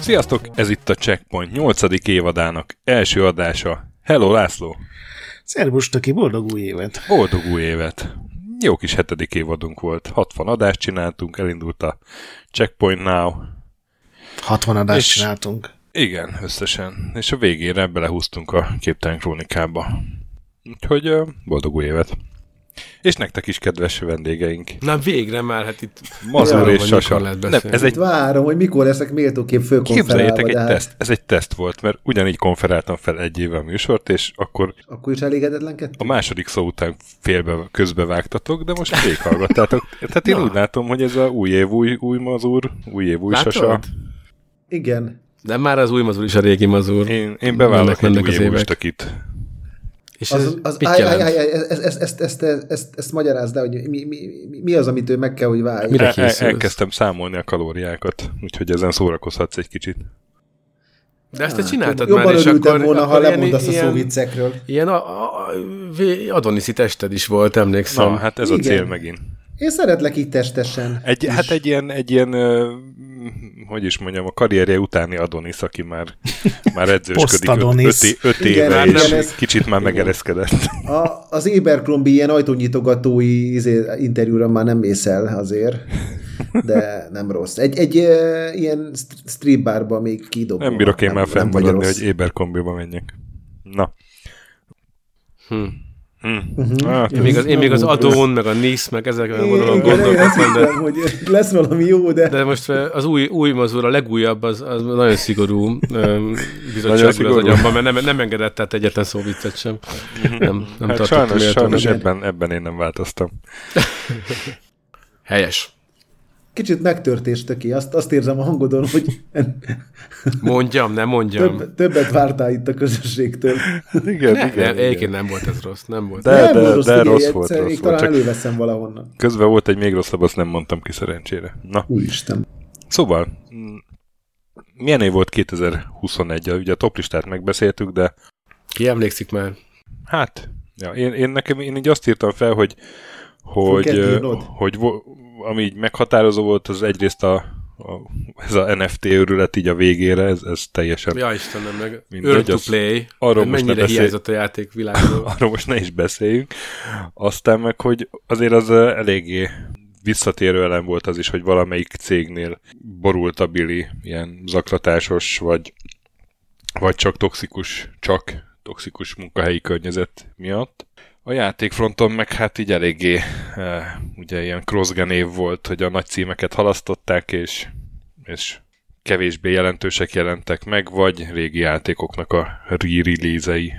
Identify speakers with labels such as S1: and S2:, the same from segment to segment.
S1: Sziasztok! Ez itt a Checkpoint 8. évadának első adása. Hello László!
S2: Szervus, töki, boldog új évet!
S1: Boldog új évet! Jó kis hetedik évadunk volt. 60 adást csináltunk, elindult a Checkpoint Now.
S2: 60 adást
S1: És-
S2: csináltunk.
S1: Igen, összesen. És a végére belehúztunk a Képtelen Krónikába. Úgyhogy ö, boldog új évet! És nektek is, kedves vendégeink!
S3: Na végre már, hát itt...
S1: Mazur
S3: Arról,
S1: és
S3: hogy
S1: Sasa.
S3: mikor lehet
S1: Nem,
S3: beszélni.
S1: ez egy
S4: Várom, hogy mikor leszek méltóképp fölkonferálva.
S1: Képzeljétek, egy
S4: de hát
S1: teszt. Ez egy teszt volt, mert ugyanígy konferáltam fel egy éve a műsort, és akkor
S4: Akkor is elégedetlenkedtem?
S1: a második szó után félbe közbevágtatok, de most véghallgattátok. Tehát én
S3: Na.
S1: úgy látom, hogy ez a új év, új, új mazur, új év, új
S3: Látod?
S1: sasa.
S4: Igen.
S3: De már az új mazur is a régi mazur.
S1: Én, én bevállalok egy
S3: Mennek- mennek
S1: új
S3: az
S1: év, új
S3: évek.
S1: stökit.
S3: És ez
S4: Az, az,
S3: mit
S4: áj, áj,
S3: jelent?
S4: áj, áj, ezt, ezt, ezt, ezt, ezt, ezt magyarázd le, hogy mi, mi, mi, mi az, amit ő meg kell, hogy várj.
S3: Mire
S1: El- el-
S3: készülsz?
S1: Elkezdtem számolni a kalóriákat, úgyhogy ezen szórakozhatsz egy kicsit.
S3: De ezt te csináltad
S4: Jobban
S3: már, és
S4: örültem
S3: akkor...
S4: volna, ha
S3: akkor ilyen-
S4: lemondasz a
S3: ilyen-
S4: szóviccekről.
S3: Ilyen a, a, vé- adoniszi tested is volt, emlékszem.
S1: Na, hát ez a
S4: igen.
S1: cél megint.
S4: Én szeretlek így testesen.
S1: Egy, hát egy ilyen, egy ilyen ö, m, hogy is mondjam, a karrierje utáni Adonis, aki már, már edzősködik öt,
S2: Post-Adonis.
S1: öt, é- öt
S4: Igen,
S1: éve,
S3: hát
S1: és
S4: igen, ez-
S1: kicsit már megereszkedett.
S4: A, az Éberkrombi ilyen ajtónyitogatói izé, interjúra már nem mész el azért, de nem rossz. Egy, egy e, ilyen st- stripbárba még kidobom.
S1: Nem bírok én már
S4: nem vagy
S1: fennmaradni,
S4: rossz.
S1: hogy éberkombiba menjek. Na.
S3: Hm.
S1: Hm. Ah,
S3: Én még az, én még az Adón, meg a Nisz, meg ezeken vonalon
S4: Igen, én azt
S3: gondolkodtam, de,
S4: hittem, hogy lesz valami jó, de, de
S3: de most az új, új mazur, a legújabb, az, az nagyon szigorú öm,
S1: Nagyon
S3: bizottság az
S1: szigorú.
S3: agyamban, mert nem, nem engedett tehát egyetlen szó viccet sem. Nem, nem
S1: Hát
S3: hát
S1: sajnos, sajnos
S4: Igen.
S1: ebben, ebben én nem változtam.
S3: Helyes.
S4: kicsit megtörtést ki. Azt, azt érzem a hangodon, hogy
S3: Mondjam, nem mondjam.
S4: több, többet vártál itt a közösségtől.
S1: Igen,
S3: Ne,
S1: igen,
S3: nem, egyébként
S1: igen.
S3: nem volt ez rossz, nem volt.
S1: De-
S3: De...
S4: rossz,
S1: de
S4: figyelj,
S1: rossz volt,
S4: egyszer
S1: rossz
S4: még
S1: volt,
S4: Talán
S1: csak-
S4: előveszem valahonnan.
S1: Közben volt egy még rosszabb, azt nem mondtam ki szerencsére. Na.
S4: Úristen.
S1: Szóval, m, milyen év volt 2021? Ugye a toplistát megbeszéltük, de
S3: Ki emlékszik már?
S1: Hát, ja, én, én nekem én így azt írtam fel, hogy hogy,
S4: kell
S1: ö,
S4: írnod?
S1: hogy vo- ami így meghatározó volt, az egyrészt a, a ez a NFT őrület így a végére, ez, ez teljesen... Ja.
S3: Ja Istenem, meg
S1: Mindegy,
S3: Earth to
S1: az-
S3: Play.
S1: arról most ne
S3: mennyire
S1: beszélj.
S3: hiányzott a játék világról.
S1: Arról most ne is beszéljünk. Aztán meg, hogy azért az ö, eléggé visszatérő elem volt az is, hogy valamelyik cégnél borult a Billy, ilyen zaklatásos, vagy, vagy csak toxikus, csak toxikus munkahelyi környezet miatt. A játékfronton meg hát így eléggé eh, ugye ilyen crossgen év volt, hogy a nagy címeket halasztották, és, és kevésbé jelentősek jelentek meg, vagy régi játékoknak a re-release-ei.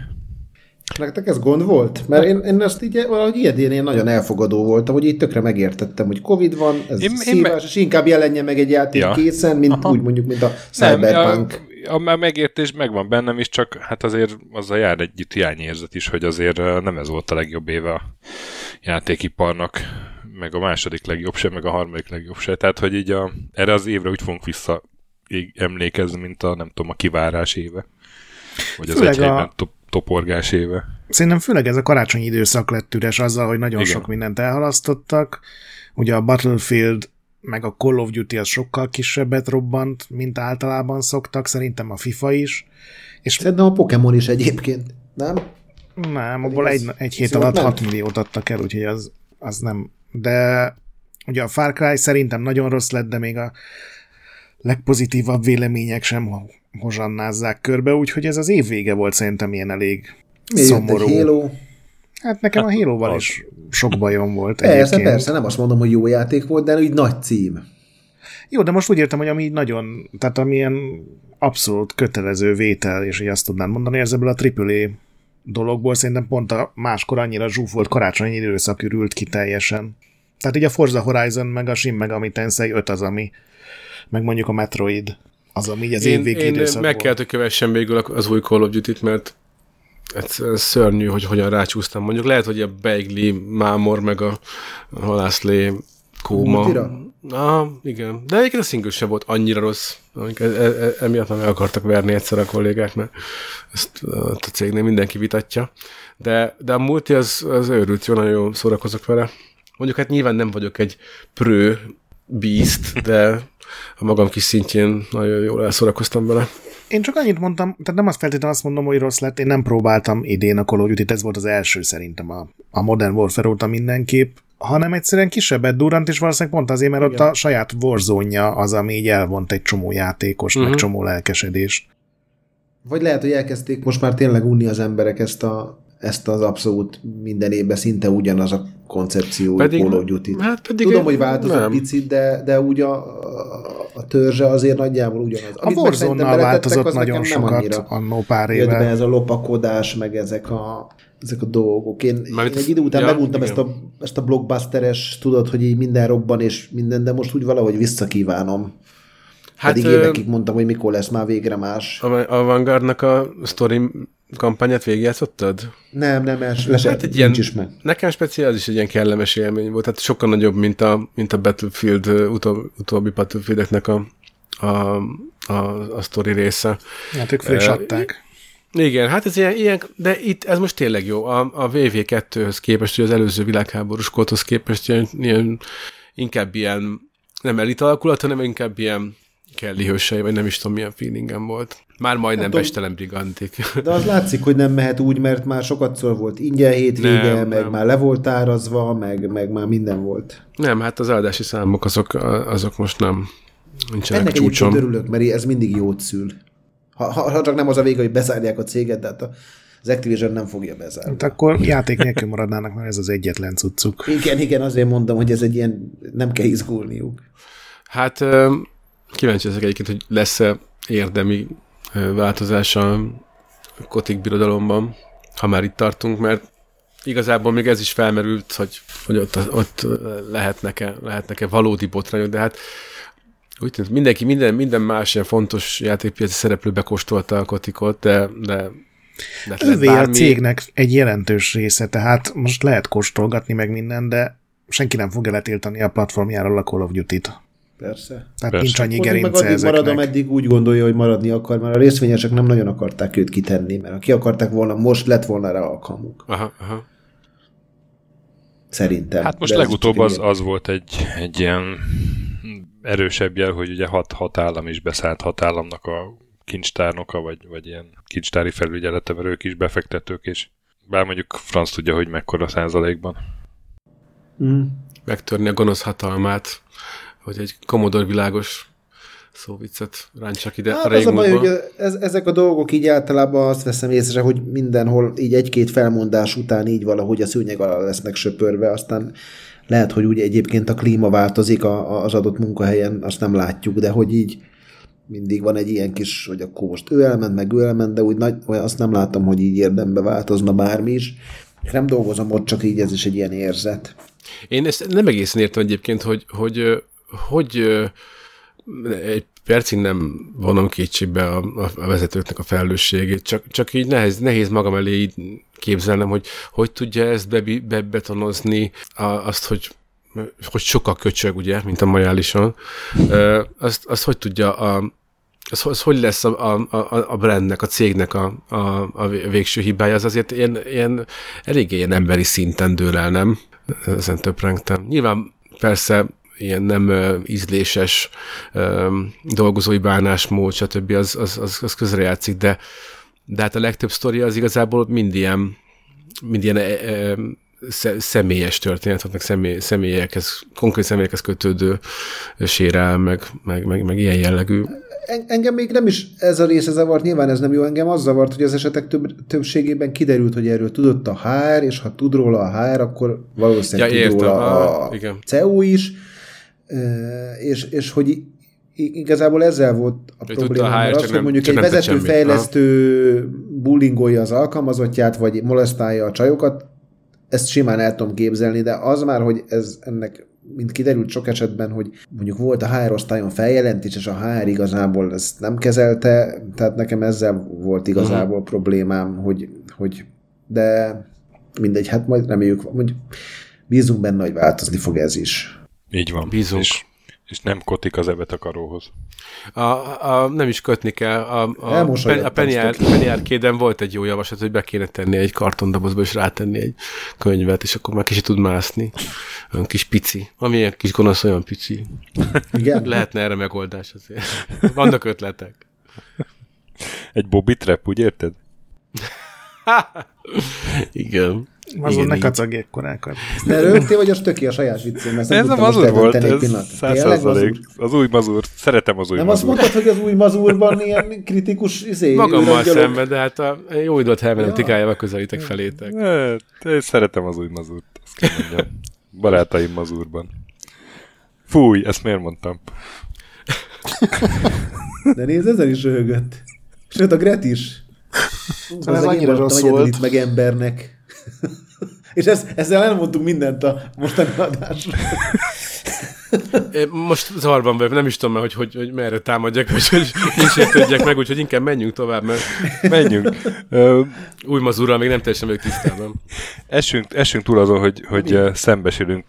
S4: Nektek ez gond volt? Mert én, én azt így valahogy ilyedén én nagyon elfogadó voltam, hogy így tökre megértettem, hogy Covid van, ez
S1: Én-
S4: én,
S1: én
S4: szívás,
S1: meg-
S4: és inkább jelenjen meg egy játék
S1: Ja.
S4: ja. készen, mint úgy mondjuk, mint a
S1: Nem,
S4: Cyberpunk.
S1: A, a, a megértés megvan bennem is, csak hát azért azzal jár együtt hiányérzet is, hogy azért eh, nem ez volt a legjobb éve a játékiparnak, meg a második legjobb se, meg a harmadik legjobb se. Tehát, hogy így a, erre az évre úgy fogunk vissza így emlékezni, mint a nem tudom, a kivárás éve. Vagy az
S2: Főleg
S1: egy helyben
S2: a-
S1: top, toporgás éve.
S2: Szerintem főleg ez a karácsonyi időszak lett üres azzal, hogy nagyon
S1: Igen.
S2: Igen. sok mindent elhalasztottak. Ugye a Battlefield meg a Call of Duty az sokkal kisebbet robbant, mint általában szoktak, szerintem a FIFA is.
S4: Szerintem a Pokémon is egyébként, nem?
S2: Nem, abból
S4: Pedig
S2: egy,
S4: az
S2: egy hét
S4: szívem
S2: alatt
S4: ment.
S2: 6 milliót adtak el, úgyhogy az, az nem. De ugye a Far Cry szerintem nagyon rossz lett, de még a legpozitívabb vélemények sem ho- hozsannázzák körbe, úgyhogy ez az év vége volt szerintem ilyen elég
S4: Még Szomorú.
S2: szomorú.
S4: egy Halo.
S2: Hát nekem a Halo-val
S1: az.
S2: is sok bajom volt
S4: Persze,
S2: egyébként.
S4: persze, nem azt mondom, hogy jó játék volt, de úgy nagy cím.
S2: Jó, de most úgy értem, hogy ami így nagyon, tehát amilyen abszolút kötelező vétel, és így azt tudnám mondani, ez ebből a AAA dologból szerintem pont a máskor annyira zsúfolt karácsonyi időszak ürült ki teljesen. Tehát így a Forza Horizon, meg a Shin Megami Tensei 5 az, ami, meg mondjuk a Metroid, az, ami így az
S3: én,
S2: évvégi
S3: én
S2: időszakból.
S3: meg kell, hogy kövessem végül az új Call of Duty-t, mert ez, ez szörnyű, hogy hogyan rácsúsztam. Mondjuk lehet, hogy a Beigli mámor, meg a halászlé kóma.
S4: Multira?
S3: Na, igen. De egyébként a single sem volt annyira rossz. Amik- e- e- e- Emiatt nem el akartak verni egyszer a kollégák, mert ezt ö, ott a cégnél mindenki vitatja. De, de a multi az, az őrült, jó, nagyon jól szórakozok vele. Mondjuk hát nyilván nem vagyok egy prő beast, de a magam kis szintjén nagyon jól elszórakoztam vele.
S2: Én csak annyit mondtam, tehát nem azt feltétlenül azt mondom, hogy rossz lett, én nem próbáltam idén a Call of Duty-t, ez volt az első szerintem a, a Modern Warfare óta mindenképp, hanem egyszerűen kisebbet durrant, és valószínűleg pont azért, mert ott a saját warzone az, ami így elvont egy csomó játékos,
S4: Mhm.
S2: uh-huh. meg csomó lelkesedést.
S4: Vagy lehet, hogy elkezdték most már tényleg unni az emberek ezt, a, ezt az abszolút minden évben szinte ugyanaz a koncepció
S3: Pedig-
S4: Call of duty
S3: hát pedig
S4: Tudom,
S3: én-
S4: hogy változott
S3: nem.
S4: picit, de, de úgy a, a- a törzse azért nagyjából
S2: A
S4: ugyanaz. meg szerintem
S2: warzone
S4: beletettek, az
S2: változott
S4: nekem
S2: nagyon
S4: nem
S2: sokat
S4: annyira
S2: annó pár
S4: jött be
S2: éve.
S4: ez a lopakodás, meg ezek a, ezek a dolgok. Én, én
S3: Mármint
S4: egy
S3: ez-
S4: idő után
S3: ja,
S4: ja, meguntam
S3: igen.
S4: ezt a, ezt a blockbusteres, tudod, hogy így minden robban és minden, de most úgy valahogy visszakívánom. Hát, Pedig
S3: ö,
S4: évekig mondtam, hogy mikor lesz már végre más.
S3: A, a Vanguardnak a story kampányát végigjátszottad?
S4: Nem, nem, els, lesz, hát
S3: egy ilyen-
S4: nincs is meg.
S3: Nekem speciális egy ilyen kellemes élmény volt, tehát sokkal nagyobb, mint a, mint a Battlefield, ö, utol, utóbbi Battlefieldeknek a, a, a, a sztori része.
S2: Hát ők fel is
S3: Ö,
S2: adták.
S3: Igen, hát ez ilyen, ilyen, de itt ez most tényleg jó. A, a VV2-höz képest, hogy az előző világháborús kóthoz képest ilyen, ilyen, inkább ilyen nem elit alakulat, hanem inkább ilyen kelli hősei, vagy nem is tudom milyen feelingem volt. Már majdnem
S4: tudom.
S3: bestelen brigantik.
S4: De az látszik, hogy nem mehet úgy, mert már sokatszor volt ingyen hétvége,
S3: Nem,
S4: nem, meg
S3: nem.
S4: nem. már le volt árazva, meg, meg már minden volt.
S3: Nem, hát az áldási számok azok, azok most nem nincsenek
S4: Ennek
S3: csúcson.
S4: egyébként örülök, mert ez mindig jót szül. Ha, ha, ha csak nem az a vége, hogy bezárják a céget, de hát a- az Activision nem fogja bezárni.
S2: Hát akkor játék nélkül maradnának, mert ez az egyetlen cuccuk.
S4: Igen, igen, azért mondom, hogy ez egy ilyen, nem kell izgulniuk.
S3: Hát ö, kíváncsi ezek egyébként, hogy lesz-e érdemi ö, változás a kotik birodalomban, ha már itt tartunk, mert igazából még ez is felmerült, hogy, hogy ott, ott lehetnek-e, lehetnek-e valódi botrányok, de hát úgy tűnt, mindenki, minden, minden más ilyen fontos játékpiaci szereplő bekóstolta a kotikot, de, de, de
S2: Ővé a cégnek egy jelentős része, tehát most lehet kóstolgatni meg minden, de senki nem fogja letiltani a platformjáról a Call of Duty-t. Tehát
S4: Persze.
S1: Persze.
S2: nincs annyi
S4: Mondjuk meg
S2: gerince
S4: addig marad,
S2: ezeknek.
S4: ameddig úgy gondolja, hogy maradni akar, mert a részvényesek nem nagyon akarták őt kitenni, mert ha ki akarták volna, most lett volna rá alkalmuk.
S3: Aha, aha.
S4: Szerintem.
S1: Hát most
S4: De ez
S1: legutóbb
S4: csak
S1: az,
S4: ilyen.
S1: az volt egy, egy ilyen erősebb jel, hogy ugye hat, hat állam is beszállt hat államnak a kincstárnoka, vagy, vagy ilyen kincstári felügyelete, mert ők is befektetők, és bár mondjuk franc tudja, hogy mekkora százalékban.
S4: Mm.
S3: megtörni a gonosz hatalmát, hogy egy komodor világos szóviccet ráncsak ide hát, a
S4: Hát az a baj, hogy
S3: régmúltba.
S4: ez, ezek a dolgok így általában azt veszem észre, hogy mindenhol így egy-két felmondás után így valahogy a szőnyeg alá lesznek söpörve, aztán lehet, hogy úgy egyébként a klíma változik a, a, az adott munkahelyen, azt nem látjuk, de hogy így mindig van egy ilyen kis, hogy akkor most ő elment, meg ő elment, de úgy nagy, olyan, azt nem látom, hogy így érdembe változna bármi is. Nem dolgozom ott, csak így ez is egy ilyen érzet.
S3: Én ezt nem egészen értem egyébként, hogy hogy, ö, hogy ö, egy percig nem vonom kétségbe a, a- a vezetőknek a felelősségét, csak, csak így nehéz, nehéz magam elé így képzelnem, hogy hogy tudja ezt bebi- bebetonozni, a, azt, hogy hogy sokkal köcsög, ugye, mint a majálison, Ö, azt, azt hogy tudja a, az, az hogy lesz a, a, a, a brandnek, a cégnek a, a, a végső hibája, az azért ilyen, ilyen eléggé ilyen emberi szinten dől el, nem? Ezen töprengtem. Nyilván persze ilyen nem ö, ízléses ö, dolgozói bánásmód, stb. az, az, az, az közrejátszik, de, de hát a legtöbb sztori az igazából mind ilyen, mind ilyen e, e, sze- személyes történet, vagy meg személy, személyekhez, konkrét személyekhez kötődő sérel, meg, meg, meg, meg ilyen jellegű
S4: En- Engem még nem is ez a része zavart, nyilván ez nem jó, engem az zavart, hogy az esetek több, többségében kiderült, hogy erről tudott a HR, és ha tud róla a HR, akkor valószínűleg
S3: Ja,
S4: tud
S3: értem.
S4: róla a
S3: Ah, igen.
S4: CEU is, Ö, és, és hogy i- igazából ezzel volt a
S3: Hogy tudta
S4: probléma,
S3: a HR,
S4: mert
S3: csak
S4: az, hogy
S3: nem-
S4: mondjuk
S3: csak
S4: egy
S3: nem tett
S4: vezető
S3: semmit.
S4: fejlesztő bullyingolja az alkalmazottját, vagy molesztálja a csajokat, ezt simán el tudom képzelni, de az már, hogy ez ennek mint kiderült sok esetben, hogy mondjuk volt a HR osztályon feljelentés, és a HR igazából ezt nem kezelte, tehát nekem ezzel volt igazából
S3: Mhm.
S4: uh-huh. problémám, hogy, hogy de mindegy, hát majd reméljük, hogy bízunk benne, hogy változni fog ez is.
S1: Így van.
S3: Bízunk.
S1: És, és nem kotik az ebetakaróhoz.
S3: A, a, nem is kötni kell. A, a,
S4: Elmosolyodtam,
S3: a Penny, Ar-
S4: tök.
S3: Penny Arcade-en volt egy jó javaslat, hogy be kéne tenni egy kartondobozba, és rátenni egy könyvet, és akkor már kicsit tud mászni. Olyan kis pici. Ami ilyen kis gonosz, olyan pici.
S4: Igen?
S3: Lehetne erre megoldás azért. Vannak ötletek.
S1: Egy Bobby Trap, úgy érted?
S3: Igen.
S2: Azon
S3: Igen,
S2: ne
S3: így.
S2: kacagj ekkorákat.
S4: De rögtön vagy az töké a saját viccem, ezt nem,
S1: Ez
S4: tudtam
S1: nem
S4: most
S1: azur volt,
S4: eldönteni egy
S1: ez
S4: pillanatra. Tényleg
S1: százszerzalék.
S4: mazur?
S1: Az új mazur. Szeretem az új
S4: Nem azt
S1: mazur.
S4: mondtad, hogy az új mazurban ilyen kritikus izé,
S3: Magammal
S4: üröggyalog?
S3: szemben, de hát a jó időt hermeneutikájával közelítek felétek.
S1: Hát, én szeretem az új mazurt. Azt kell mondjam. Barátaim mazurban. Fúj, ezt miért mondtam?
S4: De nézd, ezzel is röhögött. Sőt, a Gret is. Ú,
S2: Szóval ez
S4: bazzeg, én
S2: annyira
S4: maradtam
S2: rossz
S4: egyedül
S2: volt.
S4: Itt meg embernek. És ez, ezzel elmondtunk mindent a mostani adásra.
S3: Én Most zavarban vagyok, nem is tudom már, hogy, hogy, hogy merre támadjak, vagy hogy nincs értődjek meg, úgyhogy inkább menjünk tovább, mert
S1: Menjünk. Ö,
S3: új mazurral még nem teljesen vagyok tisztában.
S1: esünk, esünk túl azon, hogy, hogy ö, szembesülünk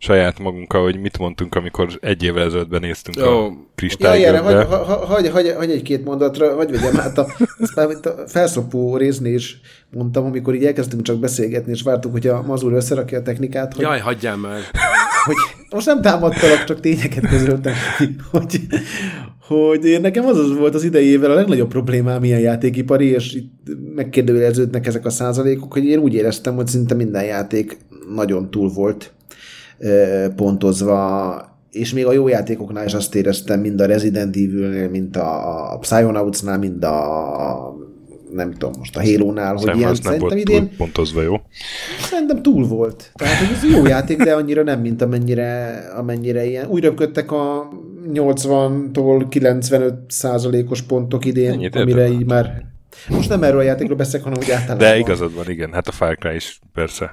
S1: saját magunkkal, hogy mit mondtunk, amikor egy évvel ezelőtt benéztünk a
S3: Ó.
S4: Jaj, erre, hagy,
S1: kristálygömbbe.
S4: ha- ha- hagy, hagy, hagy, egy két mondatra, hagy vegyem át a, ezt már itt a felszopó résznél is mondtam, amikor így elkezdtünk csak beszélgetni, és vártuk, hogy a mazur összerakja a technikát, hogy
S3: Jaj, hagyjál már.
S4: hogy most nem támadtalak, csak tényeket közöltem, hogy, hogy én nekem az, az volt az idei évvel a legnagyobb problémám ilyen játékipari, és itt megkérdőjeleződnek ezek a százalékok, hogy én úgy éreztem, hogy szinte minden játék nagyon túl volt ö, pontozva, és még a jó játékoknál is azt éreztem, mind a Resident Evil-nél, mint a a Psychonauts-nál, mind a nem tudom, most a Halo-nál, hogy
S1: Szerintem
S4: ilyen
S1: az nem
S4: szerintem
S1: volt
S4: idén
S1: túl pontozva, jó?
S4: Szerintem túl volt. Tehát hogy ez jó játék, de annyira nem, mint amennyire, amennyire ilyen. Újra köttek a 80-tól 95 százalékos pontok idén,
S1: Ennyit
S4: Ennyit
S1: értem.
S4: amire így már... Most nem erről a játékról beszélek, hanem úgy általában.
S1: De igazad van, igen. Hát a Far Cry is, persze.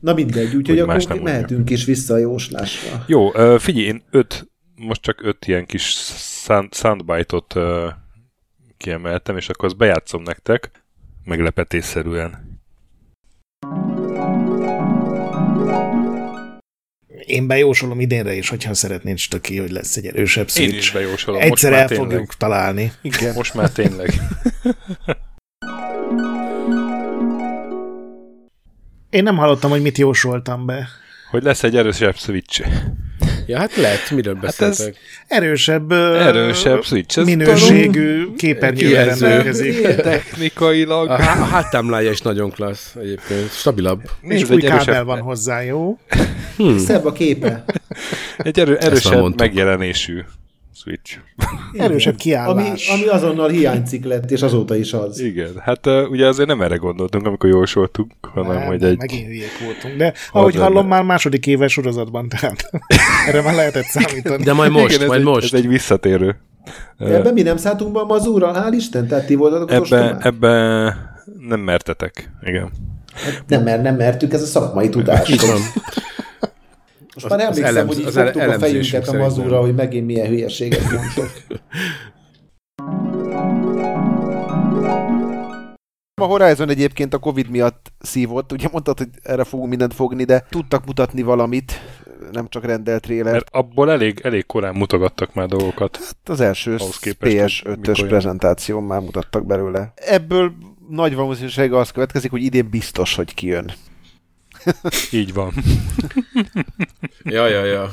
S4: Na mindegy,
S1: Hogy
S4: úgyhogy
S1: más
S4: akkor
S1: nem mondja.
S4: mehetünk is vissza a jóslásra.
S1: Jó, ö, figyelj, én öt, most csak öt ilyen kis sound, soundbite-ot ö, kiemeltem, és akkor azt bejátszom nektek, meglepetésszerűen.
S2: Én bejósolom idénre is, hogyha szeretnéd stöki, hogy lesz egy erősebb Switch.
S1: bejósolom.
S2: Egyszer el fogjuk találni.
S1: Igen. Most már tényleg.
S2: Én nem hallottam, hogy mit jósoltam be.
S1: Hogy lesz egy erősebb switch.
S3: Ja, hát lehet, miről beszéltek.
S2: Erősebb, ö,
S1: Erősebb Switch, ez
S2: minőségű képernyővel
S3: kijelző.
S2: rendelkezik.
S1: Technikailag.
S3: A há- háttámlája is nagyon klassz egyébként, stabilabb.
S2: És új kábel van hozzá, jó?
S1: Hmm.
S4: Szebb a képe.
S1: Egy erő,
S3: már
S1: erősebb
S3: mondtuk.
S1: megjelenésű Switch.
S2: Erősebb
S4: Ami,
S2: kiállás.
S4: ami azonnal hiánycikk lett, és azóta is az.
S1: Igen, hát ö, ugye azért nem erre gondoltunk, amikor jósoltunk, hanem
S2: Nem,
S1: hogy
S2: nem,
S1: egy...
S2: Megint hülyék voltunk, de ahogy
S1: lenne.
S2: hallom, már második éves sorozatban, tehát erre már lehetett számítani.
S3: De majd most,
S1: Igen, ez
S3: majd
S1: egy,
S3: most.
S1: Ez egy visszatérő.
S4: Ebben mi nem szálltunk be a mazúrral, hál' Isten, tehát ti voltatok az
S1: Ebben
S4: ostomák.
S1: ebbe nem mertetek. Igen.
S4: Nem, mert nem mertük, ez a szakmai tudás.
S3: Így van.
S4: Most már emlékszem,
S3: elemz-
S4: hogy így
S3: az ele-
S4: fogtuk a
S3: elemzésünk
S4: fejünket a
S3: szerint nem.
S4: mazúra, hogy megint milyen hülyeséget mondtok.
S5: A Horizon egyébként a Covid miatt szívott, ugye mondtad, hogy erre fogunk mindent fogni, de tudtak mutatni valamit, nem csak rendelt trélert.
S1: Mert abból elég, elég korán mutogattak már dolgokat.
S5: Az első
S1: Ahhoz képest, hogy mikor
S5: PS5-ös
S1: jön.
S5: prezentáción már mutattak belőle. Ebből nagy valószínűséggel az következik, hogy idén biztos, hogy kijön.
S1: Így van.
S3: Ja, ja, ja.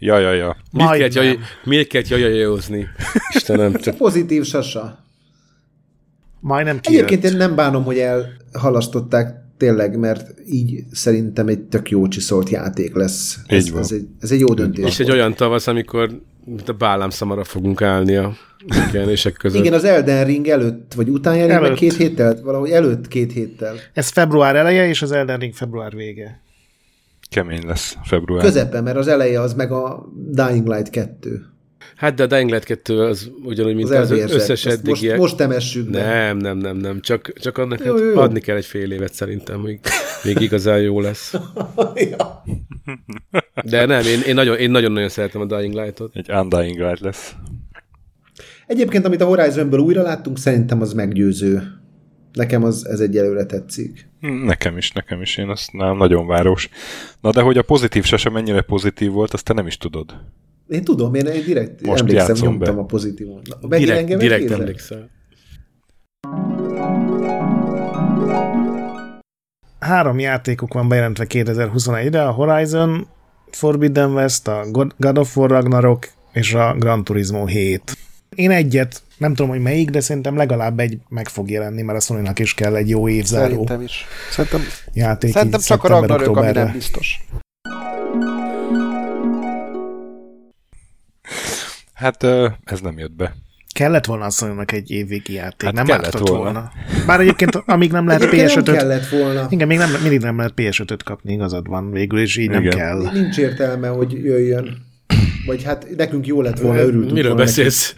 S1: Ja, ja, ja.
S3: Miért
S2: Majdnem.
S3: kellett jaj- Miért kellett jajajózni? Istenem, csak
S4: Pozitív sasa.
S2: Majdnem kijött.
S4: Egyébként én nem bánom, hogy elhalasztották tényleg, mert így szerintem egy tök jó csiszolt játék lesz. Ez,
S1: Így van.
S4: ez, egy, ez egy jó döntés.
S3: És egy olyan tavasz, amikor mint a bálám szamara fogunk állni a kenések között.
S4: Igen, az Elden Ring előtt, vagy után jelenik meg
S2: Előtt.
S4: két héttel? Valahogy előtt két héttel.
S2: Ez február eleje, és az Elden Ring február vége.
S1: Kemény lesz február.
S4: Közepe, mert az eleje az meg a Dying Light 2.
S3: Hát de a Dying Light 2 az ugyanúgy, mint az,
S4: Az, az
S3: összes
S4: most,
S3: eddigiek.
S4: most temessük be.
S3: Nem, nem, nem, nem. Csak, csak annak
S4: Jó, jó, jó.
S3: adni kell egy fél évet szerintem, hogy még igazán jó lesz.
S4: ja.
S3: De nem, én, én, nagyon, én nagyon-nagyon szeretem a Dying Light-ot.
S1: Egy Undying Light lesz.
S4: Egyébként, amit a Horizonből újra láttunk, szerintem az meggyőző. Nekem az, ez egyelőre tetszik.
S1: Hm, Nekem is, nekem is. Én azt nálam nagyon város. Na de hogy a pozitív sose mennyire pozitív volt, azt te nem is tudod.
S4: Én tudom, én én direkt
S1: Most
S4: Most emlékszem,
S1: játszom
S4: nyomtam
S1: be.
S4: a pozitívon. Na, megint
S3: Direkt,
S4: engem
S3: direkt
S4: megnézel?
S3: emlékszel.
S2: Három játékuk van bejelentve 2021-re, a Horizon, Forbidden West, a God- God of War Ragnarok és a Gran Turismo 7. Én egyet, nem tudom, hogy melyik, de szerintem legalább egy meg fog jelenni, mert a sony is kell egy jó évzáró
S5: Szerintem is. Szerintem,
S2: játék. így
S5: szerintem csak a
S2: szeptember,
S5: Ragnarök, ami
S2: októberre.
S5: nem biztos.
S1: Hát ö, ez nem jött be.
S2: Kellett volna a sony egy évvégi játék,
S1: Hát
S2: hát nem
S1: kellett
S2: ártott volna.
S1: volna.
S2: volna. Bár egyébként amíg nem lehet
S4: Egyébként nem
S2: PS5-öt
S4: kellett volna.
S2: Igen, még nem, mindig nem lehet PS5-öt kapni, igazad van végül, és így Igen. nem
S1: Igen.
S2: kell.
S4: Nincs értelme, hogy jöjjön. Vagy hát nekünk jó lett volna, örültünk
S3: Miről
S4: volna
S3: beszélsz?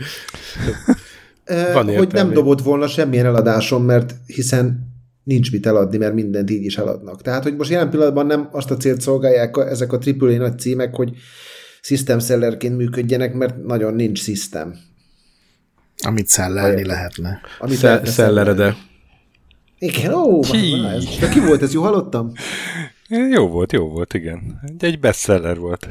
S4: Neki. Eh,
S3: Van
S4: hogy nem
S3: értelme.
S4: dobott volna semmilyen eladáson, mert hiszen nincs mit eladni, mert mindent így is eladnak. Tehát, hogy most jelen pillanatban nem azt a célt szolgálják a- ezek a AAA nagy címek, hogy system sellerként működjenek, mert nagyon nincs system.
S2: Amit szellelni lehetne.
S4: Amit
S3: Szel-
S4: lehetne szellelni.
S3: Szellerede.
S4: Igen, ó, van, van, ez. De ki volt ez, jó hallottam?
S1: Jó volt, jó volt, igen. Egy, egy bestseller volt.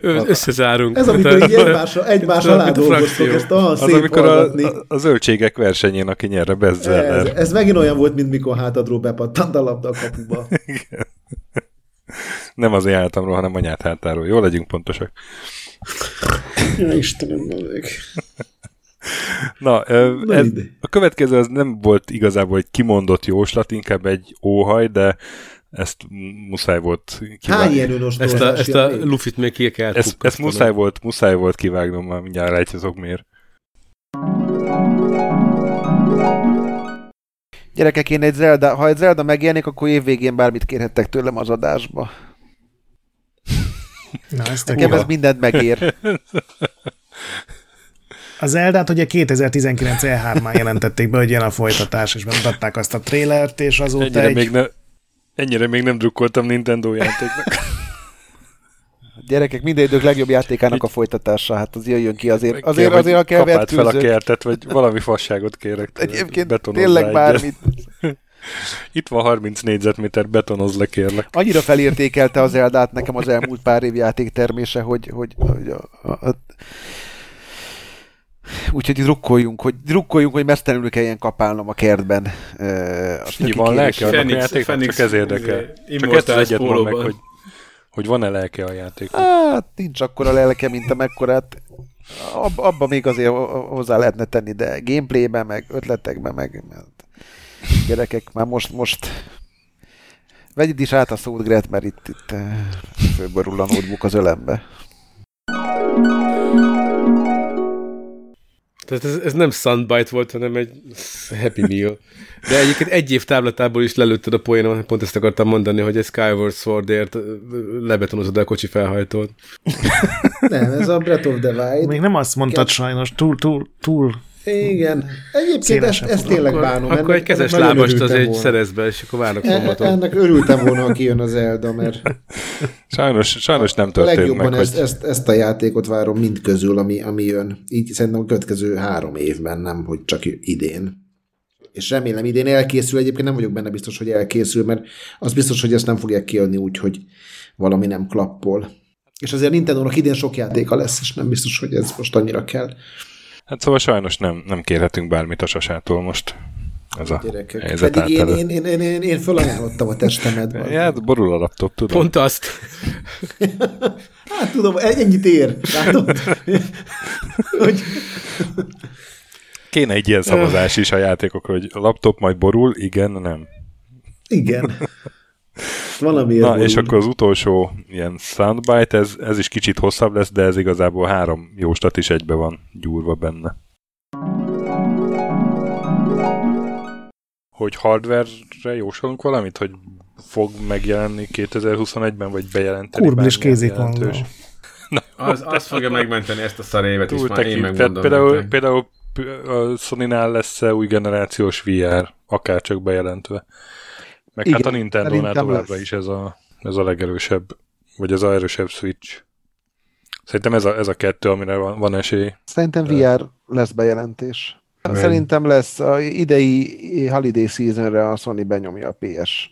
S3: Ö- Összezárunk.
S4: Ez, amikor így egymásra, egymás
S3: Mint a
S4: alá dolgoztok,
S3: frakció.
S4: ezt olyan
S1: Az,
S4: szép
S1: amikor a,
S4: hallgatni.
S1: a, a zöldségek versenyén, aki nyerre bestseller.
S4: Ez, ez megint olyan volt, mint mikor hátadról bepattant a labda a kapuba.
S1: Nem az én hátamról, hanem anyát hátáról. Jó, legyünk pontosak.
S4: Ja, Istenem, ők.
S1: Na, ö,
S4: Na,
S1: ez,
S4: ide.
S1: a következő az nem volt igazából egy kimondott jóslat, inkább egy óhaj, de ezt m- muszáj volt
S4: Hány
S1: kivágni.
S4: ilyen önös
S3: Ezt a, ezt a lufit még ki kell
S1: Ezt, ezt
S3: kukkasztanom.
S1: muszáj volt, muszáj volt kivágnom, már mindjárt rejtjezok miért.
S5: Gyerekek, én egy Zelda, ha egy Zelda megjelenik, akkor évvégén bármit kérhettek tőlem az adásba.
S2: Na, ez tök
S5: Nekem
S2: jó.
S5: ez mindent megér.
S2: Az Eldát ugye 2019 E3-án jelentették be, hogy jön a folytatás, és bemutatták azt a trélert, és azóta
S1: Ennyire,
S2: egy...
S1: még ne, ennyire még nem drukkoltam Nintendo játéknak.
S5: Gyerekek, minden idők legjobb játékának a folytatása, hát az jöjjön ki azért.
S1: Meg
S5: Azért,
S1: kell,
S5: azért a
S1: vagy
S5: kevert
S1: kapáld fel a
S5: tűző.
S1: kertet, vagy valami fasságot kérek. tőled,
S5: Egyébként
S1: betonozzál
S5: tényleg
S1: egyet.
S5: bármit.
S1: Itt van 30 négyzetméter, betonoz le, kérlek.
S5: Annyira felértékelte az Eldát nekem az elmúlt pár év játék termése, hogy, hogy, hogy a, a, a... Úgyhogy drukkoljunk, hogy drukkoljunk, hogy mesztelenül kelljen kapálnom a kertben. Ö, a stöki
S1: Így van,
S5: kérés.
S1: lelke annak a
S3: Fenix-
S1: játéknak,
S3: Fenix,
S1: csak ez érdekel.
S3: izé,
S1: Csak ezt az
S3: Immortals
S1: egyet mondd meg,
S3: pólóban.
S1: hogy, hogy van-e lelke a játék.
S5: Hát nincs akkora lelke, mint amekkorát. Ab, abba még azért ho- hozzá lehetne tenni, de gameplayben, meg ötletekben, meg mert gyerekek, már most, most vegyed is át a szót, Gret, mert itt, itt eh, fölborul a notebook az ölembe.
S3: Tehát ez, ez nem Sunbite volt, hanem egy Happy Meal. De egyébként egy év táblatából is lelőtted a poénomat, pont ezt akartam mondani, hogy egy Skyward Swordért ö, ö, lebetonozod a kocsi felhajtót.
S4: Nem, ez a Breath of the Wild.
S2: Még nem azt mondtad sajnos, túl, túl, túl.
S4: Igen. Egyébként ezt,
S2: Szélesebb
S4: ezt
S2: fogalom.
S4: tényleg bánom.
S3: akkor
S4: ennek-
S3: egy kezes
S4: ennek nagyon
S3: lábast az
S4: örültem
S3: egy
S4: volna.
S3: szerezbe, és akkor várnak
S4: E-
S3: szombaton.
S4: Ennek örültem volna, ha kijön az Elda, mert
S1: Sajnos, sajnos nem
S4: a
S1: történt
S4: legjobban
S1: meg,
S4: ezt,
S1: hogy
S4: ezt, ezt, a játékot várom mind közül, ami, ami jön. Így szerintem a következő három évben, nem hogy csak idén. És remélem idén elkészül, egyébként nem vagyok benne biztos, hogy elkészül, mert az biztos, hogy ezt nem fogják kiadni úgy, hogy valami nem klappol. És azért Nintendo-nak idén sok játéka lesz, és nem biztos, hogy ez most annyira kell.
S1: hát szóval sajnos nem, nem kérhetünk bármit a sasától most. Ez a
S4: Gyerekek.
S1: helyzet
S4: Pedig én,
S1: által.
S4: én, én, én, én, én fölajánlottam a testemet.
S1: Ja,
S4: bazd.
S1: hát borul a laptop, tudom.
S3: Pont azt.
S4: Hát tudom, ennyit ér. Látod? hogy
S1: Kéne egy ilyen szavazás is a játékok, hogy a laptop majd borul, igen, nem.
S4: igen. Valamiért
S1: Na, és
S4: borul.
S1: akkor az utolsó ilyen soundbite, ez, ez is kicsit hosszabb lesz, de ez igazából három jóstat is egybe van gyúrva benne. Hogy hardware-re jósolunk valamit, hogy fog megjelenni 2021-ben, vagy bejelenteni
S2: Kurblis
S1: bármilyen
S2: kézik
S1: jelentős.
S3: Az, az fogja megmenteni ezt a szarévet
S1: Túl tekintett. Például, például e, p- a Sony-nál lesz új generációs VR, akár csak bejelentve. Meg
S5: Igen,
S1: hát a Nintendo-nál
S5: szerintem
S1: továbbra
S5: lesz.
S1: is ez a, ez a legerősebb, vagy ez a erősebb Switch. Szerintem ez a, ez a kettő, amire van, van esély.
S5: Szerintem VR lesz bejelentés. Szerintem lesz a idei holiday seasonre a Sony benyomja a PS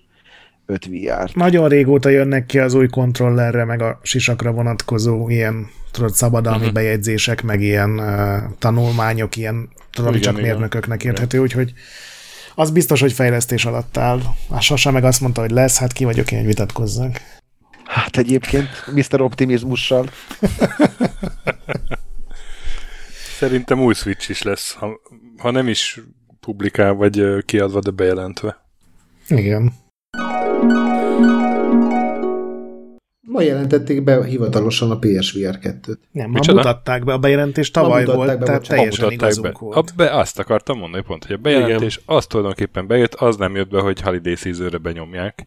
S5: 5 VR-t.
S2: Nagyon régóta jönnek ki az új kontrollerre, meg a sisakra vonatkozó ilyen tudod, szabadalmi
S1: Mhm.
S2: uh-huh. bejegyzések, meg ilyen uh, tanulmányok, ilyen tudod, ami
S1: Igen,
S2: csak
S1: igen.
S2: mérnököknek érthető, úgyhogy az biztos, hogy fejlesztés alatt áll. A Sasa meg azt mondta, hogy lesz, hát ki vagyok én, hogy vitatkozzak.
S5: Hát egyébként Mr. Optimizmussal.
S1: Szerintem új Switch is lesz, ha, ha nem is publikál, vagy ö, kiadva, de bejelentve.
S2: Igen.
S4: Ma jelentették be hivatalosan a PSVR 2-t.
S2: Nem, ma
S1: Micsoda?
S2: mutatták be a bejelentés,
S4: Ma
S2: tavaly
S4: mutatták
S2: volt,
S4: be,
S2: tehát
S4: bocsánat.
S2: teljesen
S1: Mutatták
S2: igazunk
S1: be.
S2: volt.
S1: A be. Azt akartam mondani pont, hogy a bejelentés Igen. az tulajdonképpen bejött, az nem jött be, hogy Holiday season benyomják.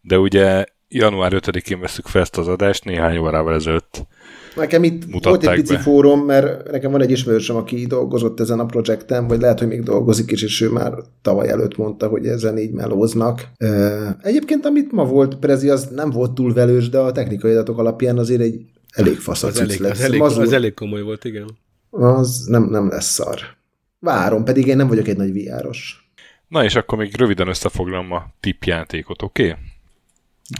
S1: De ugye január 5-én veszük fel ezt az adást, néhány órával ezelőtt.
S4: Nekem itt
S1: Mutatták
S4: volt egy pici
S1: be.
S4: fórum, mert nekem van egy ismerősöm, aki dolgozott ezen a projekten, vagy lehet, hogy még dolgozik is, és ő már tavaly előtt mondta, hogy ezen így melóznak. Ö, Egyébként, amit ma volt Prezi, az nem volt túl velős, de a technikai adatok alapján azért egy elég fasz a
S3: Az,
S4: cucc
S3: elég,
S4: lesz.
S3: az, elég,
S4: Mazur,
S3: az elég komoly volt, igen.
S4: az nem, nem lesz szar. Várom, pedig én nem vagyok egy nagy viáros.
S1: Na és akkor még röviden összefoglalom a tippjátékot, oké? Okay?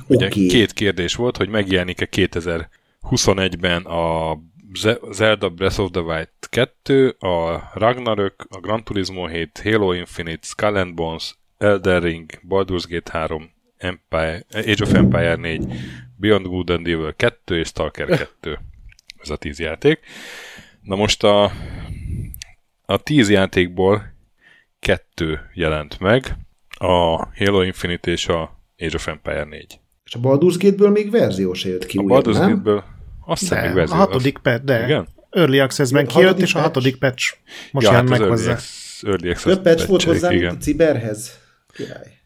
S1: Ugye
S4: Oké.
S1: okay.
S4: Okay.
S1: két kérdés volt, hogy megjelenik-e 2021-ben a Ze- Zelda Breath of the Wild 2, a Ragnarök, a Gran Turismo 7, Halo Infinite, Skull and Bones, Elden Ring, Baldur's Gate 3, Empire, Age of Empire 4, Beyond Good and Evil 2 és Stalker 2. Ez a tíz játék. Na most a, a tíz játékból kettő jelent meg, a Halo Infinite és a Age of Empire 4.
S4: És a Baldur's Gate-ből még verzió se jött ki
S1: A
S4: újabb,
S1: Baldur's
S4: nem?
S1: Gate-ből azt hiszem, még
S2: De, a
S1: verzió.
S2: hatodik patch, de
S1: Igen?
S2: Igen? Early Access-ben
S4: Igen,
S2: kijött,
S4: hatodik
S2: és a
S4: patch.
S2: hatodik patch most
S1: ja,
S2: ja,
S1: hát
S2: jön
S1: az
S2: meg
S1: Early
S2: hozzá.
S1: Access, early access
S4: Több patch volt
S1: patch-ek,
S4: hozzá, mint a
S1: igen.
S4: Ciberhez. Király.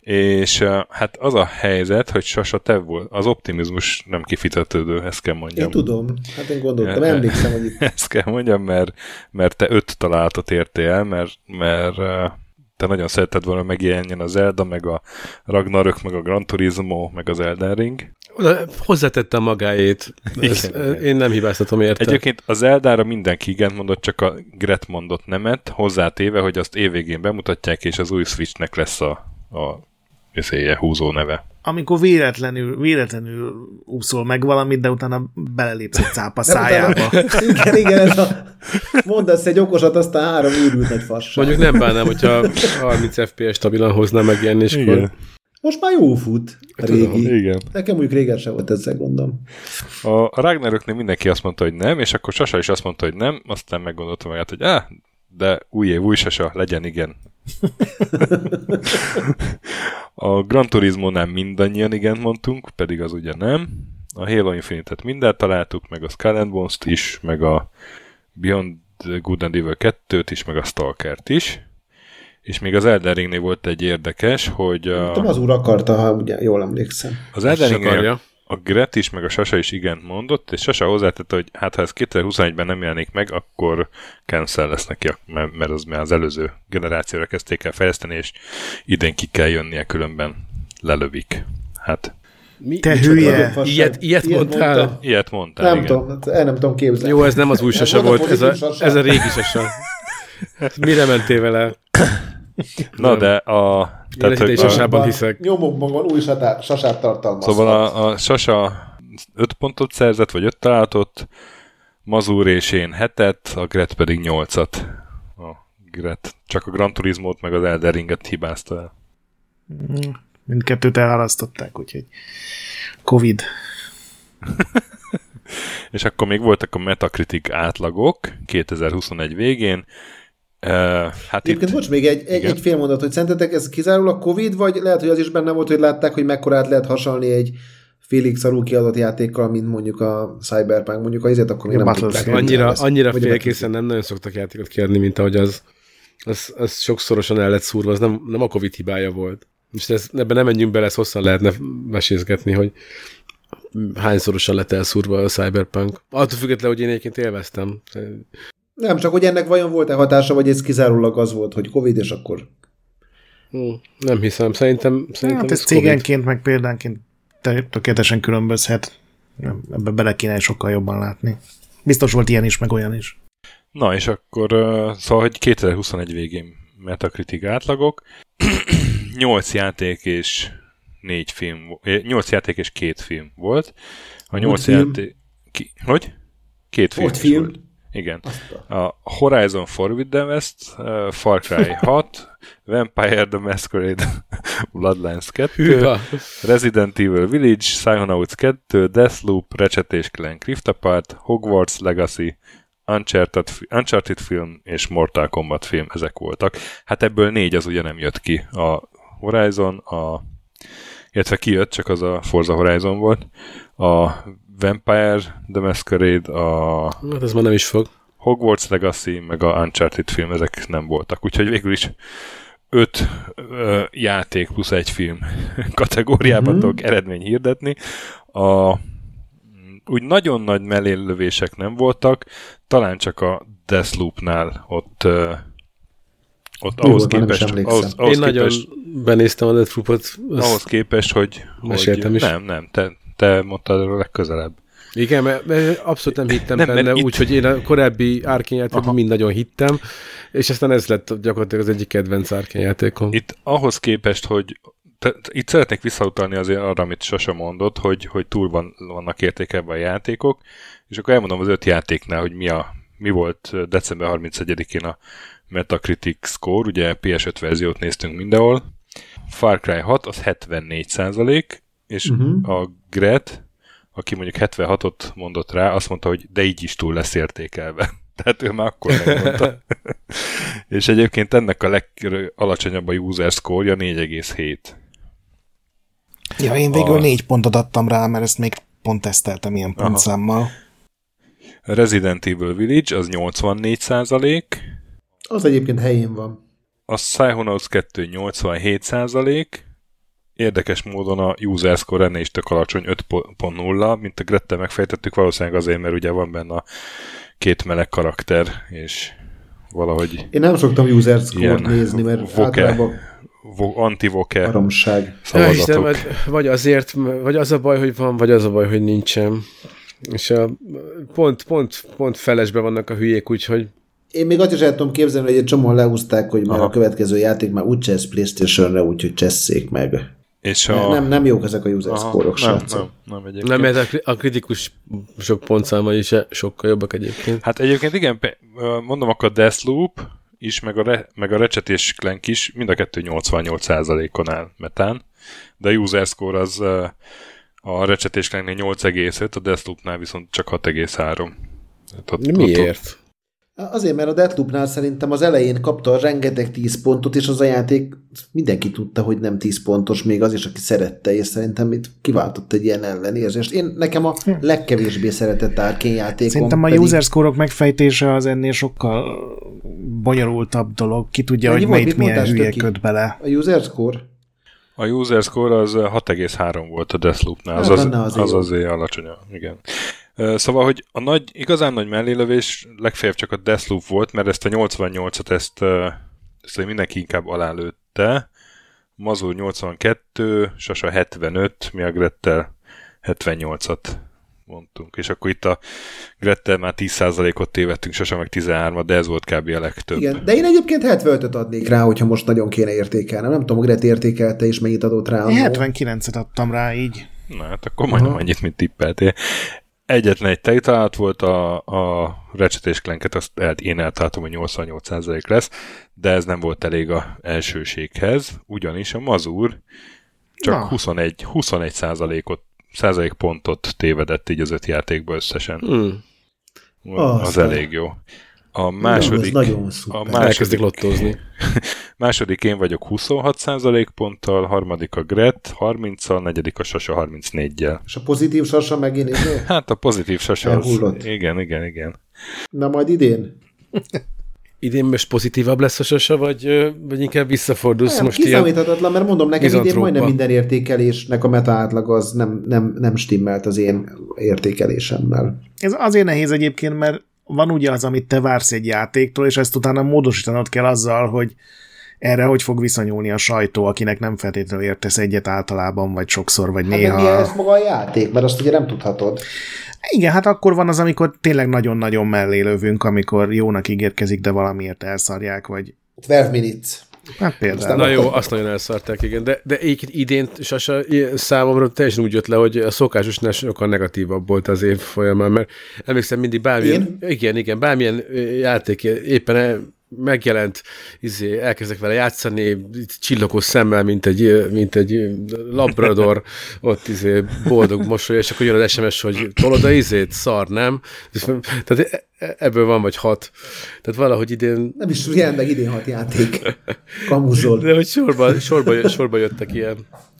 S1: És eh, hát az a helyzet, hogy sasa te volt, az optimizmus nem kifizetődő, ezt kell
S4: Én
S1: mondjam.
S4: ja. tudom, hát én
S3: E,
S4: gondoltam,
S1: Ja.
S4: emlékszem, hogy itt
S1: Ezt kell mondjam, mert, mert te öt találatot értél el, mert, mert eh, te nagyon szeretted volna megjelenjen az Zelda, meg a Ragnarök, meg a Gran Turismo, meg az Elden Ring.
S3: Oda hozzátette a magáét. Ez,
S1: Igen, igen.
S3: Én nem hibáztatom érte.
S1: Egyébként az Eldára mindenki igen mondott, csak a Gret mondott nemet, hozzátéve, hogy azt évvégén bemutatják, és az új Switchnek lesz a, a összéje, húzó neve.
S2: Amikor véletlenül, véletlenül úszol meg valamit, de utána belelépsz egy cápa szájába.
S4: igen, igen, ez a, mondasz egy okosat, aztán három őrült nagy fasság.
S3: Mondjuk nem bánnám, hogyha 30 FPS stabilan hozná meg ilyen, és akkor...
S4: Most már jó fut a régi.
S1: igen.
S4: Nekem mondjuk régen sem volt ezzel gondom.
S1: A, a Ragnaröknél mindenki azt mondta, hogy nem, és akkor Sasa is azt mondta, hogy nem, aztán meggondolta magát, hogy áh, de új év, új Sasa, legyen igen. a Gran Turismo nem mindannyian igen mondtunk, pedig az ugye nem. A Halo Infinite-et mindent találtuk, meg a Skull and Bones-t is, meg a Beyond Good and Evil 2-t is, meg a Stalkert is. És még az Elden Ringnél volt egy érdekes, hogy
S4: Tudom,
S1: a,
S4: az úr akarta, ha ugye jól emlékszem.
S1: az Elden
S3: Azt
S1: Ringnél
S3: akarja.
S1: a Gret is, meg a Sasa is igent mondott, és Sasa hozzátette, hogy hát ha ez 2021-ben nem jelenik meg, akkor cancel lesz neki, mert mert az már az előző generációra kezdték el fejleszteni, és idén ki kell jönnie, különben lelövik. Hát,
S3: Mi,
S2: Te
S3: micsoda?
S2: hülye.
S4: Nagyon fasság.
S3: Ilyet- ilyet mondtál?
S4: mondta.
S1: ilyet mondtál,
S4: Nem
S1: igen.
S4: tudom, hát el nem tudom képzelni.
S3: Jó, ez nem az új sasa
S4: Ez
S3: volt,
S4: volt a
S3: ez a,
S4: politikus sasa.
S3: ez a régi sasa. Mire mentél vele?
S1: Na de a...
S3: Életidei
S1: hogy a,
S3: Sasában hiszek.
S4: Nyomokban van új satá- sasát tartalmaz.
S1: szóval a, a Sasa 5 pontot szerzett, vagy 5 találatot, Mazur és én 7-et, a Gret pedig 8-at. A Gret csak a Gran Turismot meg az Elden Ringet hibázta el.
S2: Mindkettőt elhalasztották, úgyhogy Covid.
S1: És akkor még voltak a Metacritic átlagok 2021 végén. Uh, hát
S4: Egyébként
S1: itt,
S4: bocs, még egy, egy,
S1: Igen.
S4: egy fél mondat, hogy szerintetek ez kizárólag Covid, vagy lehet, hogy az is benne volt, hogy látták, hogy mekkorát lehet hasalni egy félig szarú kiadott játékkal, mint mondjuk a Cyberpunk, mondjuk a izét, akkor még
S2: A
S4: nem
S2: Battlefield.
S4: tudták. hogy
S3: Annyira,
S4: lesz.
S3: annyira
S4: Vagy a
S3: félkészen nem nagyon szoktak játékot kiadni, mint ahogy az. Az, az sokszorosan el lett szúrva, az nem, nem a Covid hibája volt. És ez, ebben nem menjünk bele, ezt hosszan lehetne mesézgetni, hogy hányszorosan lett elszúrva a Cyberpunk. Attól függetlenül, hogy én egyébként élveztem.
S4: Nem, csak hogy ennek vajon volt-e hatása, vagy ez kizárólag az volt, hogy Covid, és akkor
S3: Hm, Nem hiszem, szerintem, szerintem
S2: Hát ez cégenként, meg példánként te- tökéletesen különbözhet. Nem, Ebbe bele kéne sokkal jobban látni. Biztos volt ilyen is, meg olyan is.
S1: Na, és akkor, ö, szóval, hogy 2021 végén Metacritic átlagok, 8 játék és 4 film, vo- eh, 8 játék és 2 film volt. A 8
S4: film.
S1: játék... Ki, hogy? Két film.
S4: Volt
S1: is
S4: film.
S1: Volt. Igen.
S4: Azt a-
S1: A Horizon Forbidden West, ö, Far Cry 6, Vampire the Masquerade Bloodlines 2,
S3: Hűha.
S1: Resident Evil Village, Psychonauts 2, Deathloop, Ratchet és Clank Rift Apart, Hogwarts Legacy, Uncharted, fi- Uncharted film és Mortal Kombat film, ezek voltak. Hát ebből négy az ugye nem jött ki. A Horizon, a illetve kijött, csak az a Forza Horizon volt, a Vampire, The Masquerade, a
S3: Hát ez már nem is fog.
S1: Hogwarts Legacy, meg a Uncharted film, ezek nem voltak. Úgyhogy végül is öt ö, játék plusz egy film kategóriában
S4: Mhm.
S1: tudok eredmény hirdetni. A, úgy nagyon nagy mellélövések nem voltak, talán csak a Deathloop-nál ott, ö, ott
S4: Mi
S1: ahhoz
S4: volt? Már nem is
S1: képest,
S4: emlékszem.
S1: ahhoz, ahhoz
S3: Én
S1: képest,
S3: nagyon benéztem a Deathloop-ot.
S1: ahhoz
S3: Azt,
S1: képest, hogy, hogy
S3: meséltem is.
S1: nem, nem, te, te mondtad a legközelebb.
S3: igen, mert, mert abszolút nem hittem
S1: Nem,
S3: nem,
S1: mert
S3: benne,
S1: itt-
S3: úgyhogy én a korábbi Arkane játékban
S1: Aha.
S3: mind nagyon hittem, és aztán ez lett gyakorlatilag az egyik kedvenc Arkane játékom.
S1: Itt ahhoz képest, hogy te, te- itt szeretnék visszautalni azért arra, amit Sasa mondott, hogy, hogy túl van, vannak értékelve a játékok, és akkor elmondom az öt játéknál, hogy mi, a, mi volt ö, december 31-én a Metacritic score, ugye PS5 verziót néztünk mindenhol. Far Cry 6 az 74 százalék, és
S4: Mhm.
S1: a Gret, aki mondjuk 76-ot mondott rá, azt mondta, hogy de így is túl lesz értékelve. Tehát ő már akkor megmondta. és egyébként ennek a legalacsonyabb a user score-ja 4,7.
S2: Ja, én végül
S1: A-
S2: négy pontot adtam rá, mert ezt még pont teszteltem ilyen
S1: Aha.
S2: pontszámmal.
S1: A Resident Evil Village az 84 százalék,
S4: Az egyébként helyén van.
S1: a Psychonauts 2 87 százalék, Érdekes módon a user score ennél is tök alacsony, 5.0, mint a Grette megfejtettük, valószínűleg azért, mert ugye van benne a két meleg karakter, és valahogy
S4: Én nem szoktam user
S1: Ilyen
S4: score-t nézni, mert
S1: voke.
S4: általában
S1: vo- antivoke
S4: baromság.
S3: Ja, Istenem,
S1: szavazatok.
S3: vagy, vagy azért, vagy az a baj, hogy van, vagy az a baj, hogy nincsen. És a, pont, pont, pont felesbe vannak a hülyék, úgyhogy
S4: Én még azt is el tudom képzelni, hogy egy csomóan leúzták, hogy már
S1: Aha.
S4: a következő játék már úgyse lesz Playstation-re, úgyhogy csesszék meg.
S1: És
S4: Ne-
S1: a...
S4: Nem, nem jók ezek a user
S1: Aha,
S4: score-ok,
S1: nem,
S4: srácok.
S1: nem, nem, egyébként.
S3: nem, mert a, kri- a kritikus sok pontszámai is sokkal jobbak egyébként.
S1: Hát egyébként igen, pe- ö, mondom, akkor a Deathloop is, meg a, re- meg a Ratchet és Clank is, mind a kettő 88%-on áll metán, de a user score az ö, a Ratchet és Clanknél 8,5, a Deathloopnál viszont csak 6,3. Tehát ott-
S3: De Miért?
S4: Azért, mert a Deathloopnál szerintem az elején kapta rengeteg 10 pontot, és az a játék mindenki tudta, hogy nem 10 pontos, még az is, aki szerette, és szerintem itt kiváltott egy ilyen ellenérzést. Én nekem a legkevésbé szeretett Arkane játékom
S2: Hm. Szerintem a
S4: pedig-
S2: user score-ok megfejtése az ennél sokkal bonyolultabb dolog. Ki tudja,
S4: Mennyi
S2: hogy
S4: volt?
S2: melyik
S4: Mit
S2: milyen
S4: mondtál,
S2: hülye
S4: Stöki?
S2: köt bele.
S4: A user score?
S1: A user score az ö, 6,3 volt a Deathloopnál, az,
S4: Hát
S1: az,
S4: annál
S1: az,
S4: azért
S1: az
S4: jó.
S1: azért alacsonyabb, igen. Ö, Szóval, hogy a nagy, igazán nagy mellélövés legfeljebb csak a Deathloop volt, mert ezt a 88-at ezt, ö, ezt mindenki inkább alálőtte. Mazur 82, Sasa 75, mi a Grettel 78-at mondtunk. És akkor itt a Grettel már 10%-ot tévedtünk, Sasa meg 13-at, de ez volt kb. a legtöbb.
S4: Igen, de én egyébként 75-öt adnék rá, hogyha most nagyon kéne értékelnem. Nem tudom, Gret értékelte, és mennyit adott rá.
S2: Én
S4: annó.
S2: 79-et adtam rá így.
S1: Na hát akkor majdnem
S4: Aha.
S1: annyit, mint tippeltél. Egyetlen egy tejtalálat volt, a, a Ratchet és Clanket, azt el, én eltaláltam, hogy 88% lesz, de ez nem volt elég a elsőséghez, ugyanis a mazur
S2: Na.
S1: csak 21, 21 százalékot, százalék pontot tévedett így az öt játékba összesen.
S3: Hm.
S1: Az
S4: Hmm. Aztán.
S1: elég jó. A
S4: Na, ez
S1: második,
S4: nagyon szuper.
S1: a
S3: Elkezdik
S1: második,
S3: lottózni.
S1: második én vagyok 26% ponttal, harmadik a Gret 30-al, negyedik a Sasa 34-jel.
S4: És a pozitív sorsa megint izé?
S1: Hát a pozitív sose
S4: Elhullott.
S1: az. Igen, igen, igen.
S4: Na majd idén?
S3: Idén most pozitívabb lesz a sasa, vagy, ö, vagy inkább visszafordulsz
S4: Nem,
S3: most ilyen?
S4: Hát kiszámíthatatlan, mert mondom nekem idén
S3: mizantrópa.
S4: majdnem minden értékelésnek a meta átlag az nem, nem, nem stimmelt az én értékelésemmel.
S2: Ez azért nehéz egyébként, mert van ugye az, amit te vársz egy játéktól, és ezt utána módosítanod kell azzal, hogy erre hogy fog viszonyulni a sajtó, akinek nem feltétlenül értesz egyet általában, vagy sokszor, vagy
S4: Hát
S2: néha.
S4: meg milyen lesz maga a játék, mert azt ugye nem tudhatod.
S2: Igen, hát akkor van az, amikor tényleg nagyon-nagyon mellé lövünk, amikor jónak ígérkezik, de valamiért elszarják, vagy
S4: 12 minutes.
S2: hát például.
S4: Aztán-
S3: Na jó, azt nagyon elszarták, igen, de, de egyébként idén Sasa, ilyen számomra teljesen úgy jött le, hogy a szokásosnál sokkal negatívabb volt az év folyamán, mert emlékszem mindig bármilyen, igen, igen, bármilyen ö, játék éppen el- megjelent, izé, elkezdek vele játszani, itt csillogó szemmel, mint egy, ö, mint egy ö, labrador, ott izé, boldog mosoly, és akkor jön az SMS, hogy tolod a izét, szar, nem? És- Tehát e- e- ebből van vagy hat. Tehát valahogy idén
S4: Nem is jelent meg idén hat játék. Kamuzol.
S3: de hogy sorba, sorba, sorba jöttek ilyen.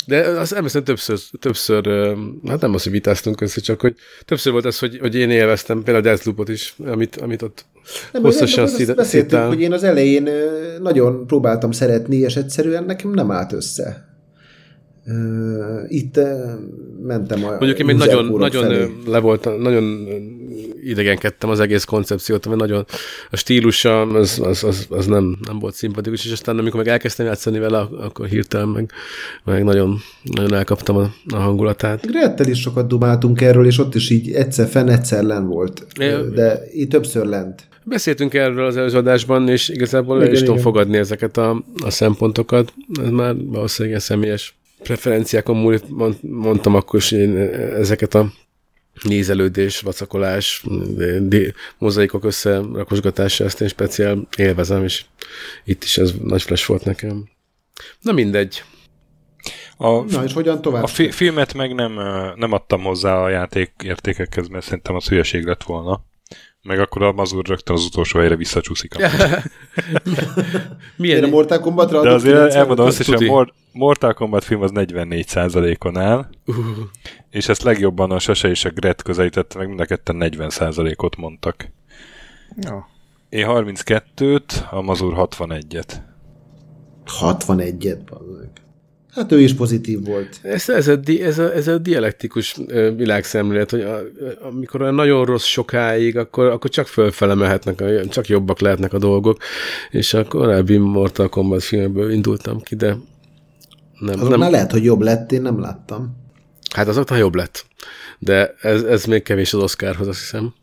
S3: De azt emlékszem többször, többször, ö, hát nem az, hogy vitáztunk össze, csak hogy többször volt az, hogy, hogy én élveztem például a Deathloopot is, amit, amit ott nem, hosszasan
S4: az- azt
S3: szita-
S4: beszéltünk,
S3: szitál.
S4: hogy én az elején ö, nagyon próbáltam szeretni, és egyszerűen nekem nem állt össze. Ö, Itt ö, mentem a
S3: Mondjuk én még nagyon,
S4: user-kórok
S3: nagyon
S4: felé.
S3: ö, le voltam, nagyon ö, idegenkedtem az egész koncepciótól, mert nagyon a stílusa az, az, az, az nem, nem volt szimpatikus, és aztán amikor meg elkezdtem játszani vele, ak- akkor hirtelen meg, meg nagyon, nagyon elkaptam a, a hangulatát.
S4: Grettel is sokat dumáltunk erről, és ott is így egyszer fenn, egyszer len volt.
S3: É.
S4: De így többször lent.
S3: Beszéltünk erről az előző adásban, és igazából el
S4: Igen,
S3: is tudom
S4: igen.
S3: fogadni ezeket a, a szempontokat. Ez már valószínűleg ilyen személyes preferenciákon múlik, Mond- mondtam akkor is én ezeket a nézelődés, vacakolás, di- mozaikok összerakosgatása, ezt én speciál élvezem, és itt is ez nagy flash volt nekem. Na mindegy.
S1: A
S4: Na, hát- és hogyan tovább?
S1: A fi- filmet meg nem, ö, nem adtam hozzá a játék értékekhez, mert szerintem az hülyeség lett volna. Meg akkor a mazur rögtön az utolsó helyre visszacsúszik. amúgy.
S4: Én a
S3: Milyen,
S4: Mortal Kombatra
S1: De
S4: adott
S1: azért
S4: 95
S1: elmondom azt is, hogy
S3: tuti.
S1: a Mor- Mortal Kombat film az 44%-on áll,
S4: Uh.
S1: és ezt legjobban a Sase és a Gret közelítette, meg mind a ketten 40%-ot mondtak.
S2: Jó.
S1: Én 32-t, E a mazur 61-et.
S4: 61-et, bazzeg. Hát ő is pozitív volt.
S3: Ez, ez, a, di- ez, a, ez a dialektikus ö, világszemlélet, hogy a, a- amikor olyan nagyon rossz sokáig, akkor, akkor csak fölfele mehetnek, a- csak jobbak lehetnek a dolgok, és a korábbi Mortal Kombat filmekből indultam ki, de nem,
S4: Azoknál
S3: nem,
S4: nem. lehet, hogy jobb lett, én nem láttam.
S3: hát azoknál jobb lett. De ez, ez még kevés az Oscarhoz, azt hiszem.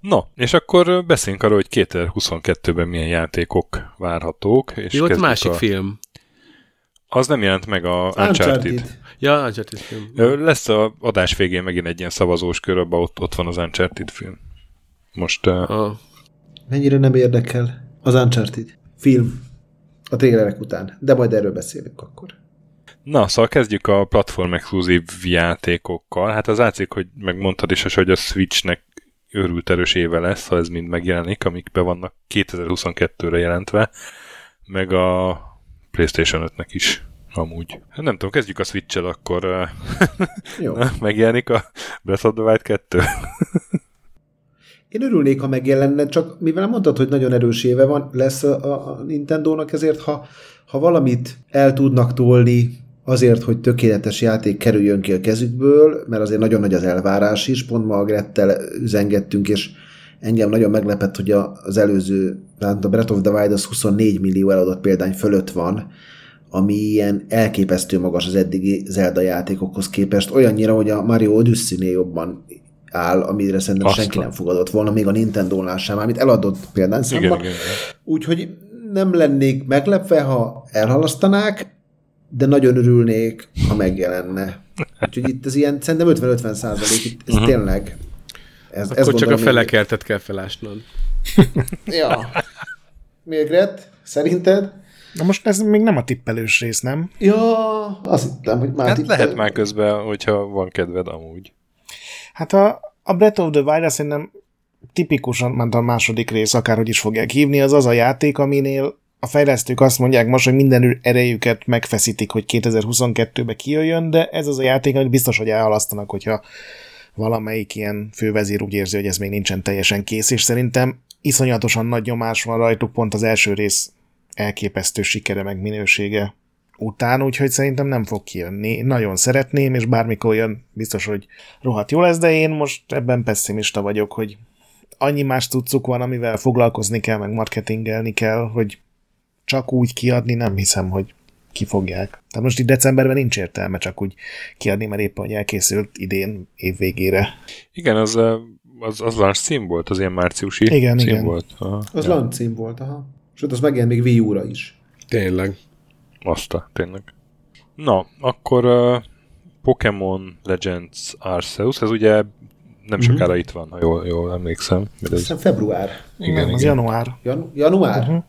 S1: Na, és akkor ö, beszéljünk arról, hogy 2022-ben milyen játékok várhatók. És
S3: És Jó, ott
S1: kezdjük
S3: másik a...
S1: a...
S3: film.
S1: Az nem jelent meg a Uncharted.
S3: Ja, Uncharted film.
S1: Ö, Lesz a adás végén megint egy ilyen szavazós kör, abban ott, ott van az Uncharted film. Most uh,
S3: A,
S4: Mennyire nem érdekel az Uncharted film a trélerek után, de majd erről beszélünk akkor.
S1: na, szóval kezdjük a platform exkluzív játékokkal. Hát az látszik, hogy megmondtad is, hogy a Switchnek őrült erős éve lesz, ha ez mind megjelenik, amik be vannak 2022-re jelentve, meg a PlayStation 5-nek is amúgy. Hát nem tudom, kezdjük a Switch-el, akkor ö,
S4: Jó.
S1: megjelenik a Breath of the Wild 2.
S4: Én örülnék, ha megjelenne, csak mivel mondtad, hogy nagyon erős éve van, lesz a, a Nintendo-nak, ezért ha, ha valamit el tudnak tolni azért, hogy tökéletes játék kerüljön ki a kezükből, mert azért nagyon nagy az elvárás is, pont ma a Grettel üzengettünk, és engem nagyon meglepett, hogy a- az előző, tehát a Breath of the Wild az 24 millió eladott példány fölött van, ami ilyen elképesztő magas az eddigi Zelda játékokhoz képest, olyannyira, hogy a Mario Odyssey-nél jobban áll, amire szerintem
S1: Aztán.
S4: senki nem fogadott volna, még a Nintendo-nál sem, amit eladott példányszámban.
S1: igen, igen.
S4: Úgyhogy nem lennék meglepve, ha elhalasztanák, de nagyon örülnék, ha megjelenne. Úgyhogy itt ez ilyen, szerintem 50-50 százalék, itt ez tényleg. Ez,
S3: Mhm. akkor csak a
S4: gondolom én-
S3: felekertet kell felásnod.
S4: Ja. Mégret, szerinted?
S2: Na most ez még nem a tippelős rész, nem?
S4: Ja, azt hittem, hogy már
S1: Hát
S4: itt-
S1: lehet már közben, hogyha van kedved amúgy.
S2: Hát a, a Breath of the Wild azt szerintem tipikusan, mert a második rész, akárhogy is fogják hívni, az az a játék, aminél a fejlesztők azt mondják most, hogy minden erejüket megfeszítik, hogy 2022-be kijöjjön, de ez az a játék, amit biztos, hogy elhalasztanak, hogyha valamelyik ilyen fővezér úgy érzi, hogy ez még nincsen teljesen kész, és szerintem iszonyatosan nagy nyomás van rajtuk pont az első rész elképesztő sikere meg minősége után, úgyhogy szerintem nem fog kijönni. Nagyon szeretném, és bármikor jön, biztos, hogy rohadt jó lesz, de én most ebben pessimista vagyok, hogy annyi más tudcuk van, amivel foglalkozni kell, meg marketingelni kell, hogy csak úgy kiadni nem hiszem, hogy kifogják. Tehát most itt decemberben nincs értelme csak úgy kiadni, mert éppen hogy elkészült idén év végére.
S1: Igen, az, eh, az, az Lars cím volt, az ilyen márciusi
S2: Igen,
S1: cím
S2: igen.
S1: volt. Aha,
S4: Az ja. lancím volt, aha. Sőt, az megjelent még Wii U-ra is.
S3: Tényleg.
S1: Azt a, tényleg. Na, akkor uh, Pokémon Legends Arceus, ez ugye nem sokára itt van, ha jól, jól emlékszem. Mert ez,
S4: Aztán február.
S1: igen,
S2: nem,
S1: igen.
S2: az január.
S4: Janu- január?
S2: Mhm.
S4: Uh-huh.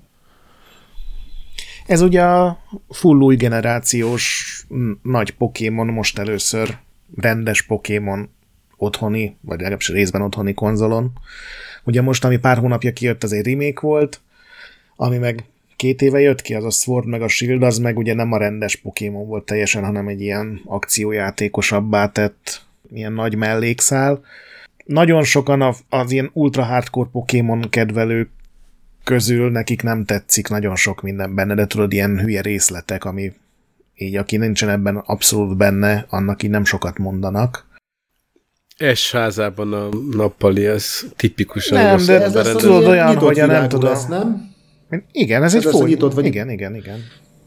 S2: Ez ugye a full új generációs n- nagy Pokémon, most először rendes Pokémon otthoni, vagy legalábbis részben otthoni konzolon. Ugye most, ami pár hónapja kijött, az egy remake volt, ami meg két éve jött ki, az a Sword meg a Shield, az meg ugye nem a rendes Pokémon volt teljesen, hanem egy ilyen akciójátékosabbá tett ilyen nagy mellékszál. Nagyon sokan a- az ilyen ultra hardcore Pokémon kedvelők közül nekik nem tetszik nagyon sok minden benne, de tudod, ilyen hülye részletek, ami így aki nincsen ebben abszolút benne, annak így nem sokat mondanak.
S3: S házában a nappali, ez tipikusan
S2: Nem,
S3: rossz
S2: de
S3: ember
S2: ez
S3: rendelés.
S2: az- tudod, olyan, hogy a nem
S4: világú
S2: tudom.
S4: Lesz, nem?
S2: Igen, ez,
S4: Ez
S2: egy
S4: az, hogy
S2: foly...
S4: Hát nyitott vagy-
S2: Igen, igen, igen.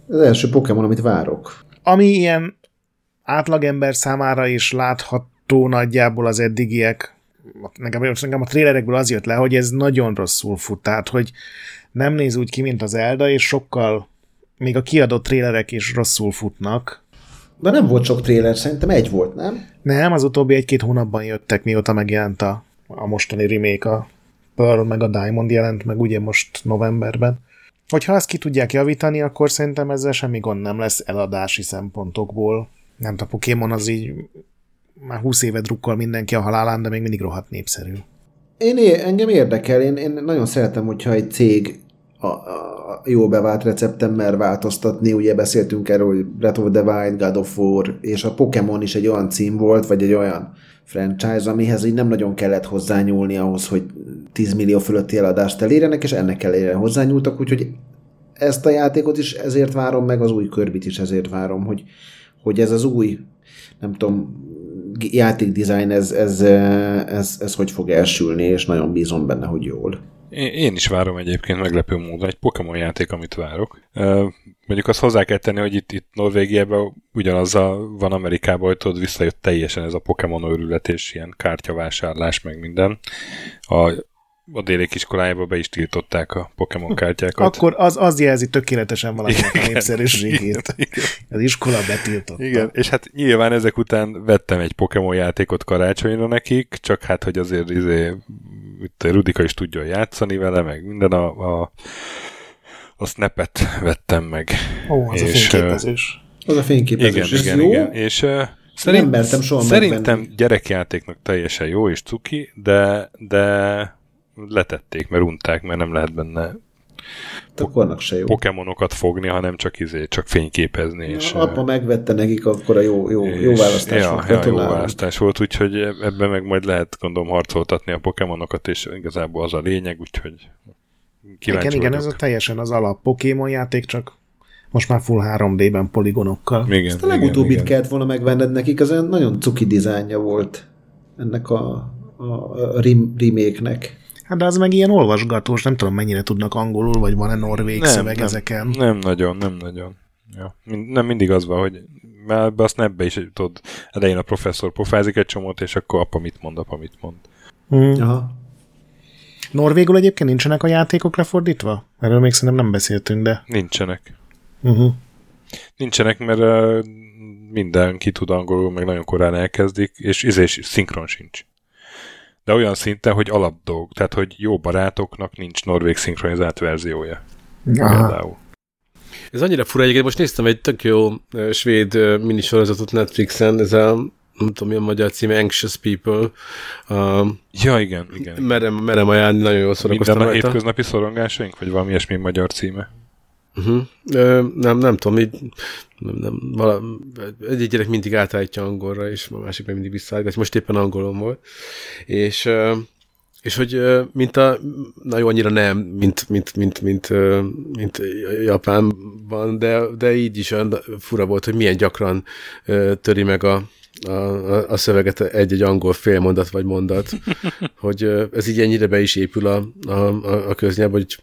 S4: Az első Pokémon, amit várok.
S2: Ami ilyen átlagember számára is látható nagyjából az eddigiek, nekem, nekem a trélerekből az jött le, hogy ez nagyon rosszul fut, tehát hogy nem néz úgy ki, mint az Elda, és sokkal még a kiadott trélerek is rosszul futnak,
S4: De nem volt sok tréler, szerintem egy volt, nem?
S2: Nem, az utóbbi egy-két hónapban jöttek, mióta megjelent a, a mostani remake, a Pearl meg a Diamond jelent meg ugye most novemberben. Hogyha ezt ki tudják javítani, akkor szerintem ezzel semmi gond nem lesz eladási szempontokból. Nem tudom, a Pokémon az így már 20 éve drukkol mindenki a halálán, de még mindig rohadt népszerű.
S4: Én, é- engem érdekel, én, én nagyon szeretem, hogyha egy cég a, a, a jó bevált receptemmel változtatni, ugye beszéltünk erről, hogy Breath of the Wild, God of War, és a Pokémon is egy olyan cím volt, vagy egy olyan franchise, amihez így nem nagyon kellett hozzányúlni ahhoz, hogy 10 millió fölötti eladást elérjenek, és ennek elére hozzányúltak, úgyhogy ezt a játékot is ezért várom, meg az új körbit is ezért várom, hogy, hogy ez az új, nem tudom, g- játékdesign, ez, ez, eh, ez, ez hogy fog elsülni, és nagyon bízom benne, hogy jól.
S1: Én, én is várom egyébként meglepő módon egy Pokémon játék, amit várok. Ö, Mondjuk azt hozzá kell tenni, hogy itt, itt Norvégiában ugyanaz a, van Amerikában, hogy tudod, visszajött teljesen ez a Pokémon őrület és ilyen kártyavásárlás, meg minden. A, a déli iskolájába be is tiltották a Pokémon kártyákat.
S2: Akkor az, az jelzi tökéletesen valaminek a
S1: Igen,
S2: népszerűségét. Az iskola betiltott.
S1: Igen, és hát nyilván ezek után vettem egy Pokémon játékot karácsonyra nekik, csak hát, hogy azért izé, itt a Rudika is tudjon játszani vele, meg minden a, a a snapet vettem meg.
S2: Ó, az a
S1: És,
S2: fényképezős.
S4: Az a fényképezés
S1: Igen,
S4: ez
S1: igen,
S4: jó.
S1: igen. És uh, szerint,
S4: mertem soha
S1: szerintem
S4: megvenni.
S1: gyerekjátéknak teljesen jó és cuki, de, de letették, mert unták, mert nem lehet benne
S4: Hát Akkor annak se jó.
S1: pokémonokat fogni, hanem csak izé, csak fényképezni. És,
S4: Ja, apa
S1: ö,
S4: megvette nekik, akkor a jó, jó, jó
S1: és-
S4: választás
S1: ja,
S4: volt.
S1: ja, jó
S4: gratulálok.
S1: választás volt, úgyhogy e- ebben meg majd lehet gondolom harcoltatni a pokémonokat, és igazából az a lényeg, úgyhogy kíváncsi
S2: igen, igen, ez
S1: vagyok.
S2: a teljesen az alap Pokémon játék, csak most már full 3D-ben poligonokkal.
S1: igen,
S4: Ezt Hát a legutóbbit kellett volna megvenned nekik, az olyan nagyon cuki dizájnja volt ennek a, a, a rem- remake-nek.
S2: Hát de az meg ilyen olvasgatós, nem tudom mennyire tudnak angolul, vagy van-e norvég nem, szöveg nem. ezeken. Nem.
S1: Nem nagyon, nem nagyon. Ja. Mind, nem mindig az van, hogy mert ebbe a snapbe is, tudod, elején a professzor pofázik egy csomót, és akkor apa mit mond, apa mit mond.
S4: Aha.
S2: Norvégul egyébként nincsenek a játékok lefordítva? Erről még szerintem nem beszéltünk, de...
S1: Nincsenek.
S2: Uh-huh.
S1: Nincsenek, mert uh, mindenki tud angolul, meg nagyon korán elkezdik, és izés szinkron sincs. De olyan szinten, hogy alapdolg, tehát hogy jó barátoknak nincs norvég szinkronizált verziója.
S2: Aha.
S1: Például.
S3: Ez annyira fura egyébként, most néztem egy tök jó ö, svéd ö, minisorozatot Netflixen, ez a nem tudom, mi a magyar címe, Anxious People. Uh,
S1: Ja, igen, igen.
S3: merem, merem ajánlani, nagyon jól
S1: Minden
S3: szórakoztam
S1: a
S3: rajta.
S1: hétköznapi szorongásaink, vagy valami ilyesmi magyar címe?
S3: Uh-huh. Ö, nem, nem tudom, így, nem, nem, vala, egy gyerek mindig átállítja angolra, és a másik meg mindig visszaállítja, most éppen angolon volt. És, ö, és hogy ö, mint a, na jó, annyira nem, mint, mint, mint, mint, ö, mint Japánban, de, de így is olyan fura volt, hogy milyen gyakran ö, töri meg a a, a, a szöveget egy-egy angol félmondat vagy mondat, hogy ö, ez így ennyire be is épül a, a, a, a köznyelv, hogy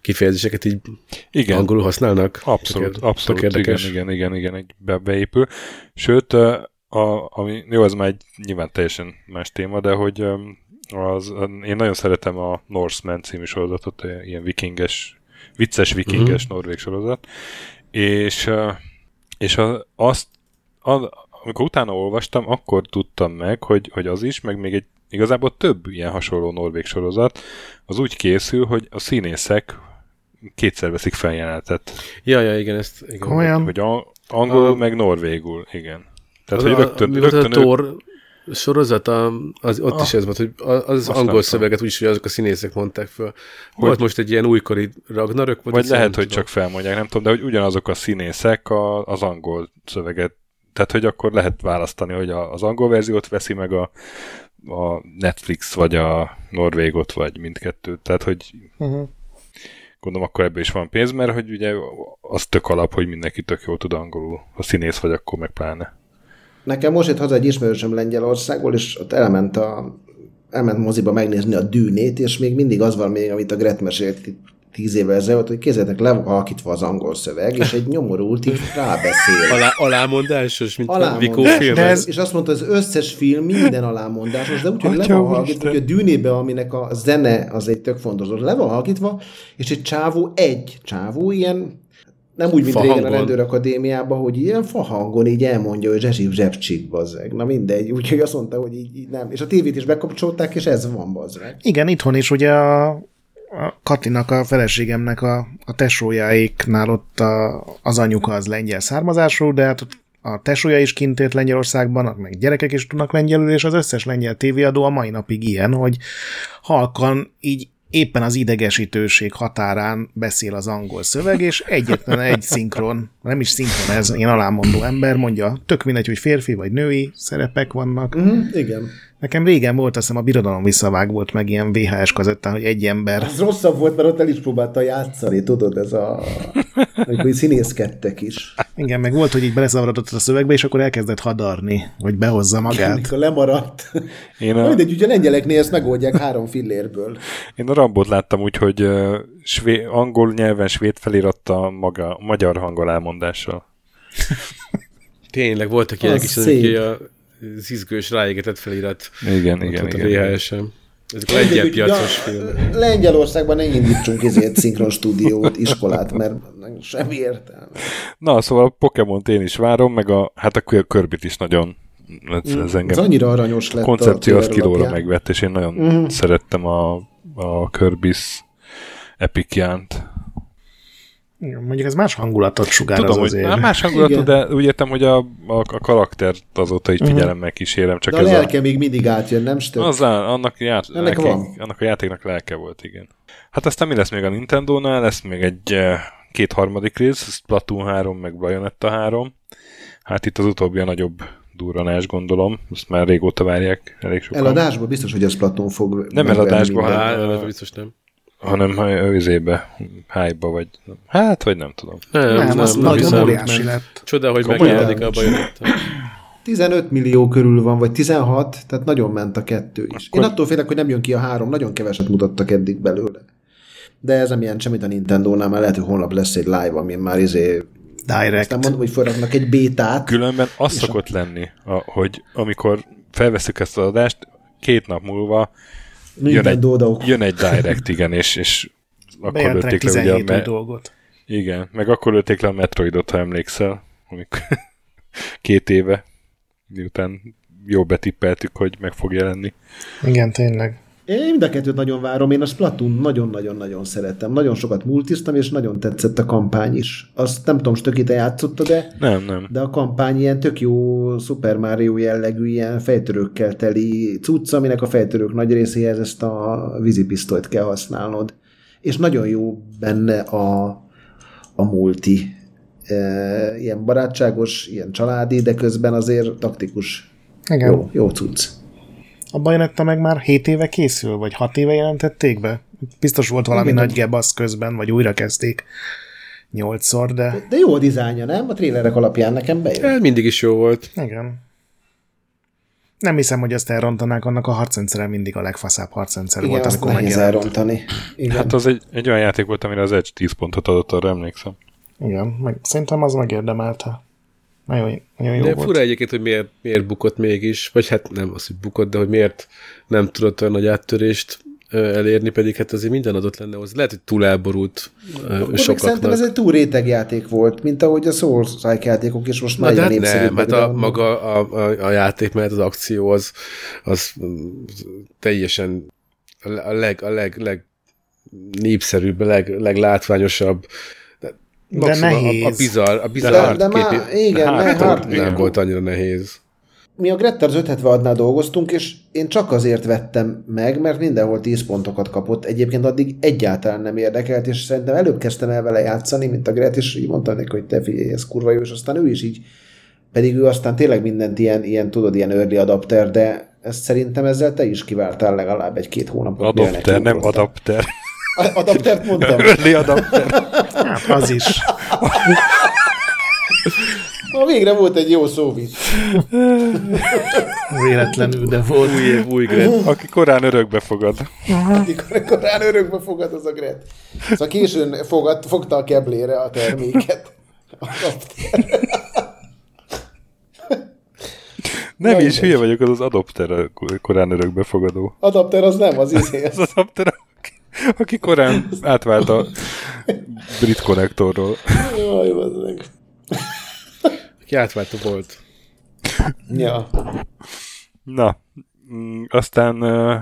S3: kifejezéseket így igen.
S1: Igen.
S3: angolul használnak.
S1: Abszolút,
S3: Tök ér-
S1: abszolút,
S3: tök
S1: igen,
S3: érdekes.
S1: igen, igen, igen, egy be, beépül. Sőt, a, a, ami, jó, ez már egy nyilván teljesen más téma, de hogy öm, az, én nagyon szeretem a Norseman című sorozatot, ilyen vikinges, vicces vikinges
S3: Mhm.
S1: uh-huh. norvég sorozat, és, ö, és a, azt, az, amikor utána olvastam, akkor tudtam meg, hogy, hogy az is, meg még egy igazából több ilyen hasonló norvég sorozat, az úgy készül, hogy a színészek kétszer veszik feljelenetet.
S3: Ja, ja, igen, ezt... Igen.
S2: Komolyan.
S1: Hogy a, angolul,
S3: A-
S1: a... meg norvégul, igen. Tehát,
S3: Az
S1: hogy
S3: a-
S1: rögtön,
S3: mi volt
S1: rögtön
S3: a
S1: ő-
S3: Thor sorozat, a, az,
S2: Ah.
S3: ott is ez volt, hogy a- az
S1: nem
S3: angol
S1: tudom.
S3: szöveget úgyis, hogy azok a színészek mondták föl. Volt most egy ilyen újkori Ragnarök, volt
S1: vagy
S3: egyszer,
S1: lehet,
S3: nem
S1: hogy
S3: tudom.
S1: csak felmondják, nem tudom, de hogy ugyanazok a színészek a, az angol szöveget, tehát, hogy akkor lehet választani, hogy a, az angol verziót veszi meg a, a Netflix, vagy a Norvégot, vagy mindkettőt, tehát, hogy
S2: Uh-huh.
S1: gondolom akkor ebbe is van pénz, mert hogy ugye az tök alap, hogy mindenki tök jól tud angolul, ha színész vagy, akkor meg pláne.
S4: Nekem most jött haza egy ismerősöm Lengyelországból, és ott elment a elment moziba megnézni a dűnét, és még mindig az van még, amit a Gret mesélt itt tíz évvel ezelőtt, hogy kézzetek le van alakítva az angol szöveg, és egy nyomorult így rábeszél.
S3: Alá, alámondásos, mint a Vikó
S4: Alámondás.
S3: film.
S2: De ez-
S4: És azt mondta, az összes film minden alámondásos, de úgy, hogy le van halkítva, hogy a dűnébe, aminek a zene az egy tök fontos, dolog, le van halkítva, és egy csávó, egy csávó, ilyen nem úgy, mint
S3: Fahangon.
S4: régen a rendőrakadémiában, hogy ilyen fahangon így elmondja, hogy zsesib zsebcsik, bazzeg. Na mindegy, úgyhogy azt mondta, hogy így, így nem. És a tévét is bekapcsolták, és ez van, bazzeg.
S2: Igen, itthon is ugye a, a Katinak, a feleségemnek a, a tesójáéknál ott a, az anyuka az lengyel származású, de hát ott a tesója is kint élt Lengyelországban, meg gyerekek is tudnak lengyelül, és az összes lengyel tévéadó a mai napig ilyen, hogy halkan így éppen az idegesítőség határán beszél az angol szöveg, és egyetlen egy szinkron, nem is szinkron ez, én alámondó ember mondja, tök mindegy, hogy férfi vagy női szerepek vannak,
S4: Mm, igen.
S2: Nekem régen volt, azt hiszem a birodalom visszavág volt meg ilyen VHS kazettán, hogy egy ember.
S4: Ez rosszabb volt, mert ott el is próbálta játszani, tudod, ez a... Amikor így színészkedtek is.
S2: Igen, meg volt, hogy így beleszavarodott a szövegbe, és akkor elkezdett hadarni, hogy behozza magát.
S4: Amikor lemaradt.
S1: Én
S4: Na,
S1: a,
S4: mindegy, ugye a lengyeleknél ezt megoldják három fillérből.
S1: Én a Rambót láttam úgy, hogy ö, své, angol nyelven svéd feliratta maga, magyar hangol elmondással.
S3: Tényleg voltak ilyenek
S4: Az
S3: is, amik
S4: szép.
S3: a zizgős ráégetett felirat.
S1: Igen,
S3: Igen,
S1: igen,
S3: ott
S1: igen.
S3: igen, a VHS-en. Ezek a lengyel
S4: Mindegy,
S3: piacos
S4: ugye,
S3: filmek.
S4: Lengyelországban ne indítsunk ezért szinkron stúdiót, iskolát, mert semmi értelme.
S1: Na, szóval a Pokémont én is várom, meg a, hát akkor a Körbit is nagyon, ez, ez
S4: Ez
S1: engem
S4: Mm, annyira aranyos lett.
S1: a
S4: a Mhm.
S1: koncepció az
S4: trailer
S1: kilóra
S4: alapján.
S1: megvett, és én nagyon mm. szerettem a, a Körbis epikjánt.
S2: Igen, Mondjuk ez más hangulatot sugár
S1: Tudom,
S2: az
S1: hogy
S2: azért.
S1: nem más hangulatú,
S4: Igen. Mhm.
S1: de úgy értem, hogy a, a, a karaktert azóta így figyelemmel kísérem, csak
S4: De a
S1: ez
S4: lelke még mindig átjön, nem
S1: a...
S4: stört?
S1: Az, á- annak, ját,
S4: Ennek
S1: lelke,
S4: van.
S1: annak a játéknak lelke volt, igen. Hát aztán mi lesz még a Nintendo-nál? Lesz még egy eh, két harmadik rész, Splatoon 3, meg Bayonetta 3. Hát itt az utóbbi a nagyobb durranás, gondolom. Ezt már régóta várják, elég sokan.
S4: Eladásban biztos, hogy az Platón fog... megvenni
S1: eladásban,
S4: mindent.
S1: hanem-
S3: Hát, az biztos nem.
S1: hanem őzébe, hype vagy, hát, vagy nem tudom.
S3: Nem,
S2: Nem, az nagyon
S3: hiszem,
S2: óriási
S3: nem.
S2: lett.
S3: Csoda, hogy
S1: Komolyan?
S3: megjelenik a bajonetta.
S4: 15 millió körül van, vagy 16, tehát nagyon ment a kettő is. Akkor... Én attól félek, hogy nem jön ki a három, nagyon keveset mutattak eddig belőle. De ez nem ilyen semmit a Nintendo-nál, mert lehet, hogy holnap lesz egy live, amin már izé...
S2: Direct.
S4: Aztán mondom, hogy felraknak egy bétát.
S1: Különben az szokott lenni, a, hogy amikor felveszük ezt az adást, két nap múlva jön egy,
S4: Nintendo oda-
S1: jön egy direct, igen, és, és akkor
S2: Bejelentenek
S1: lőtték le ugye a
S2: 17 új
S1: me-
S2: dolgot.
S1: igen, meg akkor lőtték le a Metroidot, ha emlékszel, amikor két éve, miután jó betippeltük, hogy meg fog jelenni.
S2: Igen, tényleg.
S4: Én mind a kettőt nagyon várom, én a Splatoon nagyon-nagyon-nagyon szeretem. Nagyon sokat multiztam, és nagyon tetszett a kampány is. Azt nem tudom, Stöki, te játszotta, de,
S1: Nem, nem.
S4: de a kampány ilyen tök jó Super Mario jellegű, ilyen fejtörőkkel teli cucc, aminek a fejtörők nagy részéhez ezt a vízipisztolyt kell használnod. És nagyon jó benne a, a multi. E, ilyen barátságos, ilyen családi, de közben azért taktikus.
S2: Igen.
S4: Jó, jó cucc.
S2: A Bajonetta meg már 7 éve készül, vagy 6 éve jelentették be? Biztos volt valami nagy gebasz közben, vagy újra kezdték nyolcszor, de
S4: De jó a dizájnja, nem? A trélerek alapján nekem bejön.
S3: Hát mindig is jó volt.
S2: igen. Nem hiszem, hogy ezt elrontanák, annak a harcrendszere mindig a legfaszább harcrendszer
S4: Igen,
S2: volt,
S4: azt
S2: amikor
S4: nehéz
S2: megjelent.
S4: elrontani. Igen.
S1: Hát az egy, egy olyan játék volt, amire az Edge 10 pontot adott, arra emlékszem.
S2: Igen, meg, szerintem az megérdemelte. Nagyon, nagyon jó
S3: De
S2: volt.
S3: fura egyébként, hogy miért, miért bukott mégis, vagy hát nem az, hogy bukott, de hogy miért nem tudott olyan nagy áttörést ö, elérni, pedig hát azért minden adott lenne hozzá. Lehet, hogy túl elborult ö,
S4: Akkor még szerintem
S3: sokaknak.
S4: ez egy túl réteg játék volt, mint ahogy a Souls-like játékok is most
S3: Na,
S4: már
S3: de
S4: egyre
S3: hát
S4: népszerűbb.
S3: nem, mert
S4: meg
S3: a,
S4: de-
S3: maga a, a, a játék, mert az akció az, az mm, teljesen a le- a leg, a leg, leg népszerűbb, a leg, leglátványosabb. De, maximum A, a
S2: nehéz.
S3: bizarr, a bizarr
S4: de, de már,
S3: képé-
S4: igen,
S1: Hát,
S4: hát,
S1: ott
S4: hát,
S3: nem volt annyira nehéz.
S4: mi a Gretter 576-nál dolgoztunk, és én csak azért vettem meg, mert mindenhol 10 pontokat kapott. Egyébként addig egyáltalán nem érdekelt, és szerintem előbb kezdtem el vele játszani, mint a Gret, és így mondtam neki, hogy te figyelj, ez kurva jó, és aztán ő is így, pedig ő aztán tényleg mindent ilyen, ilyen tudod, ilyen early adapter, de ezt szerintem ezzel te is kiváltál legalább egy-két hónapot. mire
S1: Adapter, nem
S4: nekiugrottál.
S1: adapter.
S4: A- Adaptert mondtam.
S1: Early adapter.
S2: Hát, az is.
S4: Na, végre volt egy jó szóvic.
S2: Véletlenül, de volt.
S3: Új év, új Gret.
S1: Aki korán örökbe fogad.
S4: Mikor korán örökbe fogad az a Gret. Szóval későn fogad, fogta a keblére a terméket. A kapter.
S1: Nem
S4: Na,
S1: is hülye vagyok, az az adapter a korán örökbe fogadó.
S4: Adapter az nem, az izé.
S1: Az az adapter, aki, aki korán átvált a brit konnektorról.
S4: Jaj, bazd meg.
S3: Ki átváltó volt.
S4: Ja.
S1: Na, mm, aztán uh,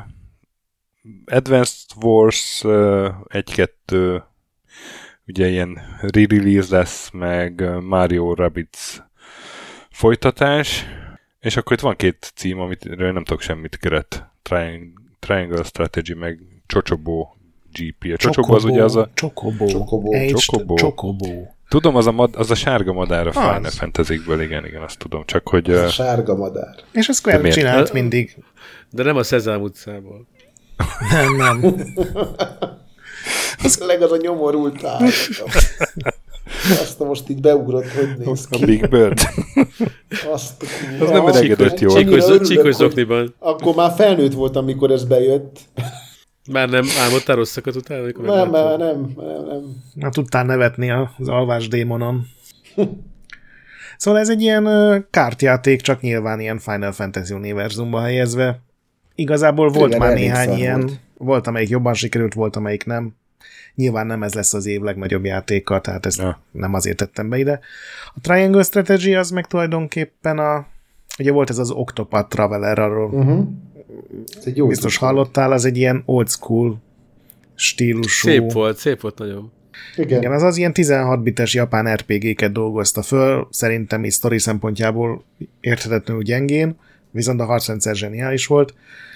S1: Advanced Wars uh, 1-2 ugye ilyen re-release lesz, meg ö, Mario Rabbids folytatás, és akkor itt van két cím, amit erről nem tudok semmit keret. Triangle, Triangle Strategy, meg Chocobo GP. A Chocobo az ugye az a...
S2: Csokobó.
S4: Csokobó.
S1: Csokobó.
S2: Csokobó. Csokobó.
S1: Tudom, az a, mad, az a sárga madár a Final
S2: Az.
S1: Fantasy-ből, igen, igen, azt tudom. Csak hogy...
S4: Ez a
S1: ö,
S4: sárga madár.
S2: És a
S1: De
S2: Square
S1: miért?
S2: csinált mindig.
S3: De nem a Szezám utcából.
S2: Nem, nem.
S4: Ez tényleg az a nyomorult állat. Azt most így beugrott, hogy néz
S1: A
S4: ki.
S1: Big Bird.
S4: Azt,
S1: Az nem öregedett jól.
S4: Annyira
S3: Csíkos,
S4: örülök,
S3: csíkos
S4: hogy-
S3: zokniban.
S4: Akkor már felnőtt volt, amikor ez bejött.
S3: Már nem álmodtál rosszakat utána, amikor
S4: Nem,
S3: megláttad?
S4: már nem, nem, nem.
S2: Na, tudtál nevetni az alvás démonon. Szóval ez egy ilyen ö, kártjáték, csak nyilván ilyen Final Fantasy univerzumba helyezve. Igazából volt
S4: Igen,
S2: már
S4: elég
S2: néhány
S4: szar
S2: ilyen.
S4: volt.
S2: Volt. volt, amelyik jobban sikerült, volt, amelyik nem. Nyilván nem ez lesz az év legnagyobb játéka, tehát ezt
S1: Ja.
S2: ja. nem azért tettem be ide. A Triangle Strategy az meg tulajdonképpen a... Ugye volt ez az Octopath Traveler, arról
S4: Uh-huh. Ez egy jó
S2: Mhm. biztos
S4: kis-
S2: hallottál, az egy ilyen old school stílusú...
S3: Szép volt, szép volt nagyon.
S4: Igen.
S2: Igen, az az ilyen 16 bites japán RPG-ket dolgozta föl, szerintem így sztori szempontjából érthetetlenül gyengén, viszont a harcrendszer zseniális volt.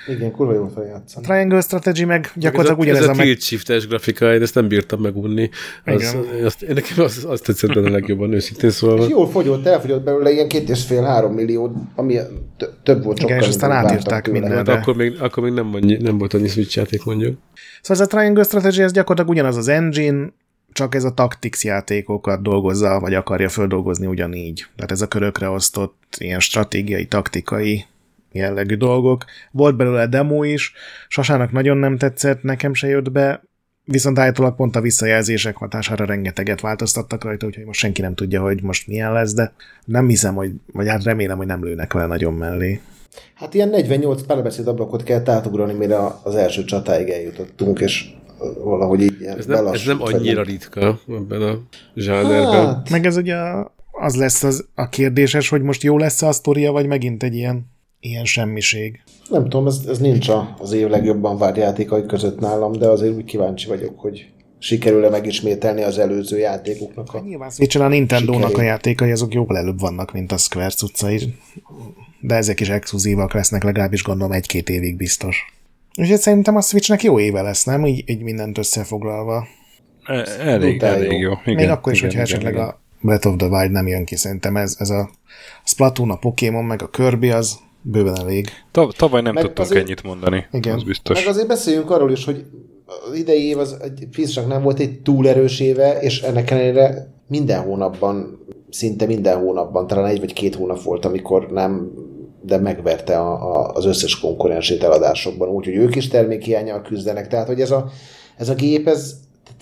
S4: Igen, kurva jól feljátszani.
S2: Triangle Strategy meg gyakorlatilag
S3: ez a,
S2: ugyanez
S3: ez
S2: a,
S3: a
S2: meg...
S3: tilt shiftes grafika, én ezt nem bírtam megunni. Az,
S2: Igen.
S3: azt, én nekem az, az tetszett benne legjobban, őszintén szólva.
S4: És jól fogyott, elfogyott belőle ilyen két és fél, három millió, ami tö- több volt sokkal.
S2: Igen, és aztán
S4: mint amit
S2: átírták
S4: vártak tőle.
S2: mindent.
S3: Hát akkor még, akkor még nem, annyi, nem volt annyi Switch játék, mondjuk.
S2: Szóval ez a Triangle Strategy, ez gyakorlatilag ugyanaz az engine, csak ez a tactics játékokat dolgozza, vagy akarja földolgozni ugyanígy. Tehát ez a körökre osztott ilyen stratégiai, taktikai jellegű dolgok. Volt belőle demo is, Sasának nagyon nem tetszett, nekem se jött be, viszont állítólag pont a visszajelzések hatására rengeteget változtattak rajta, úgyhogy most senki nem tudja, hogy most milyen lesz, de nem hiszem, hogy, vagy hát remélem, hogy nem lőnek vele nagyon mellé.
S4: Hát ilyen 48 párbeszéd ablakot kell átugrani, mire az első csatáig eljutottunk, és valahogy így ilyen
S3: Ez nem, ez nem
S4: belassult,
S3: annyira
S4: vagy
S3: ritka ebben a
S4: nem.
S3: zsánerben. Hát.
S4: Hát,
S2: Meg ez ugye a- az lesz az, a kérdéses, hogy most jó lesz a sztoria, vagy megint egy ilyen, ilyen semmiség.
S4: nem tudom, ez, ez nincs a- az év legjobban várt játékai között nálam, de azért úgy kíváncsi vagyok, hogy sikerül-e megismételni az előző játékoknak a...
S2: Nyilván szóval a Nintendo-nak a
S4: Sikerül.
S2: játékai, azok jóval előbb vannak, mint a Square cuccai, de ezek is exkluzívak lesznek, legalábbis gondolom egy-két évig biztos. Úgyhogy szerintem a Switchnek jó éve lesz, nem? Így, így mindent összefoglalva.
S1: E- Elég,
S4: Brutál
S1: elég
S4: jó.
S1: jó. Igen,
S2: Még akkor is,
S1: igen,
S2: hogyha
S1: igen,
S2: esetleg
S1: igen.
S2: a Breath of the Wild nem jön ki, szerintem ez, ez a Splatoon, a Pokémon, meg a Kirby az bőven elég.
S1: Ta- Tavaly nem
S4: Meg
S1: tudtunk
S4: azért-
S1: ennyit mondani,
S2: Igen.
S1: az biztos.
S4: Meg azért beszéljünk arról is, hogy az idei év az egy biztosak nem volt egy túl erős éve, és ennek ellenére minden hónapban, szinte minden hónapban, talán egy vagy két hónap volt, amikor nem de megverte a, a, az összes konkurensét eladásokban, úgyhogy ők is termékhiányjal küzdenek, tehát hogy ez a, ez a gép, ez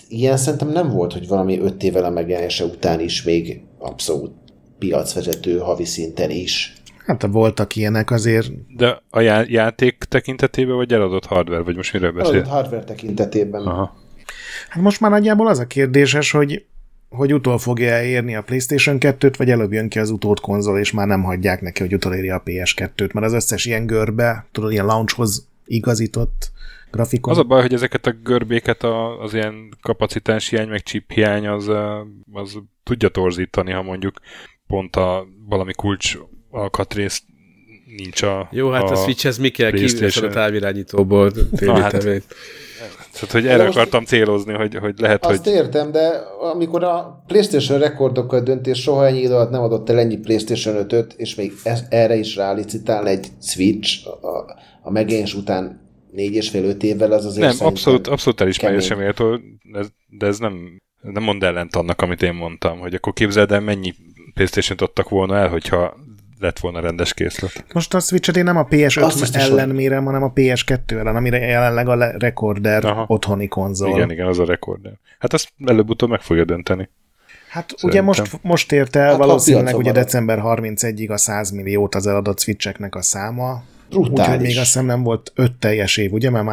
S4: ilyen szerintem nem volt, hogy valami öt évvel a megjelenése után is még abszolút piacvezető havi szinten is.
S2: Hát voltak ilyenek azért.
S1: De a já- játék tekintetében, vagy eladott hardware, vagy most miről
S4: Eladott
S1: beszél?
S4: hardware tekintetében.
S1: Aha.
S2: Hát most már nagyjából az a kérdéses, hogy hogy utol fogja elérni a PlayStation 2-t, vagy előbb jön ki az utód konzol, és már nem hagyják neki, hogy utolérje a PS2-t, mert az összes ilyen görbe, tudod, ilyen launchhoz igazított grafikon.
S1: Az a baj, hogy ezeket a görbéket a, az ilyen kapacitás hiány, meg chip hiány az, eh, az tudja torzítani, ha mondjuk pont a valami kulcs alkatrész nincs a...
S3: Jó, hát a, a Switchhez mi kell kiveszed a
S1: PlayStation.
S3: távirányítóból
S4: hát.
S3: tévétevét.
S1: Tehát, hogy erre
S4: most-
S1: akartam célozni, hogy, hogy lehet,
S4: Azt
S1: hogy...
S4: értem, de amikor a PlayStation rekordokkal döntés soha ennyi idő alatt nem adott el ennyi PlayStation 5-öt, és még ez, erre is rálicitál egy Switch a, a megjelenés után négy és fél öt évvel, az azért
S1: Nem,
S4: szerintem-
S1: abszolút, abszolút elismerés sem
S4: kemény.
S1: méltó, ez- de ez nem, nem mond ellent annak, amit én mondtam, hogy akkor képzeld el, mennyi playstation adtak volna el, hogyha lett volna rendes készlet.
S2: Most a Switch-et én nem a PS5
S4: Azt biztos,
S2: ellen
S4: hogy-
S2: mérem, hanem a PS2 ellen, amire jelenleg a le- rekorder
S1: Aha.
S2: Aha. otthoni konzol.
S1: Igen, igen, az a rekord. Hát azt előbb-utóbb meg fogja dönteni.
S2: Hát ugye
S1: Szerintem.
S2: most, most érte el
S4: Hát,
S2: hát,
S4: ha
S2: valószínűleg
S4: piacon
S2: ugye
S4: marad.
S2: december 31-ig a 100 milliót az eladott switcheknek a száma.
S4: Brutális.
S2: Úgyhogy még azt hiszem nem volt öt teljes év, ugye, mert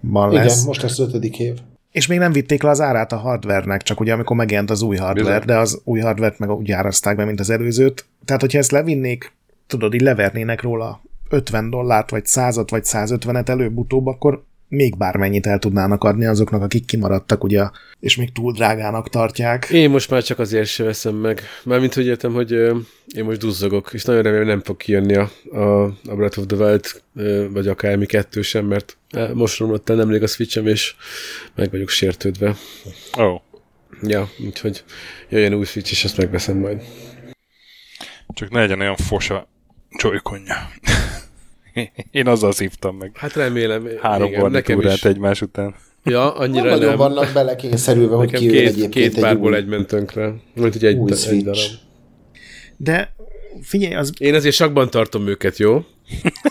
S2: márciusban
S4: Igen,
S2: lesz.
S4: lesz. most lesz ötödik év.
S2: És még nem vitték le az árát a hardvernek, csak ugye amikor megjelent az új hardware,
S1: Bizony.
S2: de az új hardvert meg úgy árazták be, mint az előzőt. Tehát, hogyha ezt levinnék, tudod, így levernének róla 50 dollárt, vagy 100 vagy 150-et előbb-utóbb, akkor még bármennyit el tudnának adni azoknak, akik kimaradtak, ugye, és még túl drágának tartják.
S3: Én most már csak azért se veszem meg. Mármint, hogy értem, hogy ö, én most duzzogok, és nagyon remélem nem fog kijönni a, a, a Breath of the Wild, ö, vagy akármi kettő sem, mert ö, most romlott el nemrég a switchem, és meg vagyok sértődve.
S1: Ó, oh,
S3: Ja, úgyhogy jöjjön új switch, és azt megveszem majd.
S1: csak ne legyen olyan fos a csolykonja. Én azzal szívtam meg.
S3: Hát remélem.
S1: Három garnitúrát egymás után.
S3: Ja,
S4: Nem
S3: annyira
S4: nagyon
S3: nem.
S4: vannak belekényszerülve, hogy
S3: Nekem
S4: kijön
S3: két,
S4: egyébként
S3: két
S4: egy új,
S3: párból egy ment tönkre. Mint ugye egy,
S4: új
S3: egy
S4: Switch.
S3: darab.
S2: De figyelj, az
S3: Én azért sakban tartom őket, jó?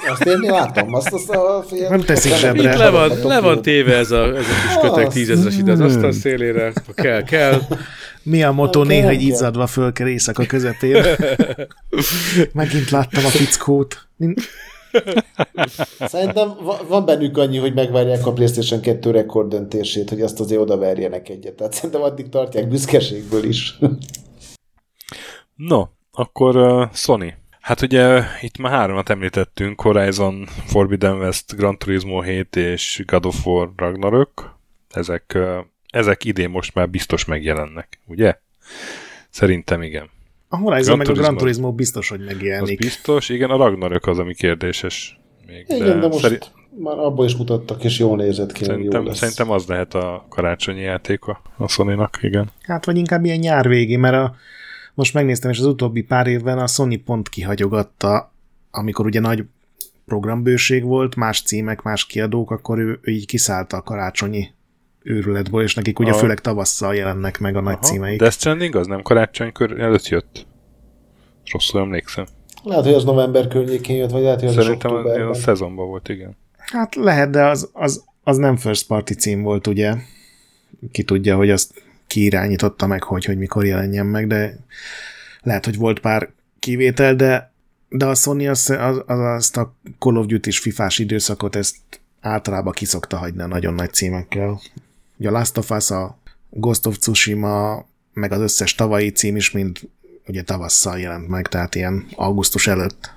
S4: Azt én látom. Azt, azt, azt, azt,
S2: Nem teszik
S3: Itt
S2: zsebre.
S3: le van, le van téve ez a, ez a kis kötek
S4: Azt.
S3: tízezres ide az asztal szélére. Ha kell, kell.
S2: mi a motó
S4: Oké,
S2: néha
S4: oké.
S2: egy izzadva fölkel éjszaka közepén. Megint láttam a fickót. Nin-
S4: Szerintem va- van bennük annyi, hogy megvárják a PlayStation 2 rekord döntését, hogy azt azért odaverjenek egyet. Tehát szerintem addig tartják büszkeségből is.
S1: No, akkor uh, Sony. Hát ugye itt már háromat említettünk, Horizon, Forbidden West, Gran Turismo 7 és God of War Ragnarök. Ezek, uh, ezek idén most már biztos megjelennek, ugye? Szerintem igen.
S2: A Horizon
S1: Gran
S2: meg a Gran
S1: Turismo.
S2: Turismo biztos, hogy
S1: Az
S2: megjelenik.
S1: biztos, igen, a Ragnarök az, ami kérdéses. Még,
S4: Igen, de most
S1: szeri-
S4: már abból is mutattak, és jól nézett ki. meg jó
S1: szerintem,
S4: lesz.
S1: szerintem az lehet a karácsonyi játéka a sony igen.
S2: Hát vagy inkább ilyen nyár végé, mert a, most megnéztem, és az utóbbi pár évben a Sony pont kihagyogatta, amikor ugye nagy programbőség volt, más címek, más kiadók, akkor ő, ő így kiszállta a karácsonyi őrületből, és nekik ugye
S1: Aha.
S2: főleg tavasszal jelennek meg a nagy címeik.
S1: Death Stranding az nem karácsonykor előtt jött? Rosszul emlékszem.
S4: Lehet, hogy az november környékén jött, vagy lehet, hogy az
S1: Szerintem
S4: is
S1: az,
S4: októberben.
S1: a szezonban volt, igen.
S2: Hát lehet, de az, az, az nem first party cím volt, ugye? Ki tudja, hogy azt ki irányította meg, hogy, hogy mikor jelenjen meg, de lehet, hogy volt pár kivétel, de, de a Sony az, az, az azt a Call of Duty és fifás időszakot ezt általában kiszokta hagyni a nagyon nagy címekkel. Ugye a Last of Us, a Ghost of Tsushima, meg az összes tavalyi cím is mind ugye tavasszal jelent meg, tehát ilyen augusztus előtt.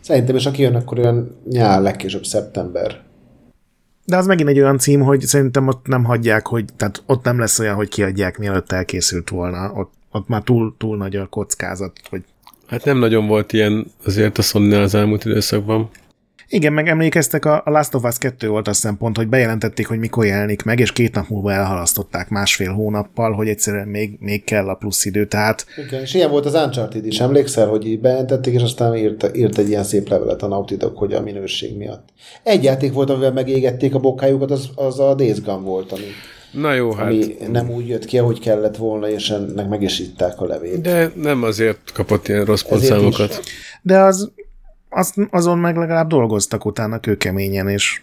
S4: Szerintem, és aki jön, akkor olyan nyár, legkésőbb szeptember.
S2: De az megint egy olyan cím, hogy szerintem ott nem hagyják, hogy, tehát ott nem lesz olyan, hogy kiadják, mielőtt elkészült volna. Ott, ott már túl, túl nagy a kockázat, hogy
S3: Hát nem nagyon volt ilyen azért a sony az elmúlt időszakban.
S2: igen, meg emlékeztek, a a Last of Us 2 volt azt hiszem pont, hogy bejelentették, hogy mikor jelenik meg, és két nap múlva elhalasztották másfél hónappal, hogy egyszerűen még, még kell a plusz idő, tehát
S4: Igen, és ilyen volt az Uncharted is. Emlékszel, hogy így bejelentették, és aztán írt, írt egy ilyen szép levelet a Nautidok, hogy a minőség miatt. Egy játék volt, amivel megégették a bokájukat, az, az a Days Gone volt, ami,
S3: Na jó, hát.
S4: ami nem úgy jött ki, ahogy kellett volna, és ennek meg is itták a levét.
S3: De nem azért kapott ilyen rossz
S4: Ezért
S3: pontszámokat.
S2: de az azt, azon meg legalább dolgoztak utána kőkeményen, és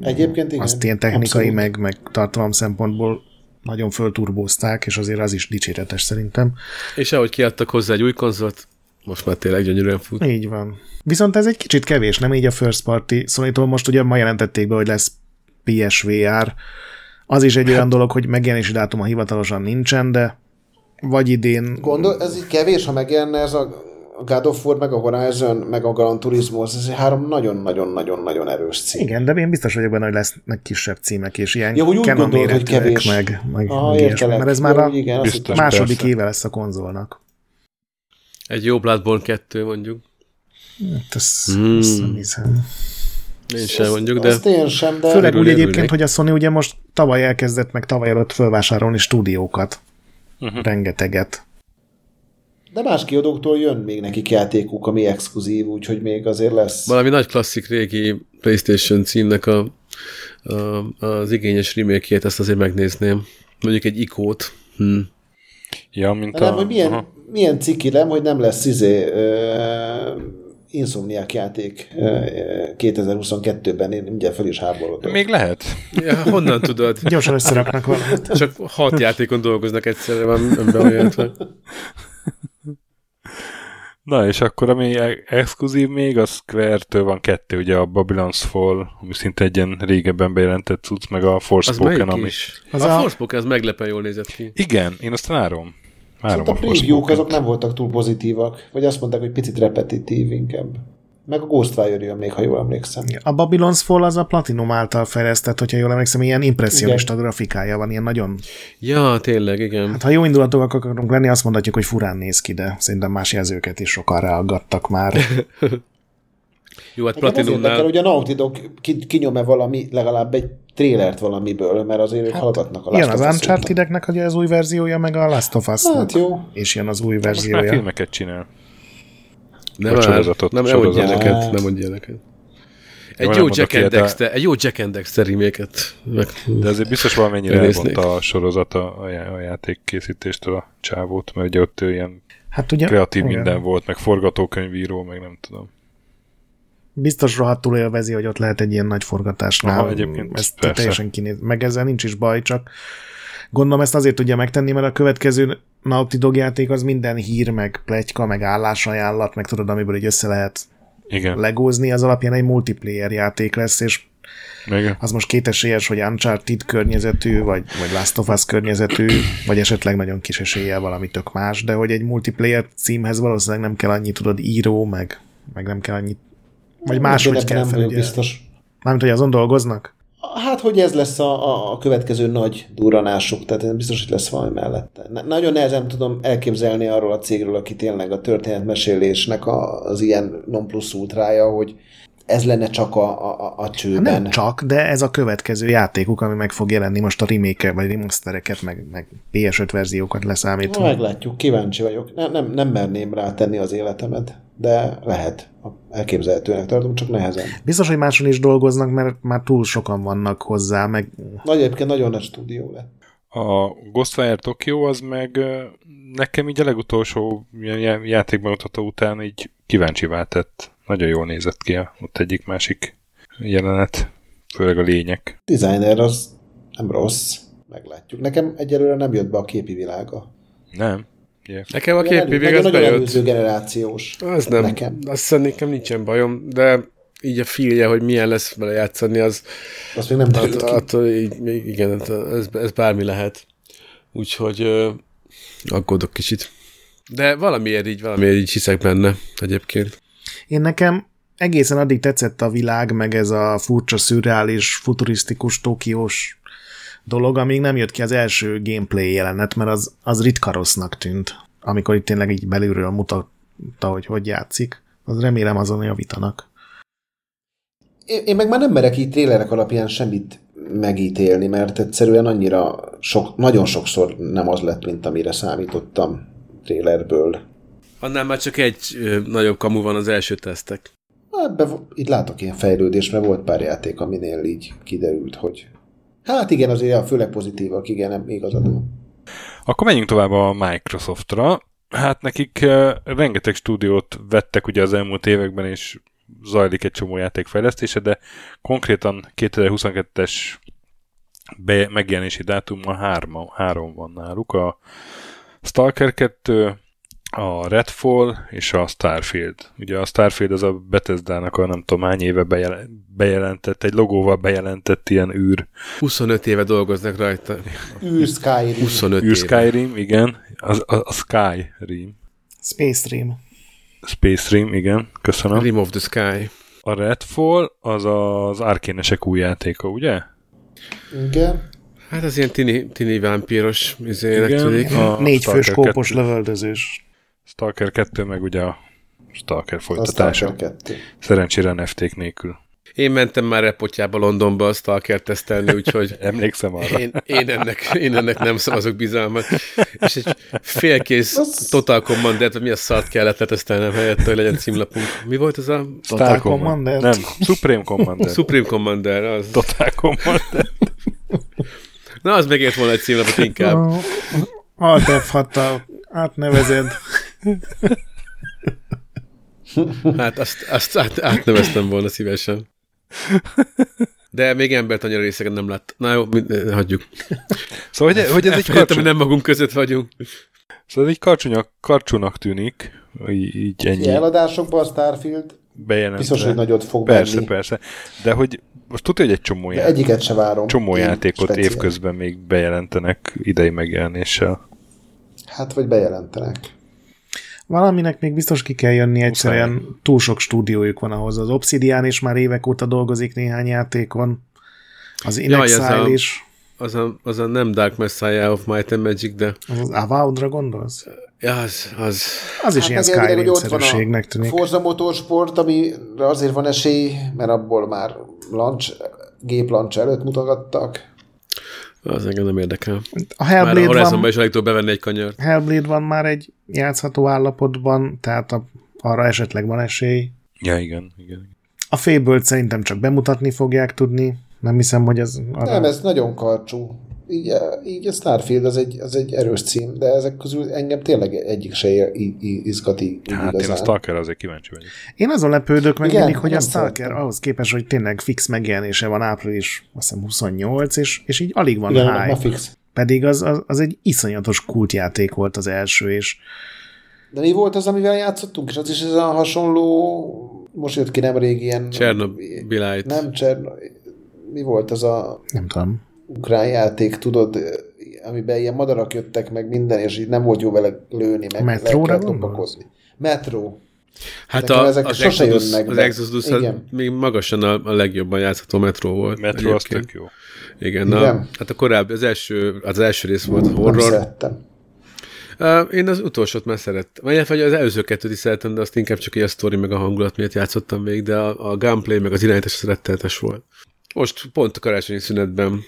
S4: Egyébként igen.
S2: azt ilyen technikai,
S4: Abszolút.
S2: meg, meg tartalom szempontból nagyon fölturbózták, és azért az is dicséretes szerintem.
S3: És ahogy kiadtak hozzá egy új konzolt, most már tényleg gyönyörűen fut.
S2: Így van. Viszont ez egy kicsit kevés, nem így a first party sony most ugye ma jelentették be, hogy lesz PSVR. Az is
S4: Hát-
S2: egy olyan dolog, hogy megjelenési dátuma hivatalosan nincsen, de vagy idén,
S4: Gondol, ez így kevés, ha megjelenne ez a a God of War, meg a Horizon, meg a Gran Turismo, ez egy három nagyon-nagyon-nagyon-nagyon erős cím.
S2: igen, de én biztos vagyok benne, hogy lesznek kisebb címek, és ilyen
S4: Ja, hogy úgy
S2: Canon
S4: gondolod, hogy
S2: méretűek,
S4: kevés.
S2: meg, meg,
S4: Ah,
S2: meg ilyesmi,
S4: értelek.
S2: mert ez már
S4: Ja,
S2: a
S4: úgy igen, azt
S1: Biztos.
S4: hittem.
S2: második
S1: persze.
S2: éve lesz a konzolnak.
S3: Egy jó Bloodborne 2 mondjuk.
S2: Hát ezt,
S3: Hmm.
S2: ezt nem hiszem.
S3: Én sem mondjuk, de
S4: Azt én sem, de...
S2: Főleg úgy
S3: Örülnék.
S2: egyébként, hogy a Sony ugye most tavaly elkezdett, meg tavaly előtt fölvásárolni stúdiókat.
S1: Mhm.
S2: Uh-huh. Rengeteget.
S4: De más kiadóktól jön még nekik játékuk, ami exkluzív, úgyhogy még azért lesz.
S3: valami nagy klasszik régi Playstation címnek a, a, az igényes remake ezt azért megnézném. Mondjuk egy ikót. Hm.
S1: Ja, mint
S4: De nem,
S1: a...
S4: hogy milyen,
S1: Aha.
S4: milyen ciki nem, hogy nem lesz izé, uh, Insomniac játék uh, 2022-ben, én mindjárt fel is háborodok.
S1: Még lehet.
S3: Ja, honnan tudod?
S2: Gyorsan összeraknak valamit.
S3: Csak hat játékon dolgoznak egyszerre, van ebben olyan, hogy
S1: Na, és akkor ami e- exkluzív még, a Square-től van kettő, ugye a Babylon's Fall, ami szinte egy ilyen régebben bejelentett cucc, meg a
S3: Az
S1: Forspoken,
S3: melyik
S1: ami...
S3: is?
S2: Az
S3: Az a,
S2: a-
S3: a Forspoken, az meglepően jól nézett ki.
S1: Igen, én azt várom. Várom
S4: Szóval
S1: a
S4: a preview
S1: Forspoken.
S4: azok nem voltak túl pozitívak, vagy azt mondták, hogy picit repetitív inkább. Meg a Ghostwire jön még, ha jól emlékszem.
S2: A Babylon's Fall az a Platinum által fejlesztett, hogyha jól emlékszem, ilyen impressionista grafikája van, ilyen nagyon...
S3: Ja, tényleg, igen.
S2: Hát ha jó indulatúak akarunk lenni, azt mondhatjuk, hogy furán néz ki, de szerintem más jelzőket is sokan ráaggattak már.
S3: Jó, hát
S4: Nekem az érdekel,
S3: Platinumnál
S4: hogy a Naughty Dog ki- kinyom-e valami, legalább egy trélert valamiből, mert azért ők hát, hallgatnak a
S2: Ilyen
S4: Last
S2: az
S4: of Us
S2: Uncharted-eknek ugye az új verziója, meg a Last of us
S4: után. Hát jó.
S2: És jön az új
S1: Ah. Most már
S2: verziója.
S1: filmeket csinál.
S3: Nem
S1: Vagy
S3: áll.
S1: sorozatot,
S3: Nem, nem mondj
S1: sorozatot.
S4: Ah.
S3: ilyeneket, nem mondj ilyeneket.
S1: nem
S3: Egy jó,
S1: mondok
S3: Jack
S1: ilyet,
S3: and
S1: de-
S3: Dexter, egy jó Jack and Dexter reméket. Meg...
S1: De azért biztos valamennyire
S3: Elnéznék.
S1: elvonta a sorozat a, a já- a játék készítéstől a csávót, mert ugye ott ő ilyen
S2: Hát ugye...
S1: kreatív
S2: igen.
S1: minden volt, meg forgatókönyvíró, meg nem tudom.
S2: Biztos rohadtul élvezi, hogy ott lehet egy ilyen nagy forgatásnál.
S1: Aha, egyébként
S2: ezt
S1: persze.
S2: teljesen kinéz. Meg ezzel nincs is baj, csak gondolom ezt azért tudja megtenni, mert a következő Naughty Dog játék az minden hír, meg plegyka, meg állásajánlat, meg tudod, amiből így össze lehet
S1: Igen. Le-
S2: legózni, az alapján egy multiplayer játék lesz, és
S1: meg,
S2: az most kétesélyes, hogy Uncharted környezetű, vagy, vagy Last of Us környezetű, vagy esetleg nagyon kis eséllyel valami tök más, de hogy egy multiplayer címhez valószínűleg nem kell annyi, tudod, író, meg, meg nem kell annyit, vagy máshogy
S4: Ebben
S2: kell
S4: nem vagyok
S2: felügyelni.
S4: biztos.
S2: Mármint, hogy azon dolgoznak?
S4: Hát, hogy ez lesz a, a, a következő nagy durranásuk, tehát én biztos, hogy lesz valami mellette. Na, nagyon nehezen tudom elképzelni arról a cégről, aki tényleg a történetmesélésnek a, az ilyen non plus ultrája, hogy ez lenne csak a, a, a- a
S2: Hát
S4: csőben.
S2: Nem csak, de ez a következő játékuk, ami meg fog jelenni most a remake vagy remastereket, meg, meg PS5 verziókat
S4: Na,
S2: leszámítva.
S4: Hát, meglátjuk, kíváncsi vagyok. Nem, nem, nem merném rátenni az életemet, de lehet. Elképzelhetőnek tartom, csak nehezen.
S2: Biztos, hogy máson is dolgoznak, mert már túl sokan vannak hozzá, meg
S4: Nagy egyébként nagyon nagy stúdió lett.
S1: a Ghostwire Tokyo az meg ö, nekem így a legutolsó ilyen já- játékbemutató után így kíváncsi váltett. Nagyon jól nézett ki a- ott egyik-másik jelenet, főleg a lények.
S4: Designer az nem rossz, meglátjuk. Nekem egyelőre nem jött be a képi világa.
S1: Nem? Yeah.
S3: Nekem a
S4: Ilyen
S3: képi
S4: elő-
S3: vég az
S4: nagyon- nagyon
S3: bejött.
S4: előző generációs.
S3: Az nem.
S4: Nekem.
S3: Azt hiszem, nekem nincsen bajom, de így a filje, hogy milyen lesz vele játszani, az
S4: Azt még nem
S3: att-
S4: derült ki.
S3: attól így, még igen, att- ez, ez bármi lehet. Úgyhogy ö, aggódok kicsit. De valamiért így, valamiért így hiszek benne egyébként.
S2: Én nekem egészen addig tetszett a világ, meg ez a furcsa, szürreális, futurisztikus, tokiós dolog, amíg nem jött ki az első gameplay jelenet, mert az, az ritka rossznak tűnt. Amikor itt tényleg így belülről mutatta, hogy hogy játszik, az remélem azon javítanak.
S4: Én, én meg már nem merek így trélerek alapján semmit megítélni, mert egyszerűen annyira sok, nagyon sokszor nem az lett, mint amire számítottam trélerből.
S3: Annál már csak egy ö, nagyobb kamu van az első tesztek.
S4: Ebbe, vo- itt látok ilyen fejlődést, mert volt pár játék, aminél így kiderült, hogy hát igen, azért a főleg pozitívak, igen, nem igazad. van.
S1: Akkor menjünk tovább a Microsoftra. Hát nekik eh, rengeteg stúdiót vettek ugye az elmúlt években, és zajlik egy csomó játékfejlesztése, de konkrétan 2022-es be, megjelenési dátum a hárma, három van náluk, a Stalker 2, a Redfall és a Starfield. Ugye a Starfield az a Bethesda-nak a nem tudom hány éve bejel- bejelentett, egy logóval bejelentett ilyen űr
S3: 25 éve dolgoznak rajta.
S4: Űr Skyrim.
S3: 25
S1: űr
S3: éve.
S1: Skyrim, igen, a, a, a Skyrim,
S2: Space Dream.
S1: Space Dream, igen, köszönöm.
S3: Rim of the Sky.
S1: A Redfall az az Arkénesek új játéka, ugye?
S4: Igen.
S3: Hát az ilyen tini, tini vámpíros izé, izének
S1: Igen.
S3: tűnik.
S1: A
S2: Négy fős
S1: Stalker
S2: kópos lövöldözős.
S1: Stalker 2, meg ugye a Stalker
S4: A
S1: folytatása.
S4: Stalker 2.
S1: Szerencsére NFT-k nélkül.
S3: Én mentem már repotjába Londonba a Stalker tesztelni, úgyhogy
S1: Emlékszem arra.
S3: én, én, ennek, én ennek nem szavazok bizalmat. És egy félkész Total Commander, vagy mi a szart kellett hát letesztelnem helyett, hogy legyen címlapunk. Mi volt az a
S2: Total Commander?
S1: Nem, Supreme Commander.
S3: Supreme Commander? Az.
S1: Total Commander.
S3: Na, az megért volna egy címlapot inkább.
S2: Ó, Alt F6-tal átnevezed.
S3: Hát azt, azt át, átneveztem volna szívesen. De még embertanyar részeket nem lát. Na jó, mind- hagyjuk.
S1: Szóval, hogy, hogy ez egy
S3: Elfelejtem,
S1: karcsony,
S3: hogy
S1: nem.
S3: nem magunk között vagyunk.
S1: Szóval ez egy karcsonyak, karcsónak tűnik, így, így
S4: Ki
S1: ennyi
S4: eladásokban a Starfield
S1: bejelentve.
S4: biztos, hogy nagyot fog
S1: Persze,
S4: menni.
S1: persze. De hogy most tudja, hogy egy csomó,
S4: De
S1: já... egy
S4: egyiket se várom.
S1: csomó
S4: Én
S1: játékot
S4: speciál.
S1: évközben még bejelentenek idei megjelenéssel.
S4: Hát, vagy bejelentenek.
S2: Valaminek még biztos ki kell jönni egyszerűen, túl sok stúdiójuk van ahhoz. Az Obsidian is már évek óta dolgozik néhány játékon. Az In
S3: Jaj, ez
S2: Exile
S3: a-
S2: is.
S3: Az a, az a nem Dark Messiah of Might and Magic, de
S2: Az az Avowed-ra gondolsz?
S3: ja, az, az,
S2: Az is
S4: Hát
S2: ilyen
S4: meg elvileg, hogy ott van a
S2: Skyrim-szerűségnek tűnik.
S4: Forza Motorsport, amire azért van esély, mert abból már launch, gép launch előtt mutogattak.
S3: az engem nem érdekel.
S2: A
S3: Már a
S2: Hellblade van,
S3: Horizonban is a legtöbb bevenni egy kanyart.
S2: Hellblade van már egy játszható állapotban, tehát a, arra esetleg van esély.
S1: Ja, igen, igen.
S2: A fable szerintem csak bemutatni fogják tudni. Nem hiszem, hogy ez... Arra...
S4: Nem, ez nagyon karcsú. Így, eh, így a Starfield az egy, az egy erős cím, de ezek közül engem tényleg egyik se ér- í- í- izgat így így
S1: Hát én a
S4: igazán.
S1: Stalker azért kíváncsi vagyok.
S2: Én azon lepődök meg
S4: Igen,
S2: Igen, mindig, hogy a
S4: nem
S2: Stalker
S4: szeretem.
S2: ahhoz képest, hogy tényleg fix megjelenése van április, azt hiszem 28, és, és így alig van
S4: Igen,
S2: Igen,
S4: annak
S2: hype.
S4: ma fix.
S2: Pedig az, az, az egy iszonyatos kultjáték volt az első, és
S4: De mi volt az, amivel játszottunk? És az is ez a hasonló, most jött ki nemrég ilyen...
S3: Csernobilite.
S4: Nem Csern... Mi volt az a
S2: nem tudom.
S4: ukrán játék, tudod, amiben ilyen madarak jöttek meg minden, és így nem volt jó vele lőni, meg
S2: Metróra
S4: le kellett
S2: gondolsz?
S4: lopakozni. Metró.
S3: Hát
S4: Nekem
S3: a,
S4: ezek
S3: az,
S4: sose
S3: Exodus,
S4: jönnek
S3: az
S4: be.
S3: Exodus az
S4: Igen.
S3: még magasan a, a legjobban játszható metró volt.
S1: Metro az
S3: egyébként.
S1: tök jó.
S3: Igen, na,
S4: Igen.
S3: hát a korábbi, az első, az első rész volt
S4: Nem
S3: horror.
S4: szerettem.
S3: Uh, én az utolsót már szerettem. Vagy az előző kettőt is szerettem, de azt inkább csak így a sztori meg a hangulat miatt játszottam még, de a, a gameplay meg az irányítás az rettenetes volt. Most pont a karácsonyi szünetben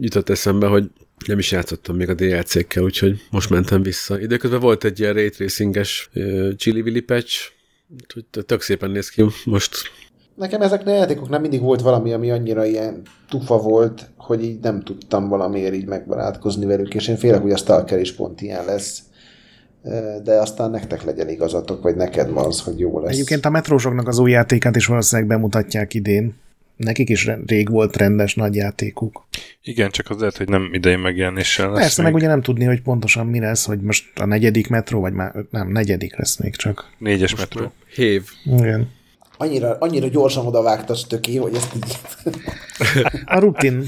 S3: jutott eszembe, hogy nem is játszottam még a DLC-kkel, úgyhogy most mentem vissza. Időközben volt egy ilyen ray tracinges uh, Chili Willy patch, úgyhogy t- tök szépen néz ki most.
S4: Nekem ezeknek a játékoknál mindig volt valami, ami annyira ilyen tufa volt, hogy így nem tudtam valamiért így megbarátkozni velük, és én félek, hogy a Stalker is pont ilyen lesz. Ö, De aztán nektek legyen igazatok, vagy neked van az, hogy jó lesz.
S2: Egyébként a metrósoknak az új játékát is valószínűleg bemutatják idén. Nekik is re- rég volt rendes nagy játékuk.
S1: Igen, csak az lehet, hogy nem idei megjelenéssel lesz.
S2: Persze,
S1: még.
S2: meg ugye nem tudni, hogy pontosan mi lesz, hogy most a negyedik metró, vagy már öt- nem, negyedik lesz még csak.
S1: Négyes metró.
S3: Hév.
S2: Igen.
S4: Annyira, annyira gyorsan odavágtas töké, hogy ezt így...
S2: A rutin.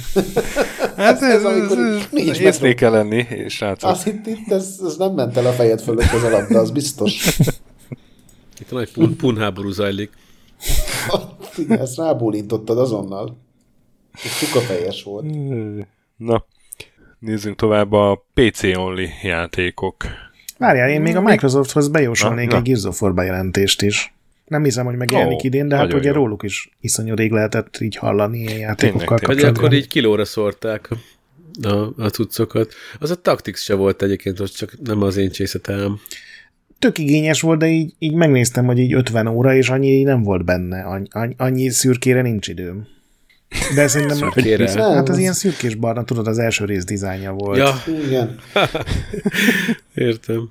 S1: Hát ez,
S4: ez, amikor így nincs metró.
S1: észnél kell lenni, és srácok.
S4: Azt itt, itt ez, ez, nem ment el a fejed fölött ez a labda, az biztos.
S3: Itt a nagy pun, pun háború zajlik.
S4: Igen, ezt rábólintottad azonnal. És csukafejes volt.
S1: Na, nézzünk tovább a PC only játékok.
S2: Várjál, én még a Microsofthoz bejósolnék
S1: Mm, Na, na.
S2: egy Gears of War bejelentést is. Nem hiszem, hogy megjelenik
S1: Ó,
S2: idén, de hát
S1: nagyon
S2: ugye
S1: jó.
S2: róluk is iszonyú rég lehetett így hallani ilyen játékokkal
S1: tényleg.
S3: Vagy
S2: kapcsolatban.
S3: akkor így kilóra szórták a- a, a cuccokat. Az a Tactics se volt egyébként, az csak nem az én csészetem.
S2: Tök igényes volt, de így, így megnéztem, hogy így 50 óra, és annyi nem volt benne. Annyi, annyi, annyi szürkére nincs időm. De szerintem...
S3: Kérem.
S4: Nem,
S2: Hát az
S4: az-
S2: ilyen szürkés barna, tudod, az első rész dizájnja volt.
S3: Ja,
S4: Igen.
S3: értem.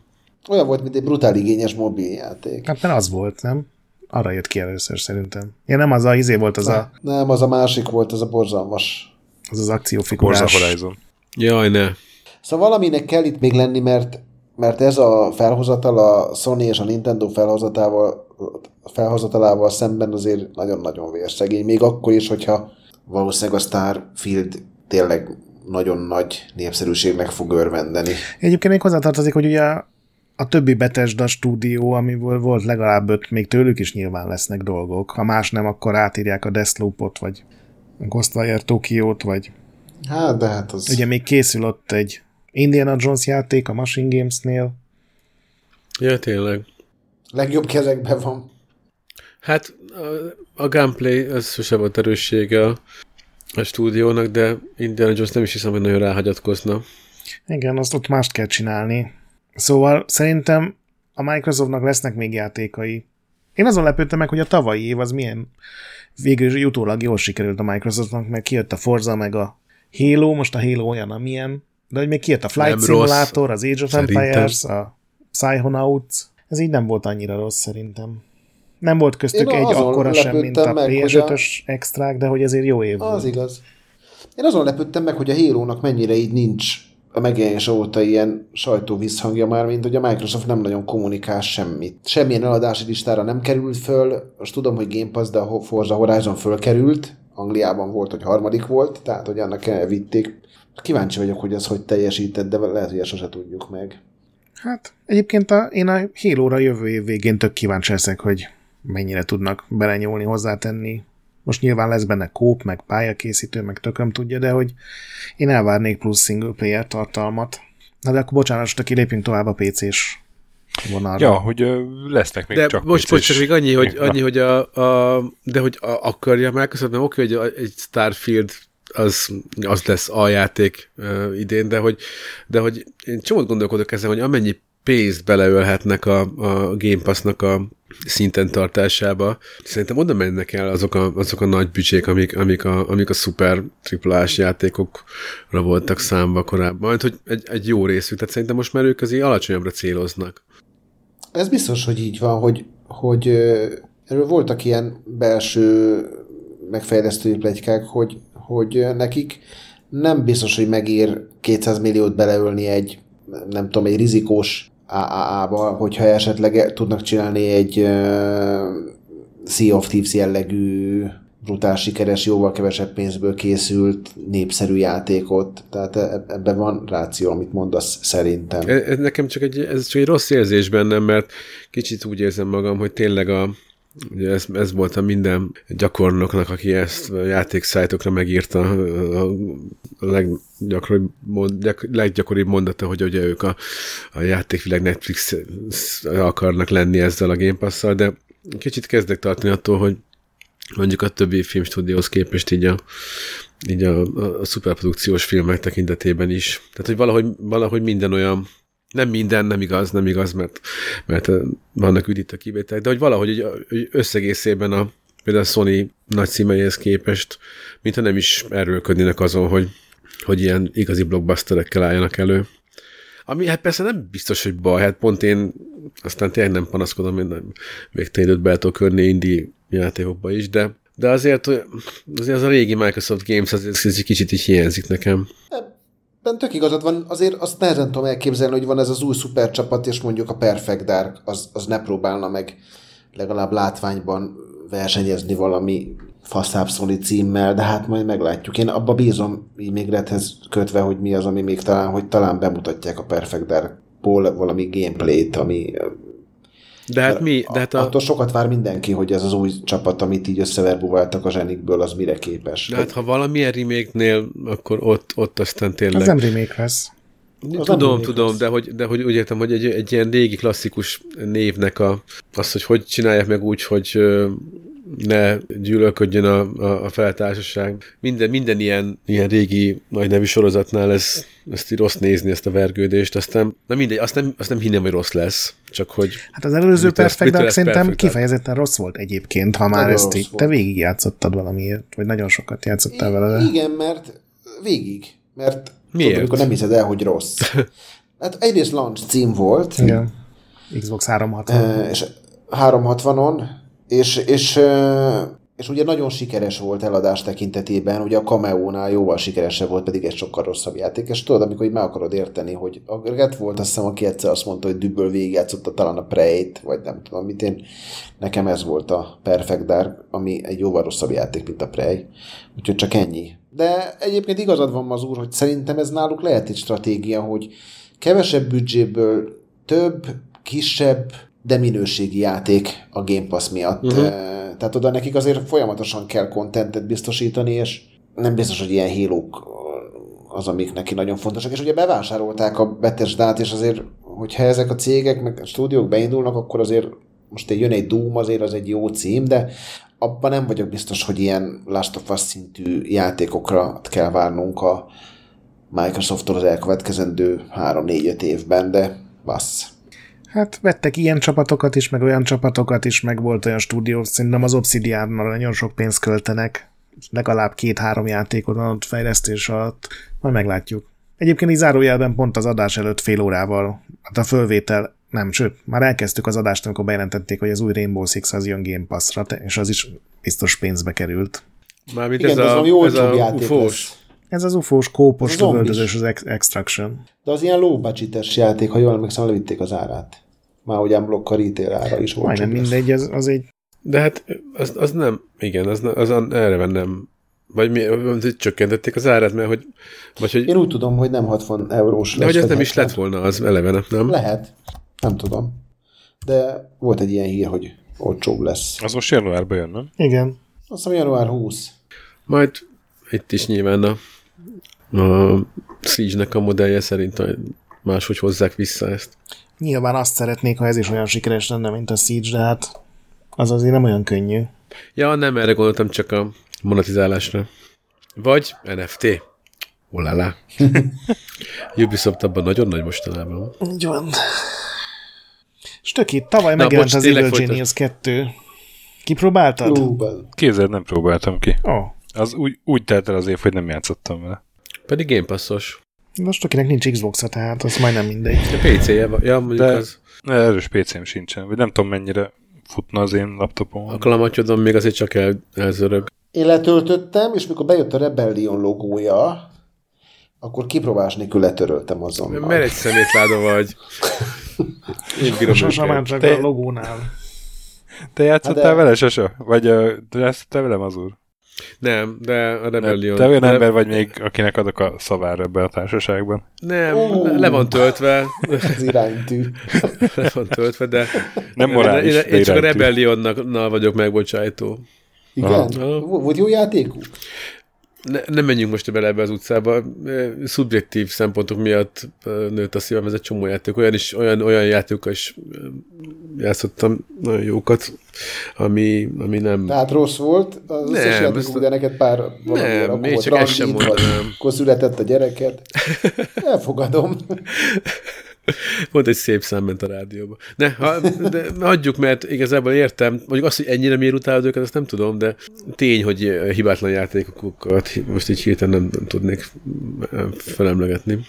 S4: Olyan volt, mint egy brutál igényes mobiljáték.
S2: Hát mert az volt, nem? Arra jött ki először szerintem. Ja, nem az a izé volt az a,
S4: Nem, az a másik volt, az a borzalmas.
S2: az, az
S1: Forza
S2: akciófigurás.
S1: Horizon.
S3: Jaj, ne.
S4: Szóval valaminek kell itt még lenni, mert, mert ez a felhozatal a Sony és a Nintendo felhozatával, felhozatalával szemben azért nagyon-nagyon vérszegény, még akkor is, hogyha valószínűleg a Starfield tényleg nagyon nagy népszerűségnek fog örvendeni.
S2: Egyébként még hozzátartozik, hogy ugye a, a többi Bethesda stúdió, amiből volt legalább öt, még tőlük is nyilván lesznek dolgok. Ha más nem, akkor átírják a Deathloop-ot, vagy a Ghostwire Tokiót, vagy
S4: Hát, de hát az...
S2: ugye még készül ott egy Indiana Jones játék a Machine Games-nél.
S3: Ja, tényleg.
S4: Legjobb kezekben van.
S3: Hát a, a gameplay az sose volt erőssége a, a stúdiónak, de Indiana Jones nem is hiszem, hogy nagyon ráhagyatkozna.
S2: Igen, azt ott mást kell csinálni. Szóval szerintem a Microsoftnak lesznek még játékai. Én azon lepődtem meg, hogy a tavalyi év az milyen végül is utólag jól sikerült a Microsoftnak, mert kijött a Forza meg a Halo, most a Halo olyan, amilyen, de hogy még kijött a Flight
S3: Nem rossz.
S2: Simulator, az Age of
S3: Szerintem.
S2: Empires, a Psychonauts, ez így nem volt annyira rossz szerintem. Nem volt köztük
S4: Én
S2: egy
S4: azon
S2: akkora sem, mint a
S4: lepődtem meg, hogy a-
S2: PS5-ös extrák, de hogy ezért jó év volt.
S4: Az igaz. Én azon lepődtem meg, hogy a Halo-nak mennyire így nincs a megjelenése óta ilyen sajtóvízhangja már, mint hogy a Microsoft nem nagyon kommunikál semmit. Semmilyen eladási listára nem került föl, most tudom, hogy Game Pass, de a Ho- Forza Horizon fölkerült, Angliában volt, hogy harmadik volt, tehát hogy annak elvitték. Kíváncsi vagyok, hogy ez hogy teljesített, de lehet, hogy ezt sose tudjuk meg.
S2: Hát egyébként a, én a Halo-ra jövő év végén tök kíváncsi leszek, hogy mennyire tudnak belenyúlni, hozzátenni. Most nyilván lesz benne kóp, meg pályakészítő, meg tököm tudja, de hogy én elvárnék plusz single player tartalmat. Na de akkor bocsánat, most akkor lépjünk tovább a PC-s vonalra.
S1: Ja, hogy ö, lesznek még
S3: De
S1: csak
S3: most,
S1: PC-s
S3: most csak még annyi, hogy,
S1: Na.
S3: annyi, hogy a, a, de hogy a, akarja Microsoft, nem oké, hogy a, egy Starfield az, az lesz a játék ö, idén, de hogy, de hogy én csomót gondolkodok ezen, hogy amennyi pénzt beleölhetnek a, a Game Pass-nak a szinten tartásába. Szerintem oda mennek el azok a, azok a nagy bücsék, amik, amik, a, amik a szuper triplás játékokra voltak számba korábban. Majd, hogy egy, egy jó részük, tehát szerintem most már ők azért alacsonyabbra céloznak.
S4: Ez biztos, hogy így van, hogy, hogy ö, erről voltak ilyen belső megfejlesztői plegykák, hogy, hogy ö, nekik nem biztos, hogy megér 200 milliót beleölni egy, nem tudom, egy rizikós AAA-ba, hogyha esetleg e- tudnak csinálni egy ö, Sea of Thieves jellegű brutál sikeres, jóval kevesebb pénzből készült, népszerű játékot. Tehát e- ebben van ráció, amit mondasz szerintem.
S3: E- Ez nekem csak egy, ez csak egy rossz érzés bennem, mert kicsit úgy érzem magam, hogy tényleg a, ugye ez, ez volt a minden gyakornoknak, aki ezt a játékszájtokra megírta, a leggyakoribb, mond- gyak- leggyakoribb mondata, hogy ugye ők a, a játékvilág Netflix akarnak lenni ezzel a Game Pass-szal, de kicsit kezdek tartani attól, hogy mondjuk a többi filmstúdióhoz képest így a, így a, a, a szuperprodukciós filmek tekintetében is. Tehát, hogy valahogy, valahogy minden olyan, nem minden, nem igaz, nem igaz, mert, mert eh, vannak üdítő kivételek, de hogy valahogy így, így összegészében a, például a Sony nagy címeihez képest, mintha nem is erőlködnének azon, hogy, hogy ilyen igazi blockbusterekkel álljanak elő. Ami hát persze nem biztos, hogy baj, hát pont én aztán tényleg nem panaszkodom, én nem végtelen időt be tudok körni indi játékokba is, de, de azért, hogy- azért az a régi Microsoft Games azért ez egy kicsit így hiányzik nekem.
S4: Ben tök igazad van, azért azt nehezen tudom elképzelni, hogy van ez az új szupercsapat, és mondjuk a Perfect Dark, az, az ne próbálna meg legalább látványban versenyezni valami faszább Sony címmel, de hát majd meglátjuk. Én abba bízom, így még redhez kötve, hogy mi az, ami még talán, hogy talán bemutatják a Perfect Darkból valami gameplayt, ami
S3: De hát mi, de hát
S4: a...
S3: a,
S4: attól sokat vár mindenki, hogy ez az új csapat, amit így összeverbuváltak a zsenikből, az mire képes.
S3: de hát ha valamilyen remake-nél, akkor ott, ott aztán
S2: Ez
S3: tényleg
S2: nem remake lesz.
S4: nem
S3: Tudom,
S4: mindig
S3: tudom,
S4: rossz.
S3: de hogy, de hogy úgy értem, hogy egy, egy ilyen régi klasszikus névnek a, az, hogy hogy csinálják meg úgy, hogy ö, ne gyűlölködjön a, a, a feltársaság. Minden, minden ilyen, ilyen régi nagy nevű sorozatnál ez, ezt így rossz nézni, ezt a vergődést, aztán, na mindegy, azt nem, azt nem hinnem, hogy rossz lesz, csak hogy
S2: Hát az előző
S3: Mit lesz-
S2: Perfect
S3: mitől
S2: Dark
S3: lesz
S2: szerintem
S3: Perfect Dark?
S2: kifejezetten rossz volt egyébként, ha már
S4: Nagyon
S2: ezt
S4: rossz
S2: így,
S4: volt.
S2: te végigjátszottad valamiért, vagy nagyon sokat játszottál vele. de-
S4: Igen, mert végig. Mert
S3: Miért?
S4: Tudod, amikor nem hiszed el, hogy rossz. Hát egyrészt launch cím volt,
S2: Igen. Xbox 360.
S4: ö, és 360-on, És, és, ö, és ugye nagyon sikeres volt eladás tekintetében, ugye a Cameo-nál jóval sikeresebb volt, pedig egy sokkal rosszabb játék, és tudod, amikor így meg akarod érteni, hogy a Gret volt azt hiszem, aki egyszer azt mondta, hogy dübből végigjátszotta talán a Prey-t, vagy nem tudom mit én, nekem ez volt a Perfect Dark, ami egy jóval rosszabb játék, mint a Prey, úgyhogy csak ennyi. De egyébként igazad van az úr, hogy szerintem ez náluk lehet egy stratégia, hogy kevesebb büdzséből több, kisebb, de minőségi játék a Game Pass miatt. Uh-huh. Tehát oda nekik azért folyamatosan kell kontentet biztosítani, és nem biztos, hogy ilyen hélók az, amik neki nagyon fontosak. És ugye bevásárolták a Bethesda-t, és azért, hogyha ezek a cégek, meg a stúdiók beindulnak, akkor azért most jön egy Doom, azért az egy jó cím, de abban nem vagyok biztos, hogy ilyen Last of Us szintű játékokra kell várnunk a Microsofttól az elkövetkezendő 3-4-5 évben, de bassz.
S2: Hát vettek ilyen csapatokat is, meg olyan csapatokat is, meg volt olyan stúdió, szerintem az Obsidiannal nagyon sok pénzt költenek, legalább két-három játékot ott fejlesztés alatt, majd meglátjuk. Egyébként így zárójelben pont az adás előtt fél órával, hát a fölvétel, nem, sőt, már elkezdtük az adást, amikor bejelentették, hogy az új Rainbow Six az jön Game Pass-ra, te- és az is biztos pénzbe került.
S3: Mármint
S4: Igen,
S3: ez,
S4: de ez
S3: a,
S4: valami
S3: ez
S4: olcsóbb
S3: a
S4: játék
S3: ufós.
S2: Ez az ufós kópos
S4: Ez a zombis.
S2: lövöldözős az Ex- Extraction.
S4: De az ilyen low budget játék, ha jól emlékszem, levitték az árát. Már ugye unblock a retail ára is olcsóbb
S2: Majdnem
S4: lesz.
S2: mindegy, az, az egy
S3: De hát az, az nem, igen, az, az erre van nem. Vagy mi, vagy csökkentették az árát, mert hogy, vagy hogy,
S4: Én úgy tudom, hogy nem 60 eurós
S3: de
S4: lesz,
S3: hogy ez
S4: vagy
S3: nem is
S4: 70.
S3: lett volna az eleve, nem?
S4: Lehet. Nem tudom. De volt egy ilyen hír, hogy olcsóbb lesz.
S1: Az most januárban jön, nem?
S2: Igen.
S4: Azt hiszem január 20.
S3: Majd itt is nyilván a, a Siege-nek a modellje szerint majd máshogy hozzák vissza ezt.
S2: Nyilván azt szeretnék, ha ez is olyan sikeres lenne, mint a Siege, de hát az azért nem olyan könnyű.
S3: Ja, nem, erre gondoltam csak a monetizálásra. Vagy NFT. Olala. Ubisoft abban nagyon nagy mostanában.
S2: Így van. Stöki, tavaly
S3: Na,
S2: megjelent
S3: bocs,
S2: az
S3: tényleg
S2: Evil
S3: folytasd.
S2: Genius 2. Kipróbáltad? Ó,
S4: Ú, ben.
S1: Kézzel nem próbáltam ki.
S2: oh,
S1: Az úgy, úgy telt el az év, hogy nem játszottam vele.
S3: Pedig Game Passos.
S2: de Stökinek nincs Xbox-a, tehát az majdnem mindegy.
S3: A PC-je van. Ja, mondjuk
S1: De-
S3: De... az
S1: Erős PC-m sincsen, vagy nem tudom mennyire futna az én
S3: a
S1: laptopomon.
S3: klamatyodon még azért csak el, elzörög.
S4: Én letöltöttem, és mikor bejött a Rebellion logója, akkor kipróbálás nélkül letöröltem azonnal.
S3: Mert egy szemétláda vagy. Én bírom
S2: Sose már
S3: őket.
S2: csak
S1: Te-
S2: a logónál.
S1: Te játszottál
S4: Hát de-
S1: vele sose? Vagy uh, te játszottál velem az úr?
S3: Nem, de a Rebellion.
S1: Te olyan
S3: de-
S1: ember vagy még, akinek adok a szavára ebben a társaságban.
S3: Nem, le van töltve.
S4: Az iránytű.
S3: le van töltve, de...
S1: Nem morális,
S3: Én, én, én
S1: de
S3: csak a
S1: iránytű.
S3: Rebellionnal vagyok megbocsájtó.
S4: Igen?
S3: Aha.
S4: Vo- Volt jó játékuk?
S3: Ne, nem menjünk most bele ebbe az utcába. Ö, Szubjektív szempontok miatt ö, nőtt a szívem, ez egy csomó játék. Olyan, is, olyan, olyan játékokkal is ö, játszottam nagyon jókat, ami, ami nem...
S4: Tehát rossz volt az
S3: Nem,
S4: összes
S3: ezt
S4: játékuk,
S3: a-
S4: de neked pár valami
S3: Nem,
S4: rakó
S3: én
S4: volt,
S3: csak ezt sem
S4: randít vagy,
S3: mondanám.
S4: Akkor született a gyereked. Elfogadom.
S3: Pont egy szép szám ment a rádióba. Ne, ha, de adjuk, mert igazából értem, mondjuk azt, hogy ennyire miért utálod őket, azt nem tudom, de tény, hogy ö, hibátlan játékokat hi- most így hirtelen nem, nem tudnék ö, felemlegetni.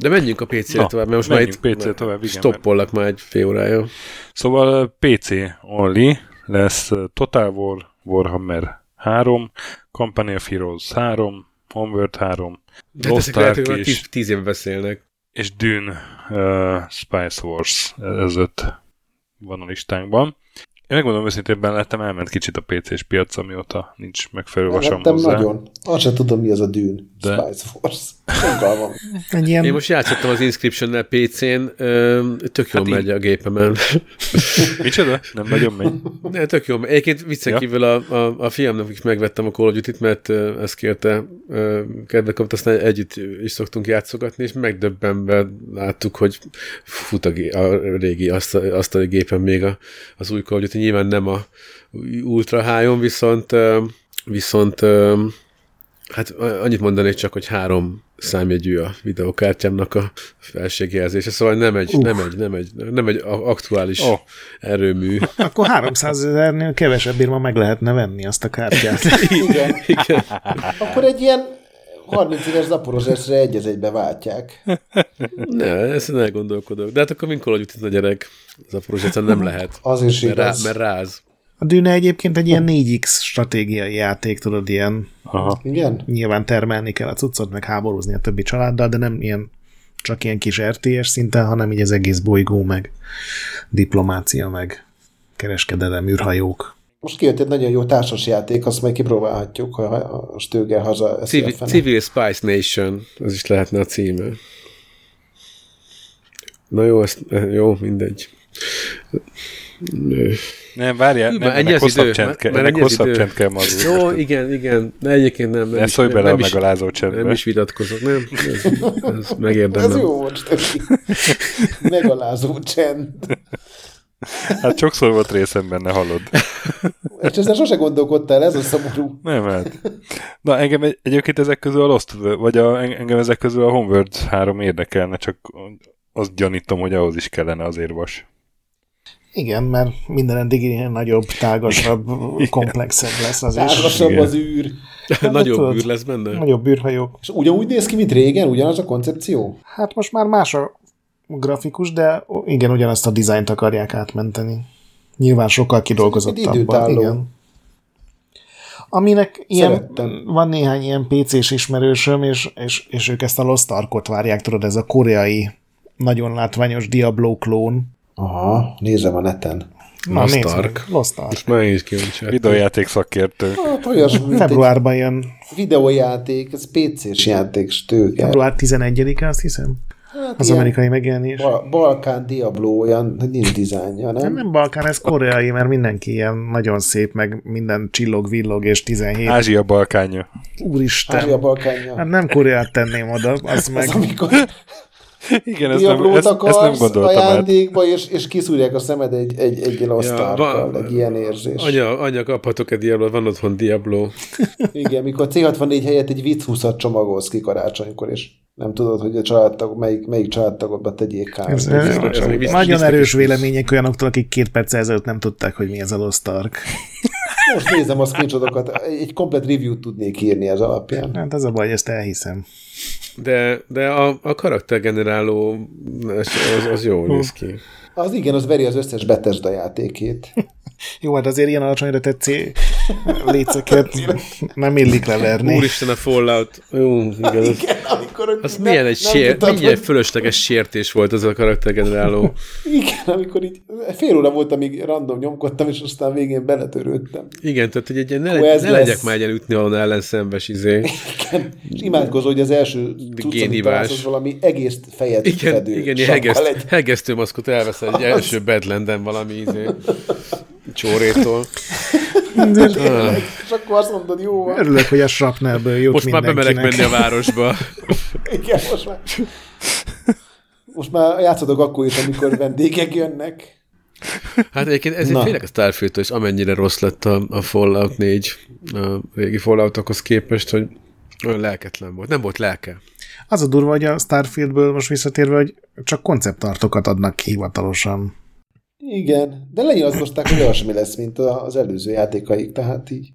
S3: De menjünk a PC-re
S1: Na,
S3: tovább, mert most már
S1: menjünk
S3: itt
S1: PC-re tovább, igen,
S3: stoppollak már egy fél órája.
S1: Szóval PC only lesz Total War, Warhammer 3, Company of Heroes 3, Homeworld 3,
S3: De hát ezek
S1: Lost
S3: lehet, hogy
S1: Ark
S3: már
S1: és,
S3: tíz, tíz éve beszélnek.
S1: és Dune uh, Spice Wars, ez öt van a listánkban. Én megmondom őszintén, lettem elment kicsit a PC-s piac, amióta nincs megfelelő vasam
S4: Lettem
S1: hozzá.
S4: nagyon. Azt sem tudom, mi az a dűn.
S1: De-
S4: Spice Force. Fogalmam.
S2: Egy
S3: Én
S2: ilyen
S3: most játszottam az Inscription-nel PC-n, ö, tök jól
S1: Hát így-
S3: megy a gépemen.
S1: Micsoda? Nem nagyon megy.
S3: Ne, tök jó. Egyébként viccen
S1: Ja.
S3: ja. kívül a, a, a fiamnak is megvettem a Call of Duty-t, mert ö, ezt kérte, ö, kedve kapta, aztán együtt is szoktunk játszogatni, és megdöbbenve láttuk, hogy fut a, gé- a régi azt a, azt a gépen még a, az új Call of Duty, nyilván nem a ultra high viszont, ö, viszont ö, hát a- annyit mondanék csak, hogy három számjegyű a videokártyámnak a felségjelzése, szóval nem egy, nem egy, nem egy, nem egy a- aktuális
S1: Ó.
S3: oh. erőmű.
S2: Akkor 300 ezernél kevesebbért ma meg lehetne venni azt a kártyát.
S4: Igen.
S3: Igen.
S4: Akkor egy ilyen 30 éves zaporozásra egy az egybe váltják.
S3: Ne, ezt én elgondolkodok. De hát akkor minkor agyut itt a gyerek? Az a projekt nem lehet.
S4: Az is
S3: Mert, rá,
S4: igaz.
S3: mert ráz.
S2: A Dűne egyébként egy ilyen 4X stratégiai játék, tudod, ilyen
S1: Aha.
S4: Igen?
S2: nyilván termelni kell a cuccot, meg háborúzni a többi családdal, de nem ilyen csak ilyen kis RTS szinten, hanem így az egész bolygó, meg diplomácia, meg kereskedelem, űrhajók.
S4: Most kijött egy nagyon jó társasjáték, azt majd kipróbálhatjuk, ha a Stöger haza eszi
S3: Civil,
S4: a fene.
S3: Civil Spice Nation, az is lehetne a címe. Na jó, ezt, jó, mindegy. Ö,
S1: Nem, várjál, nem,
S3: Már ennyi
S1: ennek
S3: az
S1: hosszabb
S3: idő,
S1: csend
S3: már-
S1: kell,
S3: már
S1: ennek
S3: ennyi az
S1: hosszabb
S3: idő.
S1: csend kell mazulni.
S3: Jó, igen, igen. Ne, egyébként nem. nem
S1: Ne
S3: is-
S1: szólj
S3: nem-
S1: bele
S3: nem
S1: a
S3: is-
S1: megalázó csendbe.
S3: Nem is vitatkozok, nem? Ez, ez
S4: Ez
S3: megérdemlem.
S4: jó volt, Stöki. Megalázó csend.
S1: Hát sokszor volt részem benne, hallod.
S4: És ezzel sose gondolkodtál, ez a szomorú.
S1: Nem, hát. Na, engem egy, egyébként ezek közül a Lost, vagy a, engem ezek közül a Homeworld 3 érdekelne, csak azt gyanítom, hogy ahhoz is kellene az érvas.
S2: Igen, mert minden eddig ilyen nagyobb, tágasabb, komplexebb lesz az is.
S4: Társasabb
S1: Igen.
S4: az űr.
S3: Nagyobb
S2: tudod,
S3: űr lesz benne.
S2: Nagyobb űrhajók.
S4: És ugyanúgy néz ki, mint régen, ugyanaz a koncepció?
S2: Hát most már más a grafikus, de igen, ugyanazt a dizájnt akarják átmenteni. Nyilván sokkal kidolgozottabban.
S4: időtálló.
S2: Igen. Aminek ilyen,
S4: Szerettem.
S2: van néhány ilyen PC-s ismerősöm, és, és, és ők ezt a Lost Arkot várják, tudod, ez a koreai nagyon látványos Diablo klón.
S4: Aha, nézem a neten.
S2: Na,
S3: Lost
S2: nézd meg,
S3: Ark.
S2: Lost Ark.
S3: Már én is kíváncsi. vagyok.
S1: Videójáték szakértő.
S4: Hát olyas, mint egy
S2: Februárban jön,
S4: videójáték, ez PC-s játék, stőke.
S2: február 11-e, azt hiszem.
S4: Hát
S2: Az
S4: ilyen
S2: amerikai megjelenés.
S4: Ba- Balkán Diablo olyan, hogy nincs dizájnja,
S2: Nem,
S4: nem?
S2: nem Balkán, ez koreai, mert mindenki ilyen nagyon szép, meg minden csillog, villog, és 17. Hát,
S1: Ázsia balkánya.
S2: Úristen!
S4: Ázsia
S2: Hát
S4: Balkánja.
S2: nem Koreát tenném oda, az meg...
S4: Ez amikor
S1: Igen, ezt nem,
S4: Diablót
S1: ezt, ezt nem
S4: akarsz
S1: gondoltam át.
S4: ajándékba, és, és kiszúrják a szemed egy, egy, egy
S3: Ja,
S4: losztárkal,
S3: van-
S4: egy ilyen érzés.
S3: Anya, anya, kaphatok-e Diablo? Van otthon Diablo.
S4: Igen, mikor C64 helyett egy vicc 20 csomagolsz ki karácsonykor, és nem tudod, hogy a családtag, melyik, melyik családtagodba tegyék
S2: Ez,
S4: kártyát.
S2: ez,
S3: ez még
S2: ez
S3: vicc-
S2: nagyon
S3: viccnek
S2: erős
S3: is.
S2: vélemények olyanoktól, akik két perc ezelőtt nem tudták, hogy mi ez a Lost Ark.
S4: Most nézem a screenshotokat, egy komplet review-t tudnék írni ez alapján.
S2: Hát az a baj, ezt elhiszem.
S3: De, de a, a karaktergeneráló az, az jól néz ki.
S4: Az igen, az veri az összes Bethesda játékét.
S2: Jó, hát azért ilyen alacsonyra tetszé léceket nem illik leverni.
S3: Úristen, a Fallout. Jó, igaz. az-
S4: Igen, amikor
S3: Az milyen egy sér,
S4: tudtad,
S3: milyen
S4: hogy-
S3: fölösleges sértés volt az a karaktergeneráló.
S4: Igen, amikor így fél óra volt, amíg random nyomkodtam, és aztán végén beletörődtem.
S3: Igen, tehát hogy egy ilyen ne,
S4: Hú,
S3: legy-
S4: ez
S3: ne
S4: lesz.
S3: legyek már egy ilyen ütni alon ellenszenves izé.
S4: És imádkozó, hogy az első cucc, amit
S3: génhibás.
S4: találsz, az valami egész fejet
S3: Igen,
S4: fedő
S3: igen, ilyen
S4: sakkal
S3: hegesz,
S4: egy-
S3: hegesztőmaszkot elveszel egy első bedlenden valami izé. Csórétól. Ah,
S4: És akkor azt mondod, jó, van.
S2: Örülök, hogy a Shrapnelből jut
S3: Most már bemerek menni a városba.
S4: igen, most már. Most már játszhatok akkor is, amikor vendégek jönnek.
S3: Hát egyébként ezért
S4: Na.
S3: félek a starfield és amennyire rossz lett a, a Fallout 4 a régi Falloutokhoz képest, hogy olyan lelketlen volt. Nem volt lelke.
S2: Az a durva, hogy a Starfieldből most visszatérve, hogy csak konceptartokat adnak ki hivatalosan.
S4: Igen, de lenyilatkozták, hogy olyasmi lesz, mint a- az előző játékaik, tehát így.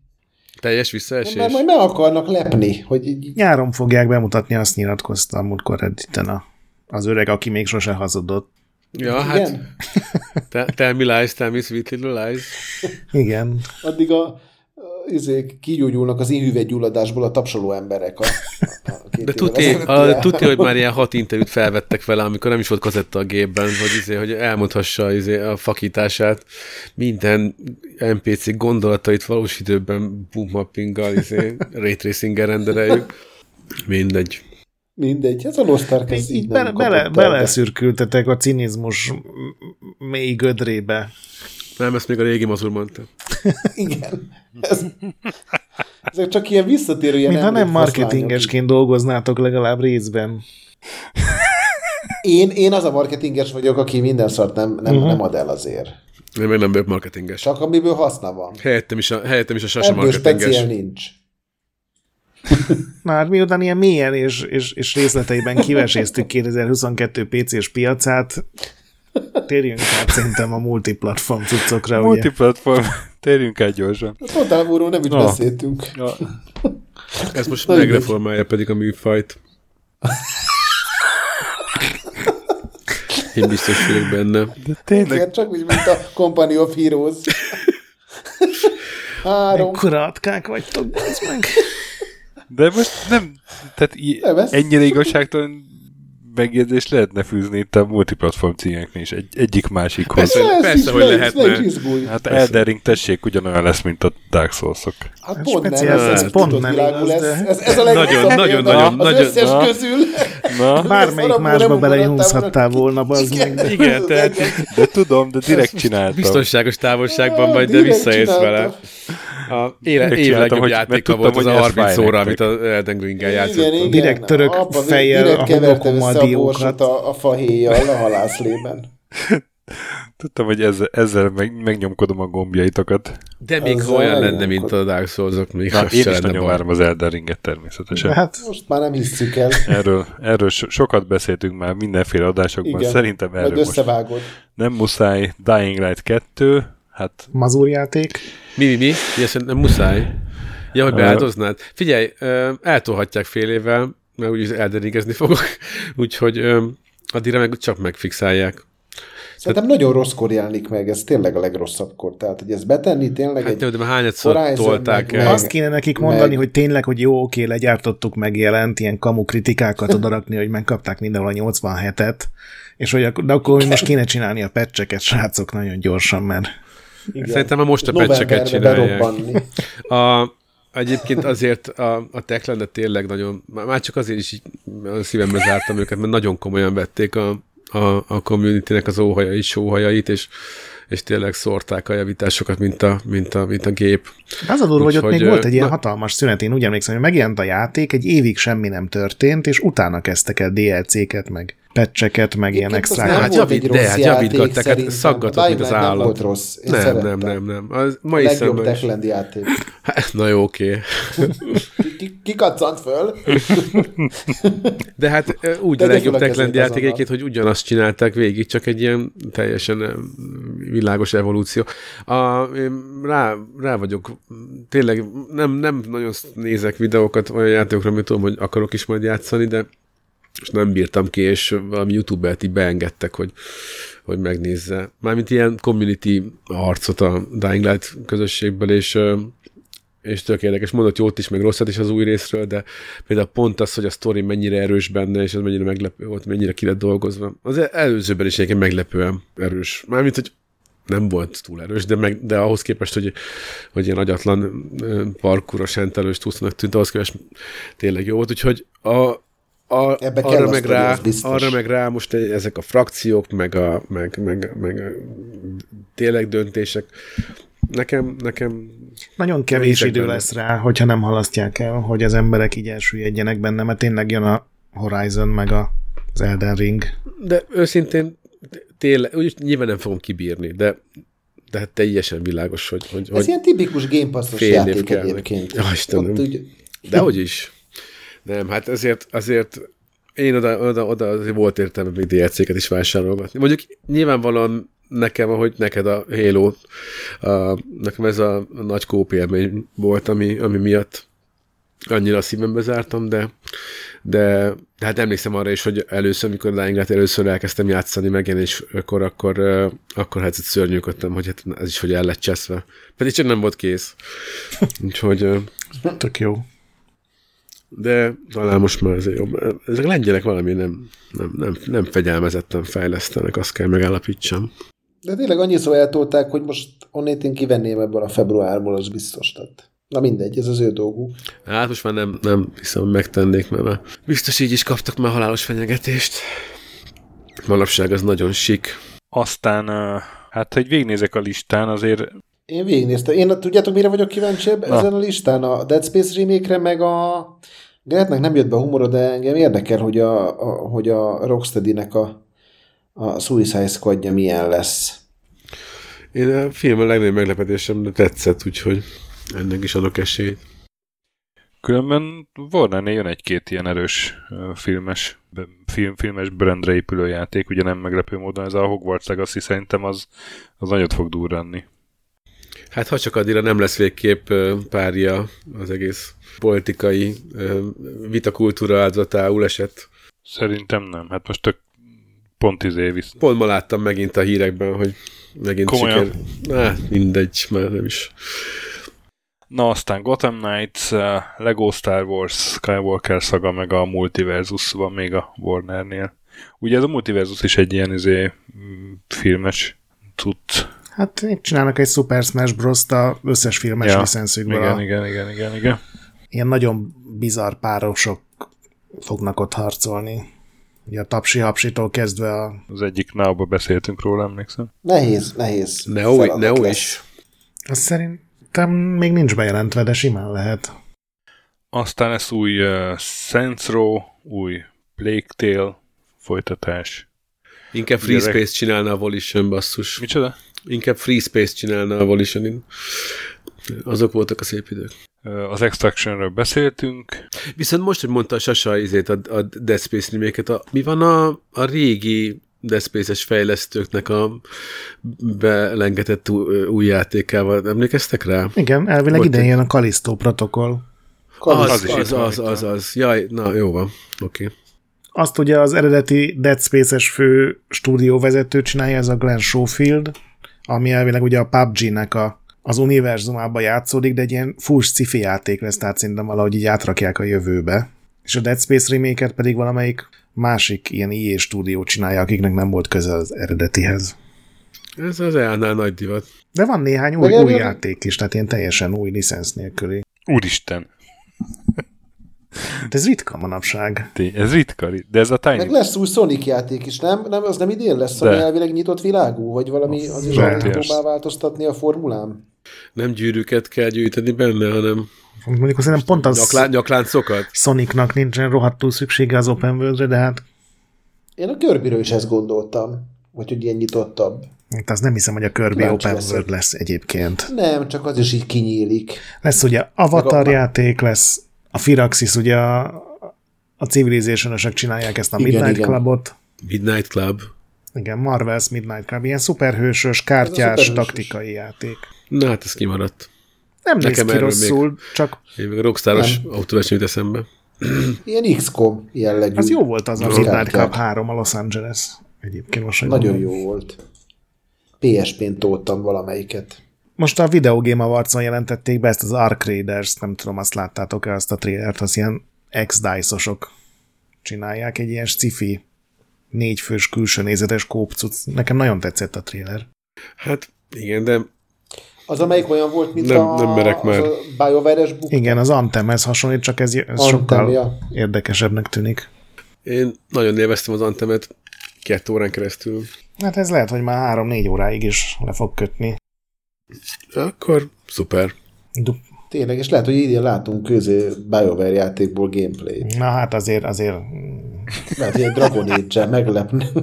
S3: Teljes
S4: Mert
S3: visszaesés.
S4: majd meg akarnak lepni, hogy így így
S2: Nyáron fogják bemutatni, azt nyilatkoztam múltkor Redditen a, az öreg, aki még sose hazudott.
S3: Ja, hát
S4: igen.
S3: te, tell me lies, tell me sweet little lies.
S2: Igen.
S4: Addig a, a izék kigyógyulnak az inhüvegygyulladásból a tapsoló emberek. A, a a két
S3: De
S4: évvel
S3: tudti,
S4: ezelőtti
S3: a,
S4: já-
S3: tudti, hogy már ilyen hat interjút felvettek vele, amikor nem is volt kazetta a gépben, hogy, izé, hogy elmondhassa izé, a fakítását. Minden NPC gondolatait valós időben boommappinggal, izé, raytracinggel rendereljük. Mindegy.
S4: Mindegy, ez a Lost Ark, ez
S2: Így, így
S4: így
S2: bele,
S4: nem
S2: bele,
S4: kapott el, de-
S2: beleszürkültetek a cinizmus m- m- mély gödrébe.
S3: Nem, ezt még a régi mazur mondta.
S4: Igen. Ez, ezek csak ilyen visszatérő ilyen
S2: Mintha nem
S4: emlékhaszlányok.
S2: marketingesként dolgoznátok legalább részben.
S4: Én, én az a marketinges vagyok, aki minden szart nem, nem,
S2: Mhm.
S4: uh-huh. nem ad el azért.
S3: Én még nem vagyok marketinges.
S4: Csak amiből haszna van.
S3: Helyettem is a, helyettem is a sasa
S4: Ebből
S3: marketinges.
S4: speciál nincs.
S2: Na hát miután ilyen mélyen és, és, és részleteiben kiveséztük 2022 PC-s piacát, térjünk át szerintem a multiplatform cuccokra, ugye?
S1: Multiplatform. Térjünk el gyorsan.
S4: A Total War-ról nem is
S1: Na.
S4: beszéltünk.
S1: Ja.
S3: Ez most
S4: Na, mindegy.
S3: megreformálja pedig a műfajt. Én biztos vagyok benne.
S1: De tényleg,
S4: Igen, csak úgy, mint a Company of Heroes. Három.
S2: Mekkora atkák vagytok, ez meg.
S1: De most nem, tehát i-
S4: Nem, ez-
S1: ennyire igazságtalan megjegyzést lehetne fűzni itt a multiplatform címeknél is, egy, egyik másikhoz.
S3: Persze.
S4: Ez
S3: Persze,
S4: így
S3: hogy
S4: meg-
S3: lehetne.
S4: meg izgulj.
S1: Hát Elden Ring tessék, ugyanolyan lesz, mint a Dark Souls-ok.
S4: Hát pont nem,
S2: speciál,
S4: ez, ez
S2: pont
S4: pont nem
S2: nem
S4: világú
S2: igaz,
S4: lesz.
S2: de-
S4: Ez, ez a legrosszabb
S3: Nagyon, nagyon,
S4: példa
S3: nagyon,
S4: az
S3: nagyon,
S4: összes
S1: na.
S4: közül.
S1: Na,
S2: Bármelyik
S4: Ezt arra
S2: másba
S4: Szóval nem
S2: belehúzhattál volna, bazd meg. de-
S1: igen, tehát, de tudom, de direkt csináltam.
S3: Biztonságos távolságban
S4: Á,
S3: vagy, de
S4: direkt
S3: visszaérsz
S4: csinálta.
S3: vele. A éle, éve
S1: csináltam, hogy-
S3: legjobb
S1: mert
S3: játéka
S1: tudtam,
S3: volt az
S1: hogy
S3: a
S1: ez
S3: 30
S1: fáj
S3: óra, amit
S1: nektek.
S3: a Elden Ring-el játszottam.
S2: Direkt török
S4: Apa,
S2: fejjel
S4: direkt
S2: a
S4: kevertem
S2: homlokommal
S4: össze a
S2: diókat.
S4: borsot a, a fahéjjal a halászlében.
S1: Tudtam, hogy ezzel, ezzel meg, megnyomkodom a gombjaitokat.
S3: De még ha
S4: Azzal
S3: olyan
S4: nagyon
S3: lenne, mint a Dark Souls-ok, még
S1: Na,
S3: az
S1: én
S3: se
S1: is
S3: lenne
S1: nagyon
S3: baj.
S1: várom az Elden Ringet természetesen.
S2: Hát,
S4: Most már nem hisszük el.
S1: Erről, erről so- sokat beszéltünk már mindenféle adásokban,
S4: Igen.
S1: szerintem erről
S4: Majd
S1: most
S4: összevágod.
S1: nem muszáj. Dying Light 2, hát
S2: mazurjáték.
S3: Mi, mi, mi? Ja, szerintem muszáj. Ja, hogy beáldoznád. Figyelj, ö, eltolhatják fél évvel, mert úgyis elderingezni fogok, úgyhogy ö, addigra meg csak megfixálják.
S4: Szerintem
S3: Hát-
S4: nagyon rosszkor jelenik meg, ez tényleg a legrosszabb kor. Tehát, hogy ezt betenni tényleg
S3: Hát nem,
S4: egy...
S3: de már hányadszor
S4: Horizon
S3: tolták
S4: meg-
S3: el.
S2: Azt kéne nekik mondani,
S4: meg-
S2: hogy tényleg, hogy jó, oké, legyártottuk, megjelent, ilyen kamu kritikákat odarakni, hogy megkapták mindenhol a 87-et, és hogy akkor, de akkor most kéne csinálni a pecseket, srácok, nagyon gyorsan, mert
S3: Szerintem már most a pecseket
S4: Novemberbe
S3: csinálják.
S4: berobbanni.
S3: A, egyébként azért a, a Techland tényleg nagyon, már már csak azért is így a szívembe zártam őket, mert nagyon komolyan vették a, a, a community-nek az óhajait, sóhajait, és, és tényleg szórták a javításokat, mint a, mint a, mint a gép.
S2: Az a durva, hogy ott
S3: Úgyhogy,
S2: még volt egy ilyen
S3: na-
S2: hatalmas szünet, én úgy emlékszem, hogy megjelent a játék, egy évig semmi nem történt, és utána kezdtek el DLC-ket, meg pecseket, meg ilyen
S4: Egyébként
S3: nem
S4: az
S2: extrákat.
S3: Hát
S4: volt egy
S3: javít- de,
S4: rossz
S3: hát
S4: játék
S3: javítgatták, hát
S4: szerintem.
S3: szaggatott,
S4: A
S3: mint az
S4: Dying Light
S3: állat.
S4: Nem volt rossz. Én
S3: nem,
S4: szerettem.
S3: nem, nem, nem. Az
S4: A
S3: mai
S4: legjobb
S3: szemben is.
S4: Techland játék.
S3: Hát, Na jó, oké.
S4: Ki- ki- Kikaccant föl.
S3: De hát ö, úgy
S4: De
S3: a
S4: gyönyörű
S3: legjobb
S4: a kezét
S3: Techland
S4: azonnal.
S3: játék egyébként, hogy ugyanazt csinálták végig, csak egy ilyen teljesen ö, világos evolúció. A, én rá, rá vagyok, tényleg nem, nem nagyon nézek videókat olyan játékokra, amit tudom, hogy akarok is majd játszani, de és nem bírtam ki, és valami youtubert így beengedtek, hogy, hogy megnézze. Mármint ilyen community harcot a Dying Light közösségből, és ö, és tök érdekes, mondott jót is, meg rosszat is az új részről, de például pont az, hogy a sztori mennyire erős benne, és az mennyire meglepő volt, mennyire ki lett dolgozva. Az el- előzőben is egyébként meglepően erős. Mármint, hogy nem volt túl erős, de, meg, de ahhoz képest, hogy, hogy ilyen agyatlan ö, parkúros, hentelős túsznak tűnt, ahhoz képest tényleg jó volt, úgyhogy a, a,
S4: Ebbe kell
S3: arra,
S4: a
S3: meg
S4: sztori,
S3: rá,
S4: az biztos.
S3: arra meg rá most e- ezek a frakciók, meg, a, meg, meg, meg a, tényleg döntések. Nekem, nekem
S2: Nagyon kevés
S3: Nézek
S2: idő
S3: benne.
S2: lesz rá, hogyha nem halasztják el, hogy az emberek így elsüllyedjenek benne, mert tényleg jön a Horizon, meg a az Elden Ring.
S3: De őszintén t- tényleg, úgy nyilván nem fogom kibírni, de, de hát teljesen világos, hogy... hogy,
S4: Ez
S3: hogy
S4: ilyen tipikus Game Pass-os
S3: fél év
S4: játék
S3: kell neki.
S4: egyébként.
S3: Ja, Istenem.
S4: Ott úgy-
S3: de hogy is. Nem, hát ezért, azért én oda, oda, oda azért volt értelme még DLC-ket is vásárolgatni. Mondjuk nyilvánvalóan nekem, ahogy neked a Halo, a, nekem ez a nagy kópélmény volt, ami, ami miatt annyira a szívembe zártam, de, de, de hát emlékszem arra is, hogy először, mikor Dying Light először elkezdtem játszani megjelenéskor, akkor, ö, akkor hát szörnyűködtem, hogy hát ez is hogy el lett cseszve. Pedig csak nem volt kész. Úgyhogy, ö,
S2: Tök jó.
S3: de talán most már azért jobb. Ezek lengyelek valami nem, nem, nem, nem fegyelmezetten fejlesztenek, azt kell megállapítsam.
S4: De tényleg annyiszor eltolták, hogy most onnét én kivenném ebből a februárból, az biztos. Tehát. Na mindegy, ez az ő dolguk.
S3: Hát most már nem, nem hiszem, hogy megtennék, mert már biztos így is kaptak már halálos fenyegetést. Manapság az nagyon sik.
S1: Aztán, ö, hát, hogy végignézek a listán, azért
S4: Én végignéztem. Én tudjátok, mire vagyok kíváncsi
S1: Na.
S4: ezen a listán? A Dead Space remake meg a... Gretnek nem jött be a humora, de engem érdekel, hogy a, a, hogy a Rocksteady-nek a, a Suicide Squadja milyen lesz.
S3: Én a film a legnagyobb meglepetésem, de tetszett, úgyhogy ennek is adok esélyt.
S1: különben Warnernél jön egy-két ilyen erős ö, filmes, be- film, filmes brandre épülő játék, ugye nem meglepő módon ez a Hogwarts Legacy szerintem az, az nagyot fog durranni.
S3: Hát ha csak addigra nem lesz végképp ö, párja az egész politikai ö, vitakultúra áldozatául esett
S1: Szerintem nem. Hát most tök pont izé visz.
S3: Pont ma láttam megint a hírekben, hogy Megint
S1: Komolyan.
S3: siker. Ne, mindegy, már nem is.
S1: Na aztán Gotham Knights, eh, Lego Star Wars, Skywalker szaga, meg a Multiversus van még a Warnernél. Ugye ez a Multiversus is egy ilyen izé, mm, filmes cucc.
S2: Hát itt csinálnak egy Super Smash bros a összes filmes ja, licenszükből.
S1: igen,
S2: a,
S1: igen, igen, igen, igen.
S2: Ilyen nagyon bizarr párosok fognak ott harcolni. Ugye a tapsi-hapsitól kezdve a...
S1: Az egyik nába beszéltünk róla, emlékszem.
S4: Nehéz, nehéz.
S3: Neo,
S4: feladat
S3: Neo
S4: lesz.
S3: is.
S2: Azt szerintem még nincs bejelentve, de simán lehet.
S1: Aztán lesz új uh, Saints Row, új Plague Tale folytatás.
S3: Inkább Free
S1: Gyerek.
S3: Space csinálna a Volition, basszus.
S1: Micsoda?
S3: Inkább Free Space csinálna a Volition. Azok voltak a szép idők.
S1: Uh, az Extractionről beszéltünk.
S3: Viszont most, hogy mondta a Sasa izét, a, a Dead Space reméket, a, mi van a, a régi Dead Space-es fejlesztőknek a belengetett ú- új játékával? Emlékeztek rá?
S2: Igen, elvileg
S3: Volt
S2: idén
S3: egy-
S2: jön a Kalisztó protokoll.
S4: Kalisz-
S1: Az
S3: Az,
S1: is izé- itt
S3: az,
S1: van, itt
S3: az,
S1: van.
S3: az, az. Jaj, na jó van. Oké. Okay.
S2: Azt ugye az eredeti Dead Space-es fő stúdióvezető csinálja, ez a Glenn Schofield, ami elvileg ugye a PUBG-nek a, az univerzumában játszódik, de egy ilyen full sci játék lesz, tehát szerintem valahogy így átrakják a jövőbe. És a Dead Space remake pedig valamelyik másik ilyen IE stúdió csinálja, akiknek nem volt köze az eredetihez.
S3: Ez az elnál nagy divat.
S2: De van néhány új,
S4: Meg
S2: új
S4: elvileg-
S2: játék is, tehát ilyen teljesen új licensz nélküli.
S1: Úristen,
S2: De ez ritka manapság.
S1: tény, ez ritka, rit- de ez a
S4: Meg
S1: Tiny
S4: lesz új Sonic játék is, nem? nem az nem idén lesz, ami
S1: De.
S4: elvileg nyitott világú? Vagy valami az is
S2: De.
S4: valami próbál változtatni a formulám?
S3: Nem gyűrűket kell gyűjteni benne, hanem
S2: Mondjuk azt szerintem pont az
S3: nyaklá, nyakláncokat.
S2: Sonicnak nincsen rohadtul szüksége az Open World-re, de hát
S4: Én a Kirbyről is ezt gondoltam, vagy hogy ilyen nyitottabb.
S2: Hát az nem hiszem, hogy a Kirby
S4: Kíváncsi
S2: Open
S4: leszek.
S2: World lesz egyébként.
S4: Nem, csak az is így kinyílik.
S2: Lesz ugye
S4: Meg
S2: Avatar
S4: a-
S2: játék, lesz a Firaxis, ugye a, a civilization csinálják ezt a
S4: Igen,
S2: Midnight
S4: igen.
S2: Clubot.
S3: Midnight Club.
S2: Igen, Marvel's Midnight Club, ilyen szuperhősös, kártyás,
S4: szuperhősös.
S2: taktikai játék.
S3: Na hát ez kimaradt.
S2: Nem néz
S3: Nekem
S2: ki
S3: erről
S2: rosszul, csak
S3: Én még a rockstáros autóverseny jut eszembe.
S4: Ilyen XCOM jellegű.
S2: az jó volt az a
S4: Jó.
S2: Midnight Club
S4: Kártyák.
S2: 3 a Los Angeles. Egyébként most, hogy
S4: Nagyon
S2: mondom.
S4: jó volt. PSP-n toltam valamelyiket.
S2: Most a Video Game Awards-on jelentették be ezt az Ark Raiders, nem tudom, azt láttátok-e azt a trailert, az ilyen ex dice csinálják, egy ilyen sci-fi négyfős külső nézetes kópcuc. Nekem nagyon tetszett a trailer.
S3: Hát igen, de
S4: Az, amelyik olyan volt, mint
S3: Nem-
S4: a,
S3: nem merek már.
S4: az a BioWare-es buk-
S2: Igen, az Antemhez hasonlít, csak ez, ez sokkal
S4: Antemja.
S2: érdekesebbnek tűnik.
S3: én nagyon élveztem az Antemet két órán keresztül.
S2: Hát ez lehet, hogy már 3-4 óráig is le fog kötni.
S3: Akkor szuper.
S2: Du-
S4: Tényleg, és lehet, hogy idén látunk közé BioWare játékból gameplayt.
S2: Na hát azért, azért...
S4: Lehet, hogy egy Dragon age meglepne.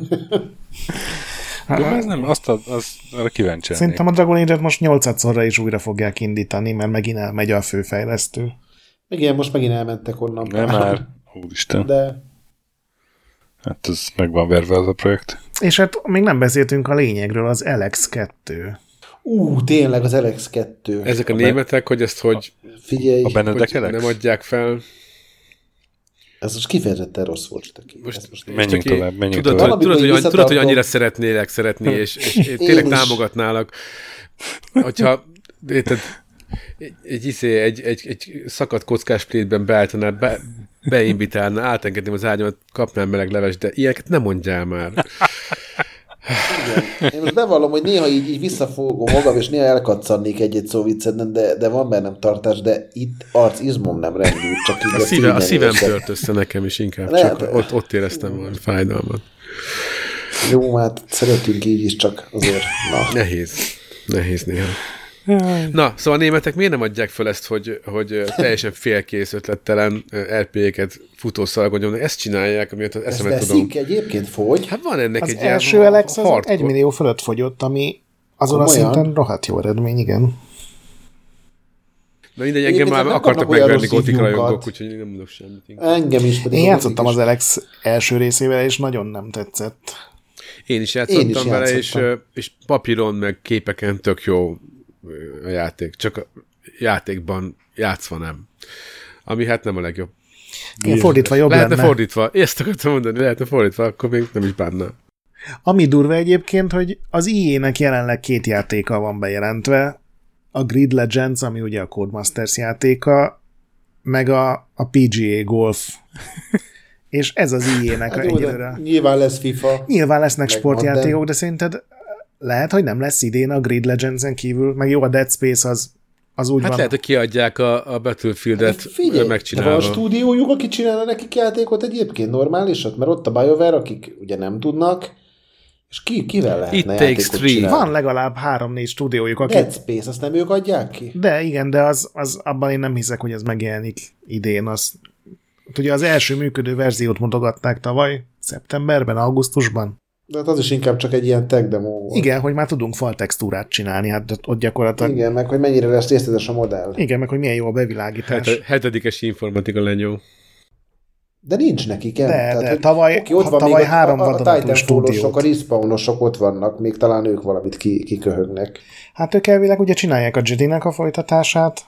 S1: Ja, ez nem, azt a, az, arra kíváncsi lennék.
S2: Szerintem a Dragon Age-et most 8 is újra fogják indítani, mert megint elmegy a főfejlesztő.
S4: Meg ilyen, most megint elmentek onnan.
S1: Nem már. Úristen,
S4: De
S1: hát ez meg van verve az a projekt.
S2: És hát még nem beszéltünk a lényegről, az Alex 2.
S4: ú, tényleg az Alex 2. Ez...
S3: Ezek a, németek, hogy ezt hogy,
S4: Figyelj,
S1: A
S3: hogy
S1: Benedek
S3: nem adják fel.
S4: ez most kifejezetten rossz volt. Taki.
S3: Most-
S4: Ez most
S1: Menjünk
S3: Csak én-
S1: tovább, menjünk
S3: Tudod,
S1: tovább.
S3: tudod,
S4: Valamikor
S3: tudod, hogy,
S4: visszatartom.
S3: tudod, hogy annyira szeretnélek szeretni, és, és, és tényleg
S4: is.
S3: támogatnálak. Hogyha érted, egy, egy, izé, egy, egy, egy szakadt kockás plétben beálltanál, be, beinvitálnál, átengedném az ágyamat, kapnám meleg leves, de ilyeneket nem mondjál már.
S4: Hát, Én most bevallom, hogy néha így, így visszafogom magam, és néha elkaccannék egy-egy szó vicceden, de, de van bennem tartás, de itt arc izmom nem rendül, csak
S3: A,
S4: így
S3: szíve, a szívem
S4: szívem
S3: tört össze nekem is inkább,
S4: Lehet.
S3: csak ott, ott éreztem valami fájdalmat.
S4: Jó, hát szeretünk így is, csak azért. Na.
S3: Nehéz. Nehéz néha. Na, szóval a németek miért nem adják fel ezt, hogy, hogy ö, teljesen félkész ötlettelen RPG-ket futószalagon nyomnak? Ezt csinálják, amiért az
S4: Ezt
S3: eszemet tudom.
S4: veszik egyébként, fogy?
S3: Hát van ennek
S2: Az
S3: egy
S2: első Alex az
S3: hardcore-
S2: 1 millió fölött fogyott, ami azon a
S4: Komolyan?
S2: szinten rohadt jó eredmény, igen.
S3: Na mindegy, engem
S4: Egyébként
S3: már
S4: nem
S3: akartak
S4: kapnak olyan
S3: megverni
S4: rossz
S3: gotik
S4: review-kat.
S3: rajongók, úgyhogy én nem mondok semmit. inkább.
S4: Engem is. pedig
S2: Én
S4: a
S2: játszottam az
S4: másik
S2: Alex első részével, és nagyon nem tetszett.
S3: Én is játszottam,
S4: játszottam.
S3: vele, és, ö, és papíron, meg képeken tök jó ö, a játék. Csak a játékban játszva nem. Ami hát nem a legjobb.
S2: Én fordítva jobb
S3: lehetne
S2: lenne.
S3: fordítva. Ezt akartam mondani, lehetne fordítva, akkor még nem is bánnám.
S2: Ami durva egyébként, hogy az IE-nek jelenleg két játéka van bejelentve, a Grid Legends, ami ugye a Codemasters játéka, meg a, a PGA Golf. És ez az IE-nek
S4: Hát
S2: hát
S4: jó,
S2: egyelőre.
S4: de nyilván lesz FIFA.
S2: Nyilván lesznek
S4: Meg
S2: sportjátékok,
S4: Madden.
S2: de szerinted eh, lehet, hogy nem lesz idén a Grid Legends-en kívül, meg jó, a Dead Space az, az úgy
S3: Hát
S2: van.
S3: lehet, hogy kiadják a, a Battlefieldet
S4: Hát Figyelj, de van a
S3: megcsinálva.
S4: stúdiójuk, aki csinálna nekik játékot egyébként normálisat, mert ott a BioWare, akik ugye nem tudnak, és ki, kivel lehetne
S3: It
S4: játékot
S3: Takes Three.
S4: csinálni?
S2: Van legalább három-négy stúdiójuk, akik...
S4: Dead Space, azt nem ők adják ki?
S2: De igen, de az, az, abban én nem hiszek, hogy ez megjelenik idén. Az, Hát ugye az első működő verziót mutogatták tavaly, szeptemberben, augusztusban.
S4: De hát az is inkább csak egy ilyen tech demo volt.
S2: Igen, hogy már tudunk faltextúrát csinálni, hát ott- ott gyakorlatilag... Igen.
S4: Igen, meg hogy mennyire lesz részletes a modell.
S2: igen, meg hogy milyen jó a bevilágítás.
S3: Het,
S2: Hát,
S3: hetedikes informatika lenyó.
S4: De nincs nekik,
S2: de,
S4: em?
S2: de
S4: hogy
S2: tavaly,
S4: oké, ott
S2: ha
S4: van
S2: tavaly
S4: még a-
S2: három
S4: a, a
S2: vadonatúj
S4: Titanfall-osok, a
S2: stúdiót.
S4: respawnosok ott vannak, még talán ők valamit ki, kiköhögnek.
S2: Hát ők elvileg ugye csinálják a Jedi-nek a folytatását,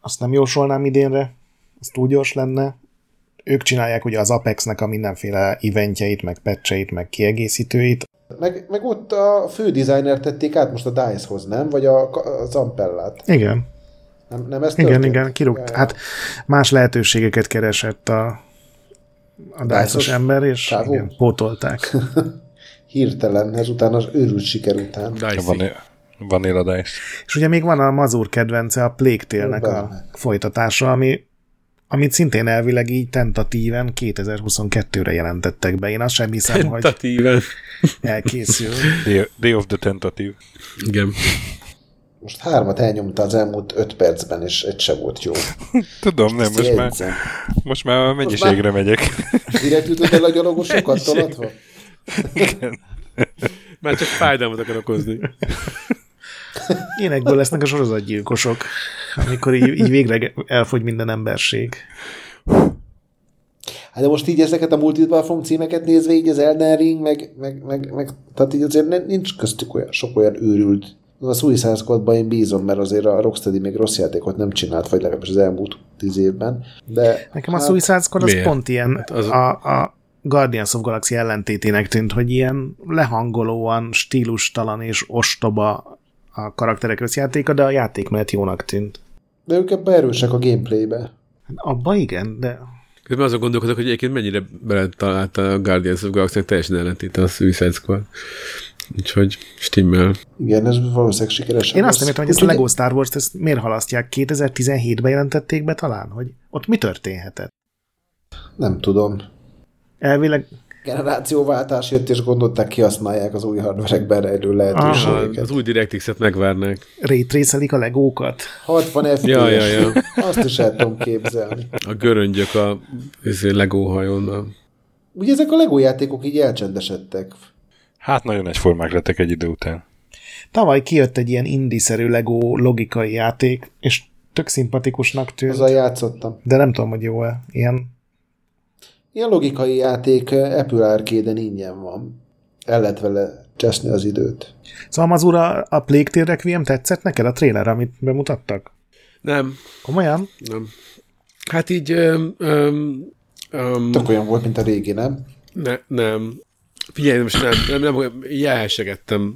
S2: azt nem jósolnám idénre, az túl gyors lenne. Ők csinálják ugye az Apexnek a mindenféle eventjeit, meg patcheit, meg kiegészítőit.
S4: Meg, meg ott a fő designer tették át most a DICE-hoz, nem? Vagy a, a Zampellát.
S2: Igen,
S4: Nem, nem ez
S2: Igen,
S4: történt?
S2: igen, kirúgt.
S4: Ja, ja.
S2: Hát más lehetőségeket keresett a, a dászos
S4: Dice-os
S2: ember, és
S4: csávó?
S2: igen, pótolták.
S4: Hirtelen, ezután az őrült siker után.
S3: Dice.
S1: Van, Vanilla Dice.
S2: és ugye még van a mazur kedvence, a Plague Tale-nek a
S4: Benne.
S2: folytatása, ami, amit szintén elvileg így tentatíven 2022-re jelentettek be. Én azt sem hiszem, hogy
S3: Tentatíven.
S2: elkészül.
S1: Day, Day of the Tentative.
S3: Igen.
S4: Most hármat elnyomta az elmúlt öt percben, és egy se volt jó.
S1: Tudom, nem, most már,
S4: Jegyzem.
S1: most már a mennyiségre megyek.
S4: Direkt ütött el a gyalogosokat tolatva?
S3: Már csak fájdalmat akar okozni.
S2: Ilyenekből lesznek a sorozatgyilkosok, amikor így, így végre elfogy minden emberség.
S4: Hát de most így ezeket a multiplatform címeket nézve, így az Elden Ring, meg, meg, meg, meg tehát így azért ne- nincs köztük olyan, sok olyan őrült. A Suicide Squadban én bízom, mert azért a Rocksteady még rossz játékot nem csinált, vagy legalábbis az elmúlt tíz évben. De
S2: Nekem a Suicide Squad az
S3: miért?
S2: pont ilyen, az... A, a Guardians of Galaxy ellentétének tűnt, hogy ilyen lehangolóan, stílustalan és ostoba a karakterek összjátéka, de a játék mellett jónak tűnt.
S4: De ők ebben erősek a gameplaybe.
S2: Hát Abba igen, de
S3: Közben azon gondolkodok, hogy egyébként mennyire beletalálta a Guardians of Galaxy-nek teljesen ellentéte a Suicide Squad. Úgyhogy stimmel.
S4: Igen, ez valószínűleg sikeres.
S2: én azt nem értem, hogy ezt a
S4: Úgyhogy-
S2: Lego Star Wars-t ezt miért halasztják. 2017-ben jelentették be talán, hogy ott mi történhetett?
S4: Nem tudom.
S2: Elvileg
S4: Generációváltás jött, és gondolták, kihasználják az új hardverekben rejlő
S3: Aha,
S4: lehetőségeket.
S3: az új DirectX-et megvárnák.
S2: rétrészelik a legókat.
S4: 60 FPS.
S3: Ja, ja, ja.
S4: Azt is el tudom képzelni.
S3: A göröngyök a izé, Lego hajón. A...
S4: Ugye ezek a LEGO játékok így elcsendesedtek.
S1: Hát nagyon egyformák lettek egy idő után.
S2: Tavaly kijött egy ilyen indiszerű Lego logikai játék, és tök szimpatikusnak tűnt.
S4: Azzal játszottam.
S2: De nem tudom, hogy jó-e. Ilyen
S4: Ilyen logikai játék eh, Apple arcade ingyen van. El lehet vele cseszni az időt.
S2: Szóval az ura, a Plague Tale Requiem tetszett neked a trailer, amit bemutattak?
S3: Nem,
S2: Komolyan?
S3: nem. Hát így... Öm, öm, öm,
S4: Tök olyan volt, mint a régi, nem?
S3: ne, nem. Figyelj, most nem, nem, nem jelhesegettem.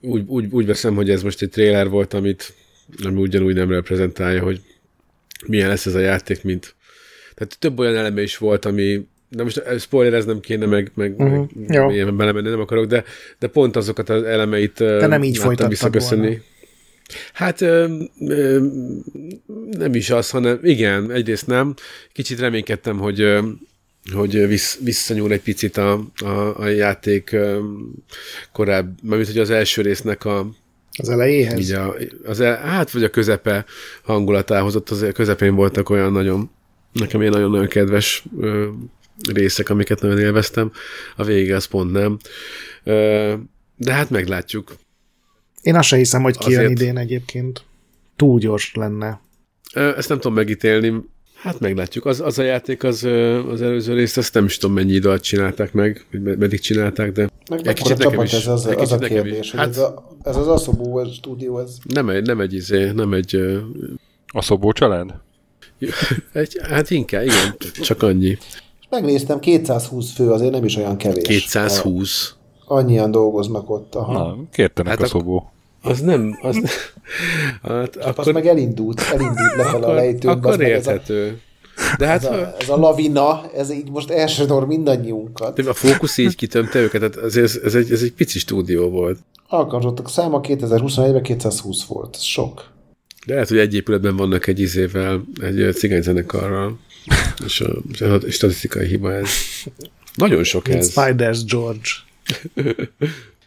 S3: Úgy, úgy, úgy veszem, hogy ez most egy trailer volt, amit ami ugyanúgy nem reprezentálja, hogy milyen lesz ez a játék, mint... Tehát több olyan eleme is volt, ami... Na most eh, spoilereznem kéne, meg, meg,
S2: Mhm,
S3: uh-huh.
S2: jó.
S3: meg ilyen belemenni nem akarok, de, de pont azokat az elemeit eh, Te
S2: nem így folytattad volna.
S3: Hát ö, ö, nem is az, hanem igen, egyrészt nem. Kicsit reménykedtem, hogy ö, hogy vissz, visszanyúl egy picit a, a, a játék ö, korábbi, mert hogy az első résznek a,
S2: Az elejéhez?
S3: így a, az el, hát vagy a közepe hangulatához, ott azért közepén voltak olyan nagyon, nekem ilyen nagyon-nagyon kedves ö, részek, amiket nagyon élveztem, a vége az pont nem. Ö, de hát meglátjuk.
S2: Én azt se hiszem, hogy kijön
S3: Azért.
S2: idén egyébként. Túl gyors lenne.
S3: Ö, ezt nem tudom megítélni, hát meglátjuk. Az, az a játék, az, ö, az előző részt, azt nem is tudom mennyi idő alatt csinálták meg, vagy me- meddig csinálták, de
S4: Meg
S3: Egy
S4: mekkora
S3: kicsit nekem
S4: csapat
S3: is.
S4: ez az,
S3: Egy
S4: az a
S3: kicsit nekem
S4: kérdés,
S3: is.
S4: hogy
S3: Hát-
S4: ez, a, ez az Asobo ez stúdió, ez
S3: nem egy, nem egy izé, nem egy, ö,
S1: A Szobó család?
S3: egy hát inkább, igen, csak annyi.
S4: És megnéztem, 220 fő azért nem is olyan kevés.
S3: 220.
S4: annyian dolgoznak ott. Aha. Na,
S1: Na, kértenek
S3: Hát
S1: a
S3: ak-
S1: szobó.
S3: Az nem, az... Hát
S4: Azt
S3: akkor,
S4: meg elindult, elindult lefelé a lejtőn.
S3: akkor
S4: bazd meg, ez a-
S3: érthető. De hát
S4: Ez a, ez a lavina, ez így most elsodor mindannyiunkat.
S3: de a fókusz így kitömte őket, tehát azért ez, ez, egy, ez egy pici stúdió volt.
S4: Alkalmazottak száma 2021-ben 220 volt, ez sok.
S3: De lehet, hogy egy épületben vannak egy izével, egy ö, cigányzenekarral, és a, és a statisztikai hiba ez. Nagyon sok
S2: Mint
S3: ez.
S2: Spiders George.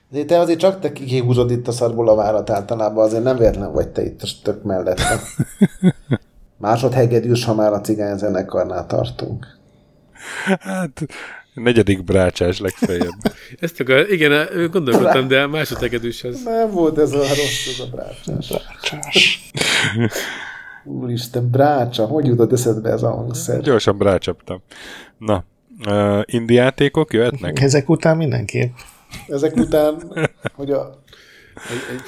S4: De te azért csak te kihúzod itt a szarból a várat általában, azért nem véletlen vagy te itt a tök mellett. Másodhegedűs, ha már a cigány zenekarnál tartunk.
S1: Hát, negyedik brácsás legfeljebb.
S3: Ezt akar, igen, ö, gondolkodtam, de a másodtegedős az.
S4: Nem volt ez a rossz, ez a brácsás.
S2: Csás.
S4: Úristen, brácsa, hogy jutott eszedbe ez a hangszer?
S1: Gyorsan brácsaptam. Na, uh, indiátékok jöhetnek?
S2: Ezek után mindenképp.
S4: Ezek után, hogy a...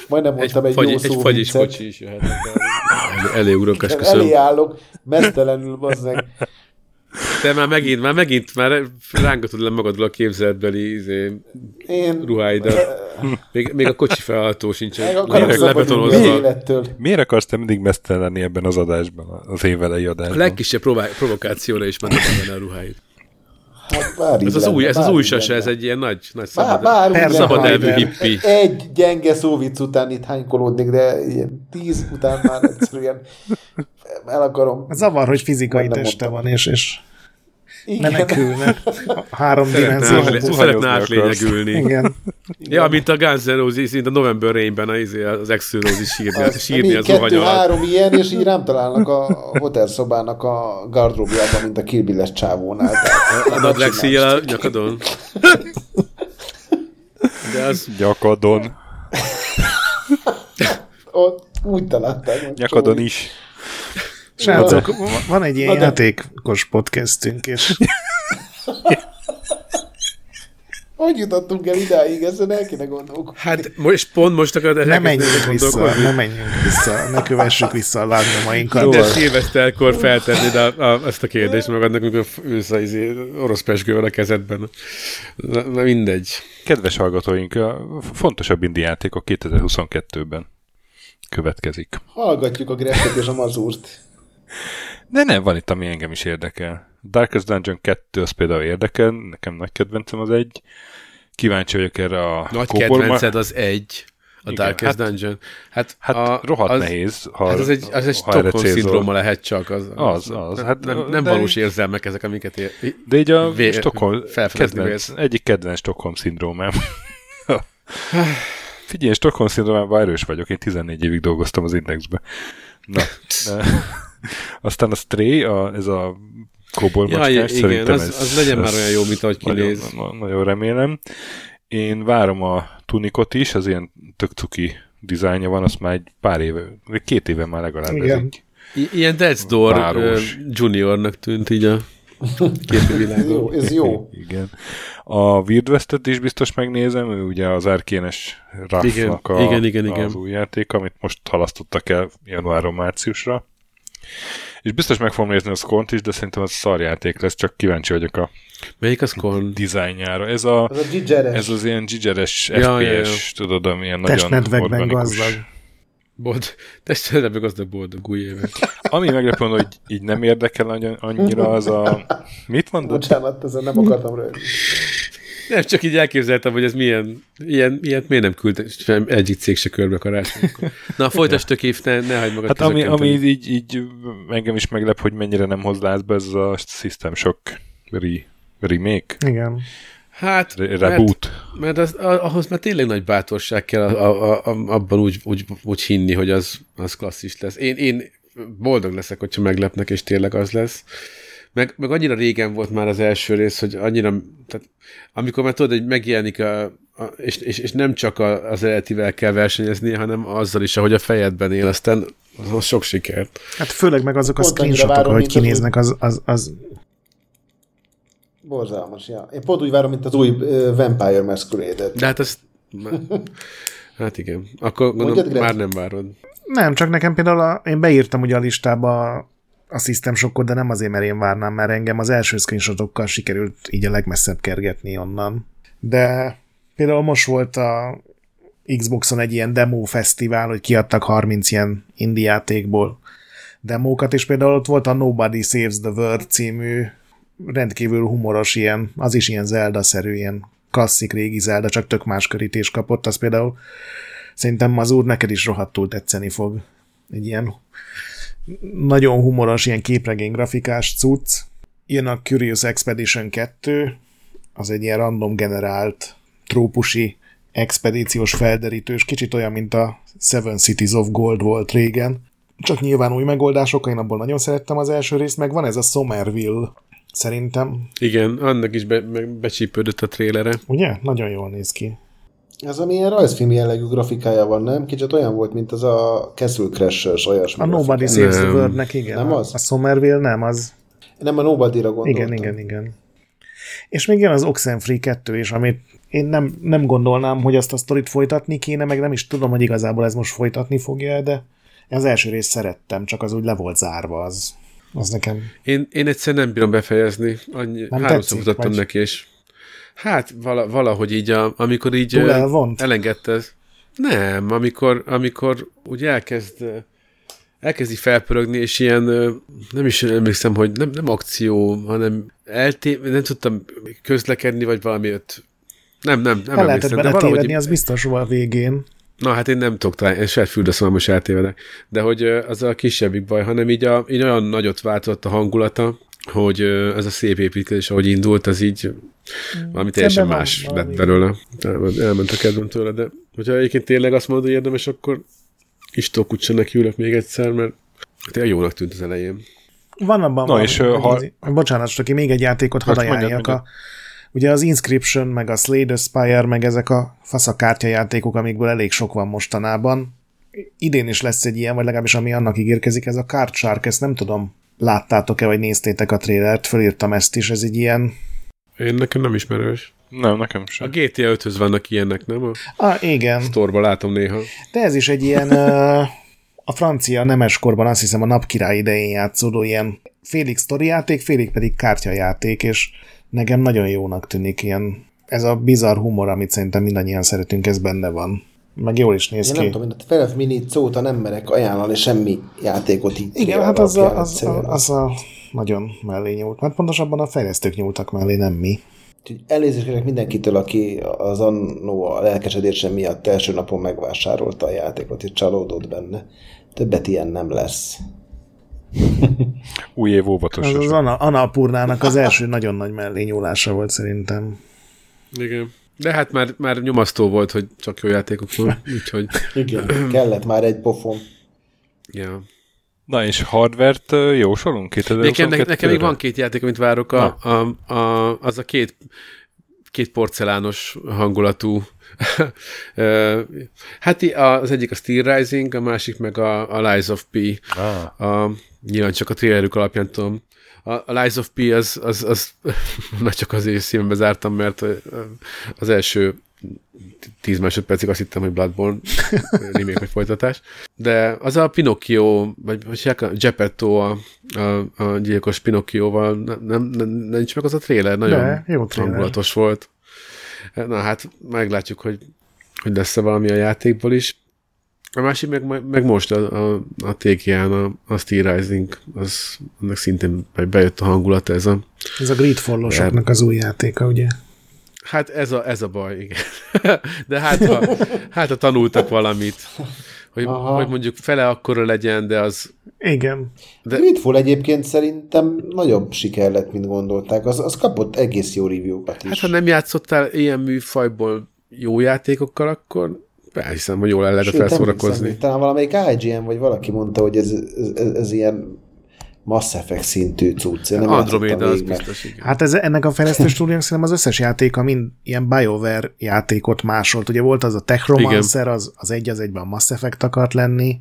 S4: Majdnem
S3: Egy,
S4: mondtam egy,
S3: fagy,
S4: jó
S3: egy
S4: szó
S3: fagyis
S4: viccet.
S3: kocsi is jöhet. El- Elé urok, azt köszönöm.
S4: Elé állok, mesztelenül bazzeg.
S3: Te már megint, már megint, már rángatod le magadról a képzeletbeli izé,
S4: Én
S3: ruháidat. Még, még a kocsi felhajtó sincs.
S4: meg
S3: le-
S4: akarok szabadulni az
S3: Lebetonozva.
S4: élettől.
S1: Miért akarsz te mindig mesztelen lenni ebben az adásban, az évelei
S3: A
S1: adásban?
S3: legkisebb prová- provokációra is már nem benne a ruháid.
S4: Hát bár
S3: Ez
S4: így
S3: az
S4: lenne,
S3: új, ez az
S4: bár
S3: új
S4: így
S3: sase,
S4: lenne.
S3: ez egy ilyen nagy, nagy
S4: Bár,
S3: szabad,
S4: bár úgy
S2: Persze,
S4: lenne,
S3: szabad
S4: ha
S3: elvű
S4: igen.
S3: hippi.
S4: Egy gyenge szóvic után itt hánykolódnék, de ilyen tíz után már egyszerűen el akarom.
S2: Zavar, hogy fizikai
S4: Majdnem
S2: teste
S4: mondtam.
S2: van, és, és
S4: Igen,
S2: menekülne. Három
S3: Szeretne
S2: dimenzió.
S1: zuhanyozni
S3: szeretne
S1: akarsz.
S3: átlényegülni.
S2: Igen.
S3: Ja, mint a Guns N' Roses, mint a November Rain-ben a izé- az Exodus is sírni, az, sírni az
S4: kettő,
S3: zuhany alatt.
S4: három ilyen, és így rám találnak a hotelszobának a gardróbjában, mint a kirbilles csávónál. Tehát, eh,
S3: A nagy lexi a nyakadon. De az
S1: Nyakadon.
S4: ott úgy találták. hogy
S1: Nyakadon
S4: csomó.
S1: is.
S2: Srácok, va- van egy ilyen
S4: Na de-
S2: játékos podcastünk, és
S4: Hogy jutottunk el idáig, ezen el kéne gondolkodni.
S3: Hát most pont most akarod
S2: ne
S3: elkezdeni
S2: menjünk vissza,
S3: gondolkodni?
S2: ne menjünk vissza, ne kövessük vissza a lábnyomainkat.
S3: De szilveszterkor feltennéd a, a, ezt a kérdést magadnak, amikor ülsz az izé, orosz pesgővel a kezedben. Na, na mindegy.
S1: Kedves hallgatóink, a fontosabb indiátékok 2022-ben következik.
S4: Hallgatjuk a Greffet és a Mazurt.
S1: De nem, van itt, ami engem is érdekel. Darkest Dungeon 2 az például érdekel, nekem nagy kedvencem az egy. Kíváncsi vagyok erre a
S3: Nagy
S1: kóborma-
S3: kedvenced az egy, a
S1: Igen,
S3: Darkest
S1: hát-
S3: Dungeon. Hát,
S1: Hát
S3: a,
S1: rohadt
S3: az,
S1: nehéz, ha,
S3: Hát ez egy, az egy
S1: ha erre
S3: Stockholm
S1: célzol.
S3: szindróma lehet csak. Az,
S1: Az, az. Hát,
S3: nem, nem
S1: de-
S3: valós érzelmek ezek, amiket ér...
S1: De így a
S3: Vé-
S1: Stockholm,
S3: felfedezni
S1: kedvenc, egyik kedvenc Stockholm szindrómám. Figyelj, Stockholm szindrómában erős vagyok, én 14 évig dolgoztam az Indexbe. Na, de, aztán a Stray, a, ez a kóbor
S3: Jaj,
S1: macskás,
S3: igen,
S1: szerintem
S3: az-
S1: ez,
S3: az legyen már
S1: ez
S3: olyan jó, mint ahogy kinéz.
S1: Nagyon, na- nagyon remélem. Én várom a tunikot is, az ilyen tök cuki dizájnja van, azt már egy pár éve, vagy két éve már legalább ez
S2: Igen.
S1: így.
S3: I- ilyen Death's Door ö,
S1: Város.
S3: juniornak tűnt így a képi
S4: Ez
S3: világon.
S4: jó, ez jó.
S1: Igen. A Weird West-et is biztos megnézem, ő ugye az Arkénes
S3: Igen,
S1: Ruffnak a,
S3: igen, igen, igen.
S1: az új játék, amit most halasztottak el januáron márciusra. És biztos meg fogom nézni a Skont is, de szerintem az szarjáték lesz, csak kíváncsi vagyok a
S3: Melyik az Korn?
S1: dizájnjára. Ez, a,
S4: Ez a Gigeres.
S1: ez az ilyen gigeres
S3: Ja, ja,
S1: FPS,
S3: ja.
S1: tudod, ami ilyen nagyon
S2: Testnedvekben
S1: organikus.
S2: gazdag.
S3: Bold... Testvére meg gazdag boldog új éve.
S1: Ami meglepő, hogy így nem érdekel nagyon- annyira az a... Mit mondod?
S4: Bocsánat, ezzel nem akartam röhögni.
S3: Nem, csak így elképzeltem, hogy ez milyen, ilyen, ilyet miért nem küld sem, egyik cég se körbe karácsonykor. Na, folytasd tök év, ne, ne hagyd magad
S1: Hát ami, ami
S3: kizökkenteni.
S1: így, így engem is meglep, hogy mennyire nem hoz lázba ez a System Shock re, remake,
S2: Igen.
S3: Hát,
S1: re,
S3: mert,
S1: reboot.
S3: mert az, a- ahhoz már tényleg nagy bátorság kell a, a, a, abban úgy, úgy, úgy hinni, hogy az, az klasszis lesz. Én, én boldog leszek, hogyha meglepnek, és tényleg az lesz. Meg, meg annyira régen volt már az első rész, hogy annyira, tehát, amikor már tudod, hogy megjelenik a, a és, és, és, nem csak a, az eredetivel kell versenyezni, hanem azzal is, ahogy a fejedben él, aztán az sok sikert.
S2: Hát főleg meg azok a
S4: Pont annyira
S2: screenshotok,
S4: várom,
S2: ahogy
S4: mint az
S2: kinéznek, az, az, az
S4: Borzalmas, ja. Én pont úgy várom, mint az új ö, Vampire Masquerade-et.
S3: De hát az... Hát igen. Akkor gondolom,
S4: Mondjad, Greg?
S3: már nem várod.
S2: Nem, csak nekem például a, én beírtam ugye a listába a, a System Shockot, de nem azért, mert én várnám, mert engem az első screenshotokkal sikerült így a legmesszebb kergetni onnan. De Például most volt a Xboxon egy ilyen demo fesztivál, hogy kiadtak 30 ilyen indie játékból demókat, és például ott volt a Nobody Saves the World című rendkívül humoros ilyen, az is ilyen Zelda-szerű, ilyen klasszik régi Zelda, csak tök más körítés kapott, az például szerintem az úr neked is rohadtul tetszeni fog. Egy ilyen nagyon humoros, ilyen képregény grafikás cucc. Jön a Curious Expedition 2, az egy ilyen random generált trópusi expedíciós felderítős, kicsit olyan, mint a Seven Cities of Gold volt régen. Csak nyilván új megoldások, én abból nagyon szerettem az első részt, meg van ez a Somerville, szerintem.
S3: Igen, annak is be, be, becsípődött a trélere.
S2: Ugye? Nagyon jól néz ki.
S6: Ez ami ilyen rajzfilm jellegű grafikája van, nem? Kicsit olyan volt, mint az a Castle Crashers olyasmi
S2: A Nobody
S6: grafikája.
S2: Saves the
S3: Nem.
S2: World-nek, igen.
S6: Nem
S2: a-
S6: az?
S2: A Somerville nem, az
S6: Nem a Nobody-ra gondoltam.
S2: Igen, igen, igen. És még jön az Oxenfree 2 is, amit én nem, nem gondolnám, hogy azt a sztorit folytatni kéne, meg nem is tudom, hogy igazából ez most folytatni fogja, de az első részt szerettem, csak az úgy le volt zárva az. Az nekem
S3: Én, én egyszer nem bírom befejezni. Annyi,
S2: Nem
S3: nem háromszor
S2: tetszik,
S3: mutattam
S2: vagy?
S3: neki, és hát vala, valahogy így, a, amikor így
S2: túl
S3: ö,
S2: elvont.
S3: elengedte. ez- Nem, amikor, amikor úgy elkezd ö, elkezdi felpörögni, és ilyen, ö, nem is emlékszem, hogy nem, nem akció, hanem elté, nem tudtam közlekedni, vagy valami ott. Nem, nem, nem
S2: El lehetett
S3: emlékszem, de
S2: bele tévedni,
S3: valahogy
S2: az biztos volt a végén.
S3: Na hát én nem tudok talán, én saját füldöszom, most eltévedek. De hogy ö, az a kisebbik baj, hanem így, a, így olyan nagyot változott a hangulata, hogy ö, ez a szép építkezés, ahogy indult, az így valami teljesen
S2: Mm. van
S3: más
S2: valami.
S3: lett belőle. Elment- Elment a kedvem tőle, de hogyha egyébként tényleg azt mondod, hogy érdemes, akkor Istó Kutsanak ülök még egyszer, mert tényleg jónak tűnt az elején.
S2: Van abban
S1: Na
S2: valami-
S1: és, ö, ha-
S2: Bocsánat, Stoki, még egy játékot hadd
S1: Hát mondjad,
S2: ajánljak. A,
S1: mondjad.
S2: ugye az Inscription, meg a Slay the Spire, meg ezek a faszakártya játékok, amikből elég sok van mostanában. Idén is lesz egy ilyen, vagy legalábbis ami annak ígérkezik, ez a Card Shark, ezt nem tudom, láttátok-e, vagy néztétek a trélert, fölírtam ezt is, ez egy ilyen...
S3: Én nekem nem ismerős.
S1: Nem, nekem
S3: A
S1: sem.
S3: GTA 5-höz vannak ilyenek, nem? A
S2: Ah, igen.
S3: sztorba látom néha.
S2: De ez is egy ilyen ö, a francia nemeskorban azt hiszem a napkirály idején játszódó ilyen félig sztori játék, félig pedig kártyajáték, és nekem nagyon jónak tűnik ilyen ez a bizarr humor, amit szerintem mindannyian szeretünk, ez benne van. Meg jól is néz
S6: Én
S2: ki.
S6: nem tudom, én a Felef Mini óta nem merek ajánlani semmi játékot így.
S2: Igen,
S6: trailer
S2: hát az a,
S6: alapján
S2: az,
S6: egyszerűen.
S2: a, az a nagyon mellé nyúlt. Hát pontosabban a fejlesztők nyúltak mellé, nem mi.
S6: Úgyhogy elnézést kérek mindenkitől, aki az annó a lelkesedése miatt első napon megvásárolta a játékot, és csalódott benne. Többet ilyen nem lesz.
S1: Hát Új év
S2: Az
S1: óvatosan.
S2: Hát az Ana, Anapurnának az első nagyon nagy mellé nyúlása volt szerintem.
S3: Igen. De hát már, már nyomasztó volt, hogy csak jó játékok van, úgyhogy...
S6: Igen. Kellett már egy pofon.
S3: Ja.
S1: Na és hardvert ö, jósolunk ki?
S3: Nekem, ne, nekem még van két játék, amit várok, a, a, a, az a két, két porcelános hangulatú. Ö, hát i- a- az egyik a Steel Rising, a másik meg a, a Lies of P.
S1: Ah,
S3: A, nyilván csak a trailerük alapján tudom. A, a Lies of P az, az, az na csak azért szívembe zártam, mert ö, ö, az első 10 másodpercig azt hittem, hogy Bloodborne remake vagy folytatás. De az a Pinocchio, vagy hogy hívják, a Geppetto a, a, a gyilkos Pinocchioval, nem, nem, nem, nincs meg az a trailer, nagyon
S2: De, jó trailer.
S3: hangulatos volt. Na hát meglátjuk, hogy, hogy lesz-e valami a játékból is. A másik meg, meg most a, a, a TGN, a, a Steel Rising, az, annak szintén be- bejött a hangulata ez a
S2: Ez a Gridfallosoknak az új játéka, ugye?
S3: Hát ez a, ez a baj, igen. De hát ha, hát, ha tanultak valamit, hogy,
S6: Aha.
S3: hogy mondjuk fele akkora legyen, de az...
S2: Igen.
S6: De... Gridfall egyébként szerintem nagyobb siker lett, mint gondolták. Az, az kapott egész jó review-kat
S3: Hát
S6: is.
S3: ha nem játszottál ilyen műfajból jó játékokkal, akkor elhiszem, hogy jól el lehet
S6: Sőt,
S3: felszórakozni.
S6: emlékszem, Talán valamelyik IGN, vagy valaki mondta, hogy ez, ez, ez, ez ilyen Mass Effect szintű cucc. Én nem
S3: Andromeda
S6: játszottam
S3: az
S6: még, mert-
S3: biztos, igen.
S2: Hát ez, ennek a fejlesztő stúdiónak szerintem az összes játéka mind ilyen BioWare játékot másolt. Ugye volt az a Techromancer, az, az egy az egyben a Mass Effect akart lenni,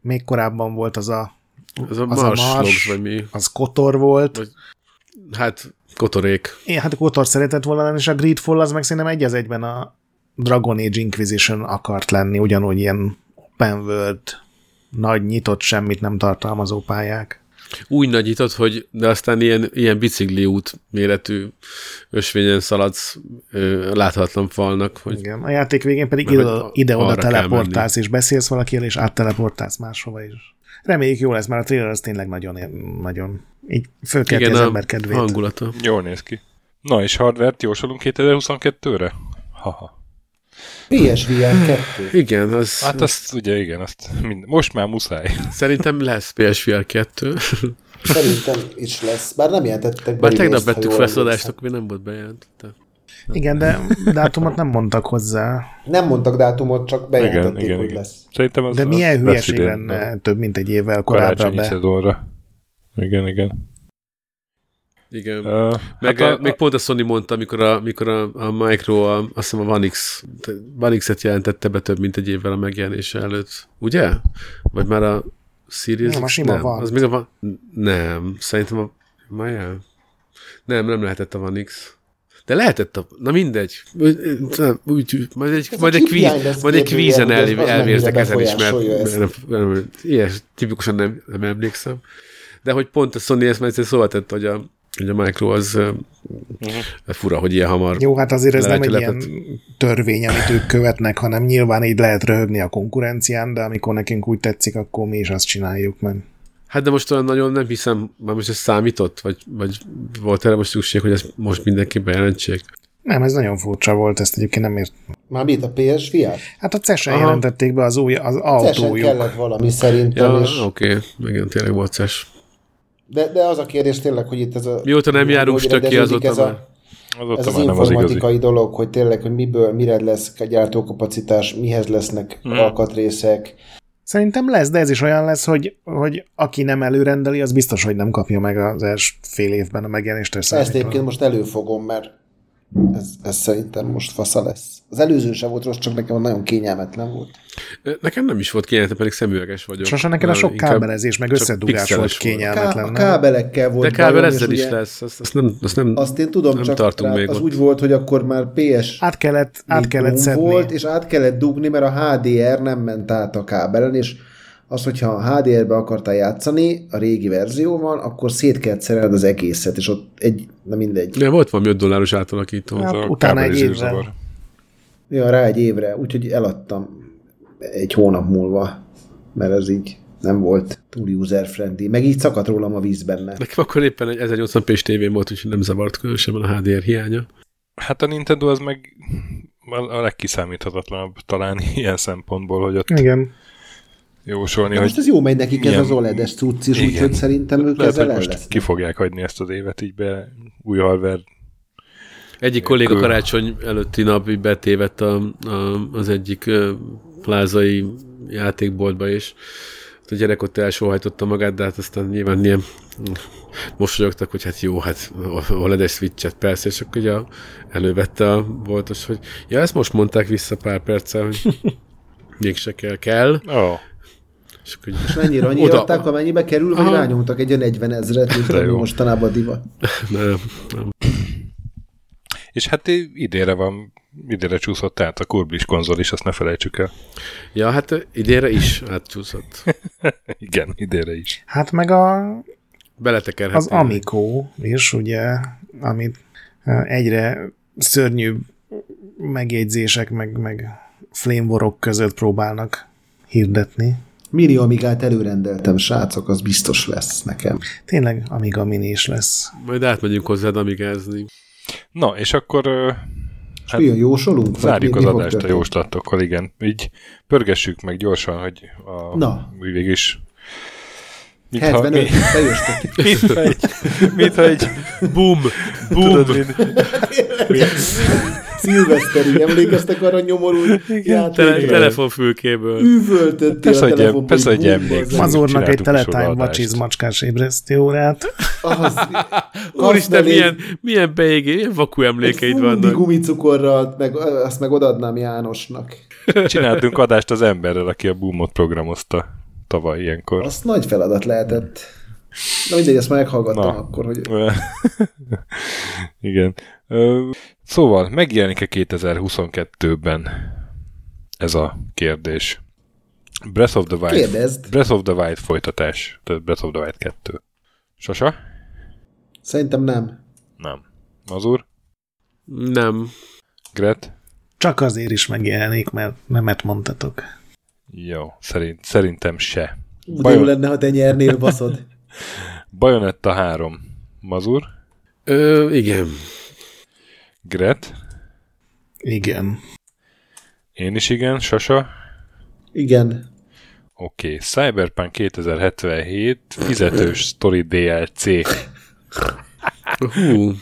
S2: még korábban volt az a,
S3: Az a
S2: az a
S3: Mars,
S2: Mars.
S3: Mars vagy mi.
S2: az Kotor volt,
S3: Vagy- Hát kotorék.
S2: én hát a Kotor szeretett volna lenni, és a Greedfall az meg szerintem egy az egyben a Dragon Age Inquisition akart lenni, ugyanúgy ilyen open world, nagy nyitott semmit nem tartalmazó pályák.
S3: Úgy nagyított, hogy de aztán ilyen, ilyen bicikli út méretű ösvényen szaladsz ö, láthatatlan falnak, hogy
S2: Igen. A játék végén pedig
S3: Meg
S2: ide-
S3: hogy a-
S2: ide-oda
S3: arra kell
S2: teleportálsz, és beszélsz valakivel, és átteleportálsz máshova is. Reméljük jó lesz, mert a trailer az tényleg nagyon, nagyon így fölkelti
S3: igen,
S2: az
S3: a
S2: ember kedvét.
S3: hangulata.
S1: Jól néz ki. Na és hardvert jósolunk 2022-re? Haha.
S4: PSVR 2.
S3: Igen, az
S1: Hát azt ugye igen, azt mind, most már muszáj.
S3: szerintem lesz PSVR 2.
S4: Szerintem is lesz. Bár nem jelentettek
S3: Bár
S4: be
S3: tegnap
S4: részt, ha
S3: vettük
S4: jól
S3: fel ezt az adást,
S4: emlékszem.
S3: akkor még nem volt bejelentve.
S2: Igen, de dátumot nem mondtak hozzá.
S4: Nem mondtak dátumot, csak bejelentették,
S1: igen, igen,
S4: hogy
S1: igen.
S4: lesz.
S1: Szerintem az,
S2: De milyen
S1: az
S2: hülyeség lenne több mint egy évvel korábban
S1: karácsonyi
S2: be.
S1: szezonra. Igen, igen.
S3: Igen.
S1: Uh,
S3: Meg,
S1: hát
S3: hát a, még pont a Sony mondta, amikor a, amikor a, a Micro, a, azt hiszem a One, X, te- One X-et jelentette be több mint egy évvel a megjelenése előtt. Ugye? Vagy már a Series
S2: Nem, a
S3: X?
S2: sima
S3: nem.
S2: One.
S3: Az még a van. Nem, szerintem a... Maja? Nem, nem lehetett a One X. De lehetett a... Na mindegy. Úgy, majd egy, majd egy,
S4: a
S3: kvíz,
S4: hiány lesz
S3: majd egy
S4: képülni,
S3: kvízen
S4: hogy az-
S3: el,
S4: az
S3: elvérzek
S4: mennyire
S3: ezen is, mert,
S4: befolyásolja
S3: mert,
S4: ezt.
S3: mert, mert ilyes, tipikusan nem, nem emlékszem. De hogy pont a Sony ezt már egyszer szóval tett, hogy a, hogy a Micro az uh-huh. fura, hogy ilyen hamar.
S2: Jó, hát azért ez nem egy ilyen
S3: Lehetőletet.
S2: törvény, amit ők követnek, hanem nyilván így lehet röhögni a konkurencián, de amikor nekünk úgy tetszik, akkor mi is azt csináljuk, mert
S3: Hát de most olyan nagyon nem hiszem, már most ez számított, vagy, vagy volt erre most szükség, hogy ezt most mindenki bejelentsék.
S2: nem, ez nagyon furcsa volt, ezt egyébként nem ért.
S4: Már mit a PSVR?
S2: Hát a CES-en
S3: Aha.
S2: jelentették be az új, az
S4: Teljesen
S2: autójuk.
S4: kellett valami szerintem,
S3: Ja,
S4: és
S3: oké, megint tényleg vocás.
S4: De, de az a kérdés tényleg, hogy itt ez a...
S3: Mióta nem járunk
S4: hogy
S3: stöki,
S4: rendeződik
S3: azóta
S4: ez a,
S1: azóta
S4: ez az
S1: már nem az igazi.
S4: informatikai dolog, hogy tényleg, hogy miből, mire lesz a gyártókapacitás, mihez lesznek
S3: Mhm.
S4: hmm. alkatrészek.
S2: Szerintem lesz, de ez is olyan lesz, hogy, hogy aki nem előrendeli, az biztos, hogy nem kapja meg az első fél évben a megjelenéstől
S4: Ezt
S2: számítva.
S4: egyébként most előfogom, mert ez, ez szerintem most fasza lesz. Az előző sem volt rossz, csak nekem nagyon kényelmetlen volt.
S3: már. Nekem nem is volt kijelentve, pedig szemüveges vagyok.
S2: Sose neked a
S3: Már
S2: sok
S3: inkább
S2: kábelezés, meg
S3: csak
S2: összedugás volt
S3: pixeles
S4: Ká-
S2: kényelmetlen.
S4: a
S2: nem?
S4: kábelekkel volt
S3: De kábel
S4: bajom, és
S3: ezzel is
S4: ugye
S3: lesz, azt, azt nem, azt nem,
S4: Azt én tudom,
S3: nem
S4: csak
S3: tartunk
S4: rá,
S3: még
S4: az
S3: ott.
S4: úgy volt, hogy akkor már PS
S2: Át kellett, át kellett
S4: Minimum
S2: szedni.
S4: Volt, és át kellett dugni, mert a HDR nem ment át a kábelen, és az, hogyha a HDR-be akartál játszani a régi verzióval, akkor szét kellett szereled az egészet, és ott egy, na mindegy,
S3: nem, volt valami 5 dolláros átalakító.
S2: Hát,
S1: a
S2: utána egy
S1: kábeli
S2: évre.
S1: zűrzavar.
S4: ja, rá egy évre, úgyhogy eladtam egy hónap múlva, mert ez így nem volt túl user-friendly, meg így szakadt rólam a víz benne.
S3: Nekem akkor éppen egy 1080p-s tévém volt, úgyhogy nem zavart különösebben a HDR hiánya.
S1: Hát a Nintendo az meg a a legkiszámíthatatlanabb talán ilyen szempontból, hogy ott
S2: Igen.
S1: jósolni,
S4: De
S1: hogy
S4: most ez jó megy nekik ez
S1: milyen-
S4: az OLED-es cucc is,
S1: Igen.
S4: úgyhogy szerintem ők
S1: lehet,
S4: ezzel
S1: hogy
S4: el
S1: most
S4: lesznek.
S1: ki fogják hagyni ezt az évet így be új hardware.
S3: Egyik kolléga
S1: Kül.
S3: karácsony előtti nap így betévedt a, a, az egyik ö, plázai játékboltba, és hát a gyerek ott elsóhajtotta magát, de hát aztán nyilván ilyen mosolyogtak, hogy hát jó, hát OLED-es switchet persze, és akkor ugye a- elővette a boltos, hogy ja, ezt most mondták vissza pár perccel, hogy mégse kell, kell,
S1: Ó,
S3: és akkor így,
S4: És mennyire annyi
S3: Oda-
S4: adták, amennyibe kerül, vagy
S3: Aha.
S4: rányomtak egy olyan 40 ezeret, mint
S1: De
S4: ami
S1: jó.
S4: mostanában divat.
S3: nem,
S1: És hát i- idénre van, idénre csúszott át a kurblis konzol is, azt ne felejtsük el.
S3: Ja, hát ö, idénre is átcsúszott.
S1: Igen, idénre is.
S2: Hát meg a,
S3: Beletekerhet.
S2: az Amico is, ugye, amit eh, egyre szörnyűbb megjegyzések, meg, meg flémborok között próbálnak hirdetni.
S4: Millió amigát előrendeltem, srácok, az biztos lesz nekem.
S2: Tényleg Amiga Mini is lesz.
S3: Majd átmegyünk hozzád amigázni.
S1: Na, és akkor ö,
S4: És hát, milyen jósolunk? vagy
S1: zárjuk
S4: mi-
S1: az
S4: mi fog
S1: adást a
S4: történni?
S1: jóslatokkal, igen. Így pörgessük meg gyorsan, hogy a
S4: Na.
S1: művég is mintha,
S4: 75,
S1: mi,
S4: bejöstek.
S1: mintha egy, mintha egy
S3: Boom! Boom!
S1: tudod, mint,
S4: Szilveszteri, emlékeztek arra a nyomorult
S3: Tele-
S4: játékra?
S3: telefonfülkéből.
S4: Üvöltöttél
S1: Persze,
S4: a
S1: hogy
S4: telefonba.
S1: persze,
S4: hogy
S1: hogy
S4: bum,
S1: emlékszem.
S4: bazd meg.
S2: Mazurnak egy
S1: csináltunk
S2: Teletime
S1: műsorodást.
S2: vacsiz macskás ébresztő órát.
S4: Az,
S3: Úristen,
S4: Kaszmeli,
S3: milyen, milyen beégé, milyen vakú
S4: egy
S3: emlékeid
S4: fundi
S3: vannak.
S4: gumicukorral, meg, azt meg odaadnám Jánosnak.
S1: Csináltunk adást az emberrel, aki a boomot programozta tavaly ilyenkor.
S4: Az nagy feladat lehetett. Na mindegy, ezt már meghallgattam
S1: Na.
S4: akkor, hogy
S1: Igen. Ö, Szóval, megjelenik-e 2022-ben ez a kérdés? Breath of the Wild.
S4: Kérdezd.
S1: Breath of the Wild folytatás. Tehát Breath of the Wild 2. Sasa?
S4: Szerintem nem.
S1: Nem. Az úr?
S3: Nem.
S1: Gret?
S2: Csak azért is megjelenik, mert nemet mondtatok.
S1: Jó, szerint, szerintem se.
S4: De jó lenne, ha te nyernél, baszod.
S1: Bajonetta 3. Mazur?
S3: Ö, igen.
S1: Gret?
S2: Igen.
S1: Én is igen. Sasa?
S4: Igen.
S1: Oké. Okay. Cyberpunk 2077 fizetős Story DLC.
S3: Hú,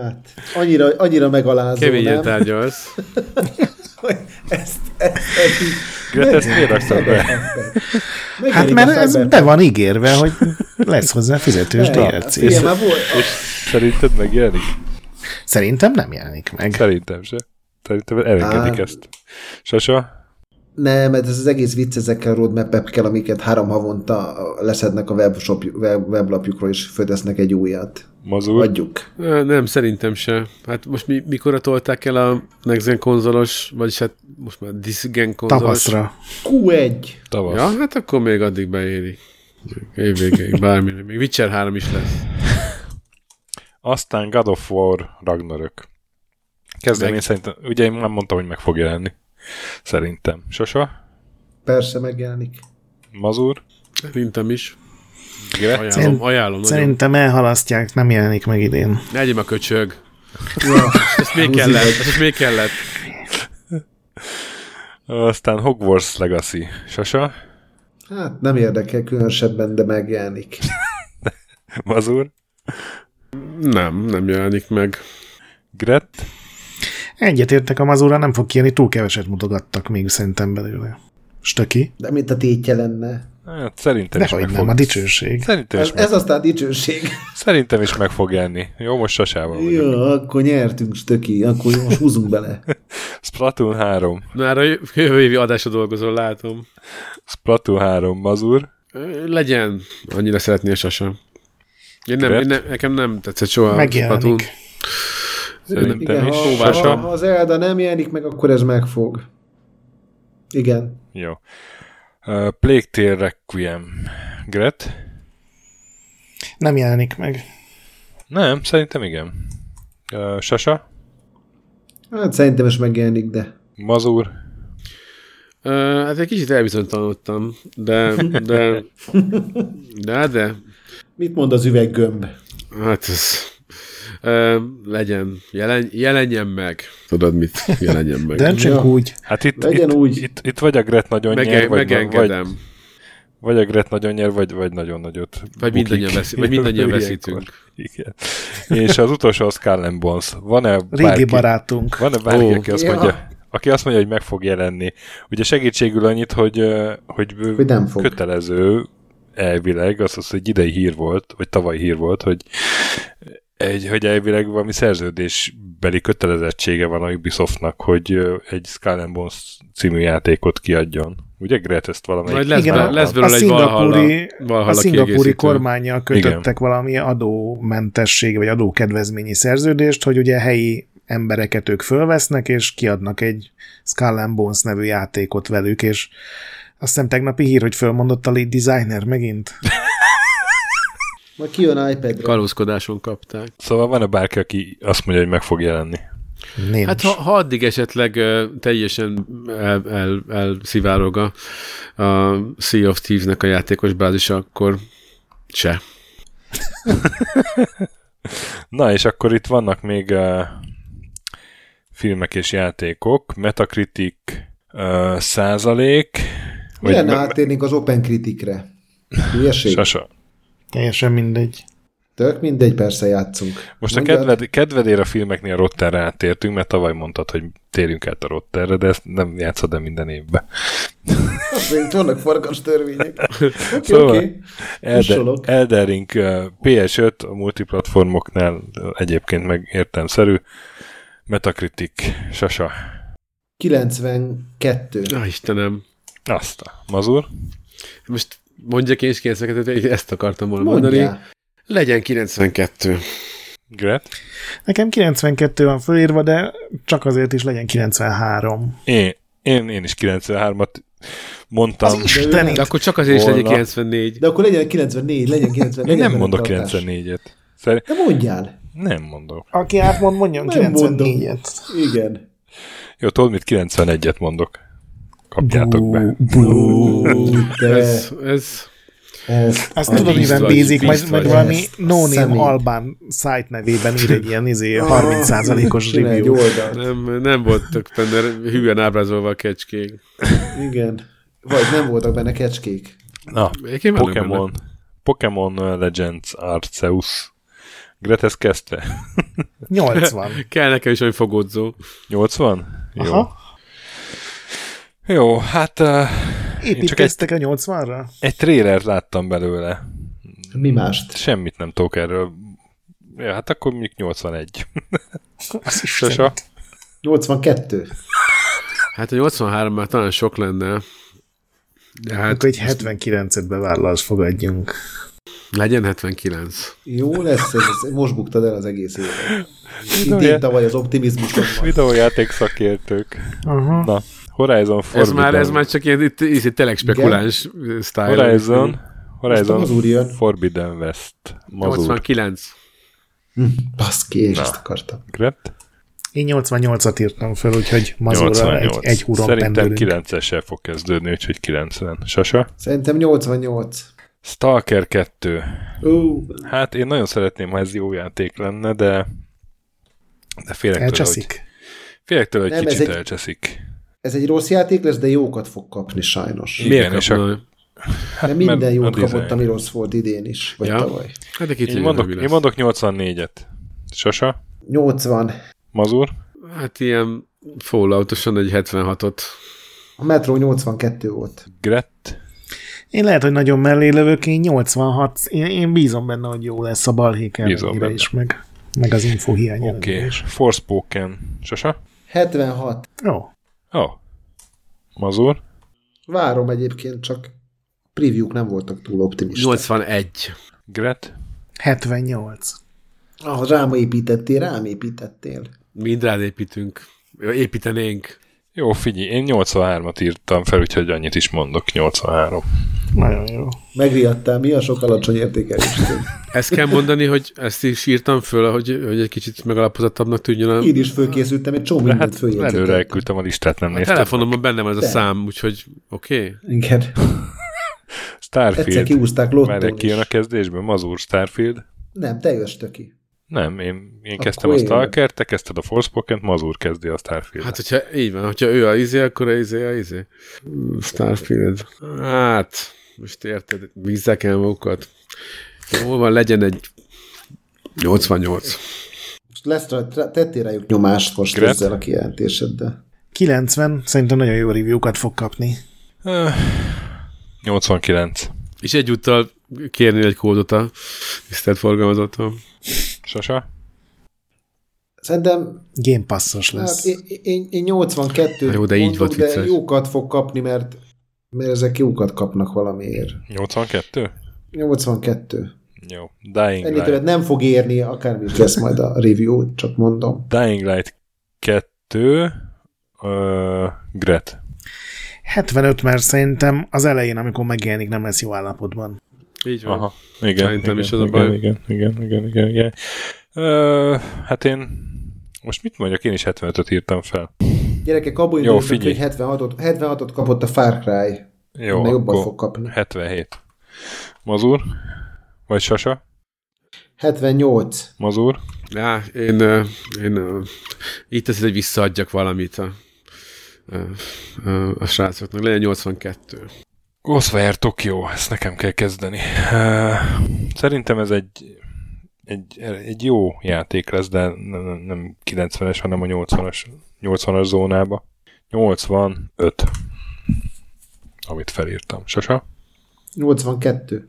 S4: Hát, annyira, annyira megalázó,
S3: keményen
S4: nem?
S3: tárgyalsz.
S4: Ezt, ezt, ezt így
S1: Gret, ezt miért raktad be?
S2: Hát
S4: megerik
S2: mert
S4: a
S2: ez
S4: Cyberpunk.
S2: be van ígérve, hogy lesz hozzá fizetős DLC.
S4: Figyelj, már volt.
S1: Szerinted megjelenik?
S2: Szerintem nem jelenik meg.
S1: Szerintem se. Szerintem elengedik
S4: Á.
S1: ezt. Sasa?
S4: Nem, hát ez az egész vicc ezekkel a roadmap-ekkel, amiket három havonta leszednek a webshop, web, weblapjukról, és föltesznek egy újat.
S1: Mazur?
S4: Adjuk.
S3: Ö, Nem, szerintem se. Hát most mi, mikor tolták el a Next Gen konzolos, vagyis hát most már This Gen konzolos.
S2: Tapaszra.
S4: Q1.
S1: Tavasz.
S3: Ja, hát akkor még addig beéri. Évvégéig, bármire. Még Witcher 3 is lesz.
S1: Aztán God of War Ragnarök. Kezdem
S3: Meg-
S1: én szerintem, ugye én nem mondtam, hogy meg fog jelenni. Szerintem. Sosa?
S4: Persze megjelenik.
S1: Mazur?
S3: Szerintem is.
S1: Gret?
S2: Szerint-
S3: Ajánlom, ajánlom. Szerint...
S2: Szerintem elhalasztják, nem jelenik meg idén.
S3: Nagyon. Egyem a köcsög. Ezt még kellett. Ezt még kellett.
S1: Aztán Hogwarts Legacy. Sasa?
S4: Hát nem érdekel különösebben, de megjelenik.
S1: Mazur?
S3: Nem, nem jelenik meg.
S1: Gret?
S2: Egyetértek a mazúra, nem fog kijönni, túl keveset mutogattak még szerintem belőle. Stöki?
S4: De mint a tétje lenne.
S1: Hát szerintem is
S2: Dehogy
S1: meg
S2: nem,
S1: fog.
S2: a dicsőség.
S1: Szerintem is,
S4: Ez,
S1: meg,
S4: ez aztán dicsőség.
S1: szerintem is meg fog jelenni. Jó, most sasával vagyok.
S4: Jó, akkor nyertünk, stöki. Akkor most húzunk bele.
S1: Splatoon 3.
S3: Na, erre a jövő évi adásra dolgozol, látom.
S1: Splatoon 3, Mazur.
S3: Ö, Legyen. Annyira szeretné a sasa. Én nem,
S1: Gret?
S3: én nem, nekem nem tetszett soha. Splatoon.
S2: Megjelenik.
S1: Szerintem is.
S4: ha, ha, ha
S1: Sasa?
S4: az Elda nem jelenik meg, akkor ez megfog. Igen.
S1: Jó. Uh, Plague Tale Requiem. Gret?
S2: Nem jelenik meg.
S1: Nem, szerintem igen. Uh, Sasa?
S4: Hát szerintem is megjelenik, de...
S1: Mazur?
S3: Ö, Hát egy kicsit elbizonytalanodtam, de, de, de, hát de,
S4: Mit mond az üveggömb?
S3: hát ez, ö, legyen, jelen, jelenjen meg. Tudod mit? Jelenjen meg.
S2: Döntsünk
S4: Ja.
S2: úgy.
S1: Hát itt,
S4: Legyen
S1: itt,
S4: úgy.
S1: Itt, itt, vagy a Gret nagyon
S3: Mege-
S1: nyer, vagy, vagy,
S3: megengedem.
S1: vagy, a Gret nagyon nyer, vagy, vagy nagyon nagyot.
S3: Vagy mindannyian, veszi, vagy mindannyian
S1: Ilyenkor.
S3: veszítünk.
S1: Igen. És az utolsó az Skull and Bones. Van-e
S2: Régi
S1: bárki,
S2: barátunk.
S1: van-e bárki
S3: Ó.
S1: aki, azt
S4: Ja.
S1: mondja, aki azt mondja, hogy meg fog jelenni? Ugye segítségül annyit, hogy, ö, hogy, ö,
S4: Hogy nem fog.
S1: kötelező elvileg, az az egy idei hír volt, vagy tavaly hír volt, hogy egy, hogy elvileg valami szerződésbeli kötelezettsége van a Ubisoftnak, hogy ö, egy Skull and Bones című játékot kiadjon. Ugye Gret ezt valamelyik?
S3: Majd lesz,
S2: Igen,
S3: belőle-
S2: a-
S3: lesz
S2: a
S3: belőle egy valhalla,
S2: szingapúri-
S3: valhalla
S2: a szingapúri
S3: kiegészítő.
S2: kormányjal kötöttek valami adómentességi vagy adókedvezményi szerződést, hogy ugye helyi embereket ők fölvesznek, és kiadnak egy Skull and Bones nevű játékot velük, és azt hiszem tegnapi hír, hogy fölmondott a lead designer megint.
S4: Majd kijön iPad-re.
S3: Kalózkodáson kapták.
S1: Szóval van-e bárki, aki azt mondja, hogy meg fog jelenni?
S2: Nincs.
S3: Hát ha, ha addig esetleg uh, teljesen el, el, elszivárog a, a Sea of Thieves-nek a játékos bázisa, akkor se.
S1: Na, és akkor itt vannak még uh, filmek és játékok. Metacritic uh, százalék.
S4: Mi lenne,
S1: me-
S4: ha áttérnénk az Open Critic-re? Hülyeség?
S1: Sasa.
S2: Teljesen mindegy.
S4: Tök mindegy, persze játszunk.
S1: Most
S4: Mondjad.
S1: a kedved, kedvedére a filmeknél Rotterre áttértünk, mert tavaly mondtad, hogy térjünk át a Rotterre, de ezt nem játszod el minden évben.
S4: Azt mondjuk, vannak farkas törvények. Oké, okay,
S1: Szóval-
S4: szóval. okay.
S1: Elder,
S4: Kussolok.
S1: Elder Ring eh, PS5 a multiplatformoknál eh, egyébként meg értelmszerű. Metacritic, sasa.
S4: 92.
S3: Na Istenem.
S1: Azt a mazur.
S3: Most mondjak én is 92 hogy ezt akartam volna mondani.
S4: Mondjál.
S3: Legyen 92.
S1: Gret.
S2: Nekem 92 van fölírva, de csak azért is legyen 93.
S1: Én, én, én is 93-at mondtam.
S2: Az Istenit!
S3: De akkor csak azért is
S1: Volna.
S3: legyen 94.
S4: De akkor legyen 94, legyen 94.
S1: Én nem
S4: legyen
S1: mondok
S4: tartás.
S1: 94-et. Szer-
S4: De mondjál.
S1: nem mondok.
S2: Aki átmond, mondjon
S4: Nem mondom.
S2: 94-et.
S4: Igen.
S1: Jó, tudod mit? 91-et mondok. Kapjátok be.
S4: Ó, de
S3: Ez, ez,
S4: ez...
S2: Azt
S3: Vagy
S2: tudod,
S3: bízt
S2: miben
S3: vagy,
S2: bízik, majd,
S3: bízt
S2: majd
S3: vagy.
S2: valami
S4: Ezt a
S2: no-name
S4: szemét.
S2: albán szájt nevében ír egy ilyen izé, 30%-os
S4: Csinálj egy
S2: review.
S4: oldalt.
S3: nem, nem voltak benne hülyen ábrázolva a kecskék.
S4: Igen. Vagy nem voltak benne kecskék.
S1: Na,
S3: Egyébként vannak
S1: Pokémon. Pokémon Legends Arceus. Gretesz kezdte.
S2: 80.
S3: Kell nekem is olyan fogódzó.
S1: 80? Jó.
S2: Aha.
S1: Jó, hát uh,
S2: Építkeztek a 80-ra?
S1: egy trélert láttam belőle.
S4: Mi mást?
S1: Semmit nem tudok erről. Ja, hát akkor még 81.
S2: Az
S1: Sosa.
S2: Isten.
S4: 82.
S3: Hát a 83 már talán sok lenne. De hát
S2: Akkor egy 79-et bevállalás fogadjunk.
S3: legyen 79.
S4: Jó lesz ez, ez most buktad el az egész évet.
S1: ugye?
S4: Idén tavaly az optimizmusom van.
S1: Videójáték szakértők. Aha. Na, Horizon
S3: Ez
S1: Forbidden.
S3: már, ez már csak ilyen, itt, itt, itt tényleg spekuláns style.
S1: Horizon, Horizon
S4: Most a mazúr jön.
S1: Forbidden West. Mazur.
S3: 89.
S4: Baszki, én is ezt akartam.
S1: Gret?
S2: Én 88-at írtam föl, úgyhogy mazóra egy,
S1: 88.
S2: egy húron
S1: Szerintem
S2: pendülünk.
S1: 9-essel fog kezdődni, úgyhogy 90. Sasa?
S4: Szerintem 88.
S1: Stalker 2.
S4: Ó,
S1: Hát én nagyon szeretném, ha ez jó játék lenne, de de félek tőle, hogy,
S2: Elcseszik?
S1: félek tőle, hogy
S4: Nem, ez
S1: kicsit
S4: egy-
S1: elcseszik.
S4: ez egy rossz játék lesz, de jókat fog kapni sajnos.
S1: Igen,
S3: Miért
S1: és
S3: kapna?
S4: De minden
S1: mert a
S4: jót kapott,
S1: design.
S4: ami rossz volt idén is, vagy
S3: Ja.
S4: tavaly.
S3: Hát egy kicsit
S1: Én mondok, én mondok 84-et. Sasa?
S4: 80.
S1: Mazur?
S3: Hát ilyen falloutosan egy 76-ot.
S4: A Metro 82 volt.
S1: Gret?
S2: Én lehet, hogy nagyon mellé lövök, én 86, én, én bízom benne, hogy jó lesz a balhék
S1: Bízom
S2: ellenére
S1: benne.
S2: is, meg, meg az info hiány
S1: Oké.
S2: ellenére
S1: Okay.
S2: is.
S1: Forspoken. Sasa?
S4: 76.
S2: Jó.
S1: Oh. Mazur?
S4: Várom egyébként, csak preview-k nem voltak túl optimisták.
S3: 81.
S1: Gret?
S2: 78.
S4: Ah, rám építettél, rám építettél.
S3: Mind rád építünk. Építenénk.
S1: Jó, figyelj, én 83-at írtam fel, úgyhogy annyit is mondok, 83.
S2: Nagyon jó.
S4: Megriadtál, mi a sok alacsony értékelés?
S3: Ezt kell mondani, hogy ezt is írtam föl, hogy, hogy egy kicsit megalapozottabbnak tűnjön a...
S4: Én is fölkészültem, egy csomó mindent
S1: Hát előre
S4: följegyzeteltem.
S1: elküldtem a listát, nem
S3: A
S1: néztem.
S3: telefonomban benne van ez a
S4: Te.
S3: szám, úgyhogy oké. Okay.
S4: Igen. Egyszer
S1: Starfield.
S4: kiúzták
S1: Várják,
S4: lottón
S1: kijön a
S4: is.
S1: kezdésben? Mazur, Starfield?
S4: Nem, te jössz töki.
S1: Nem, én, én
S4: Akkor
S1: kezdtem a
S4: én.
S1: stalker te kezdted a forspoken Mazur kezdi a starfield
S3: Hát,
S1: hát,
S3: hogyha így van, hogyha ő a izé, akkor a izé a izé. Mm, Starfield. Hát, most érted, bízzák el magukat. Hol van, legyen egy 88.
S4: Most lesz rajta, tettél rájuk nyomást most
S1: Gret?
S4: ezzel a kijelentéseddel.
S2: 90, szerintem nagyon jó review-kat fog kapni.
S1: Öh, 89.
S3: És egyúttal kérni egy kódot a tisztelt forgalmazatom.
S1: Sasa?
S4: Szerintem
S2: Game passos
S4: hát,
S2: lesz.
S4: én, én, én 82
S3: Na jó, de így volt
S4: de
S3: vicces.
S4: jókat fog kapni, mert, mert ezek jókat kapnak valamiért.
S1: 82?
S4: 82.
S1: Jó. Dying
S4: Ennyi
S1: Light.
S4: többet nem fog érni, akármi is lesz majd a review, csak mondom.
S1: Dying Light 2. Uh, Gret.
S2: 75, mert szerintem az elején, amikor megjelenik, nem lesz jó állapotban.
S3: Így van.
S1: Aha. Igen.
S3: Szerintem
S1: igen,
S3: is az a
S1: igen,
S3: baj.
S1: Igen, igen, igen, igen. igen. Ö, hát én most mit mondjak? Én is 75-öt írtam fel.
S4: Gyerekek, abból
S1: Jó,
S4: indultak, ki,
S1: figyelj.
S4: hogy 76-ot, 76-ot kapott a Far Cry.
S1: Jó,
S4: Ennél jobban
S1: akkor
S4: fog kapni.
S1: 77. Mazur? Vagy Sasa?
S4: 78.
S1: Mazur?
S3: Á, én, ö, én ö, itt teszed, hogy visszaadjak valamit a, ö, ö, a srácoknak. Legyen 82.
S1: Ghostwire Tokyo, ezt nekem kell kezdeni. Uh, Szerintem ez egy, egy, egy jó játék lesz, de nem, nem- nem 90-es, hanem a 80-as, 80-as zónába. 85, amit felírtam. Sasa?
S4: 82.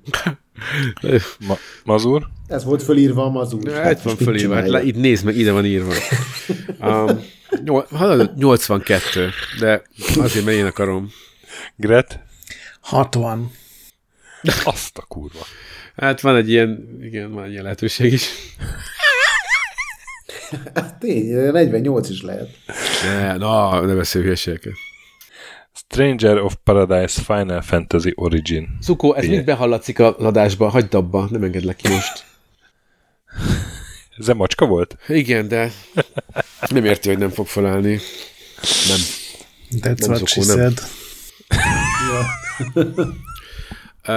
S1: Ma- Mazur?
S4: Ez volt fölírva a mazur.
S3: Ja, itt van
S4: most mit
S3: fölírva, hát
S4: csinálja?
S3: le, itt nézd meg, ide van írva. Um, nyol, hallod, 82, de azért, mert én akarom.
S1: Gret?
S2: 60.
S1: Azt a kurva.
S3: Hát van egy ilyen, igen, van egy ilyen lehetőség is.
S4: Hát Tény, 48 is lehet.
S3: Ne, na, ne beszélj hülyeségeket.
S1: Stranger of Paradise Final Fantasy Origin.
S3: Szukó, ez
S1: Figyelj.
S3: mind behallatszik a adásba, hagyd abba, nem engedlek ki most.
S1: Ez a macska volt?
S3: Igen, de nem érti, hogy nem fog felállni. Nem.
S2: That's
S3: Nem
S2: nem what
S3: zokó,
S2: she
S3: nem.
S2: said.
S3: Ö,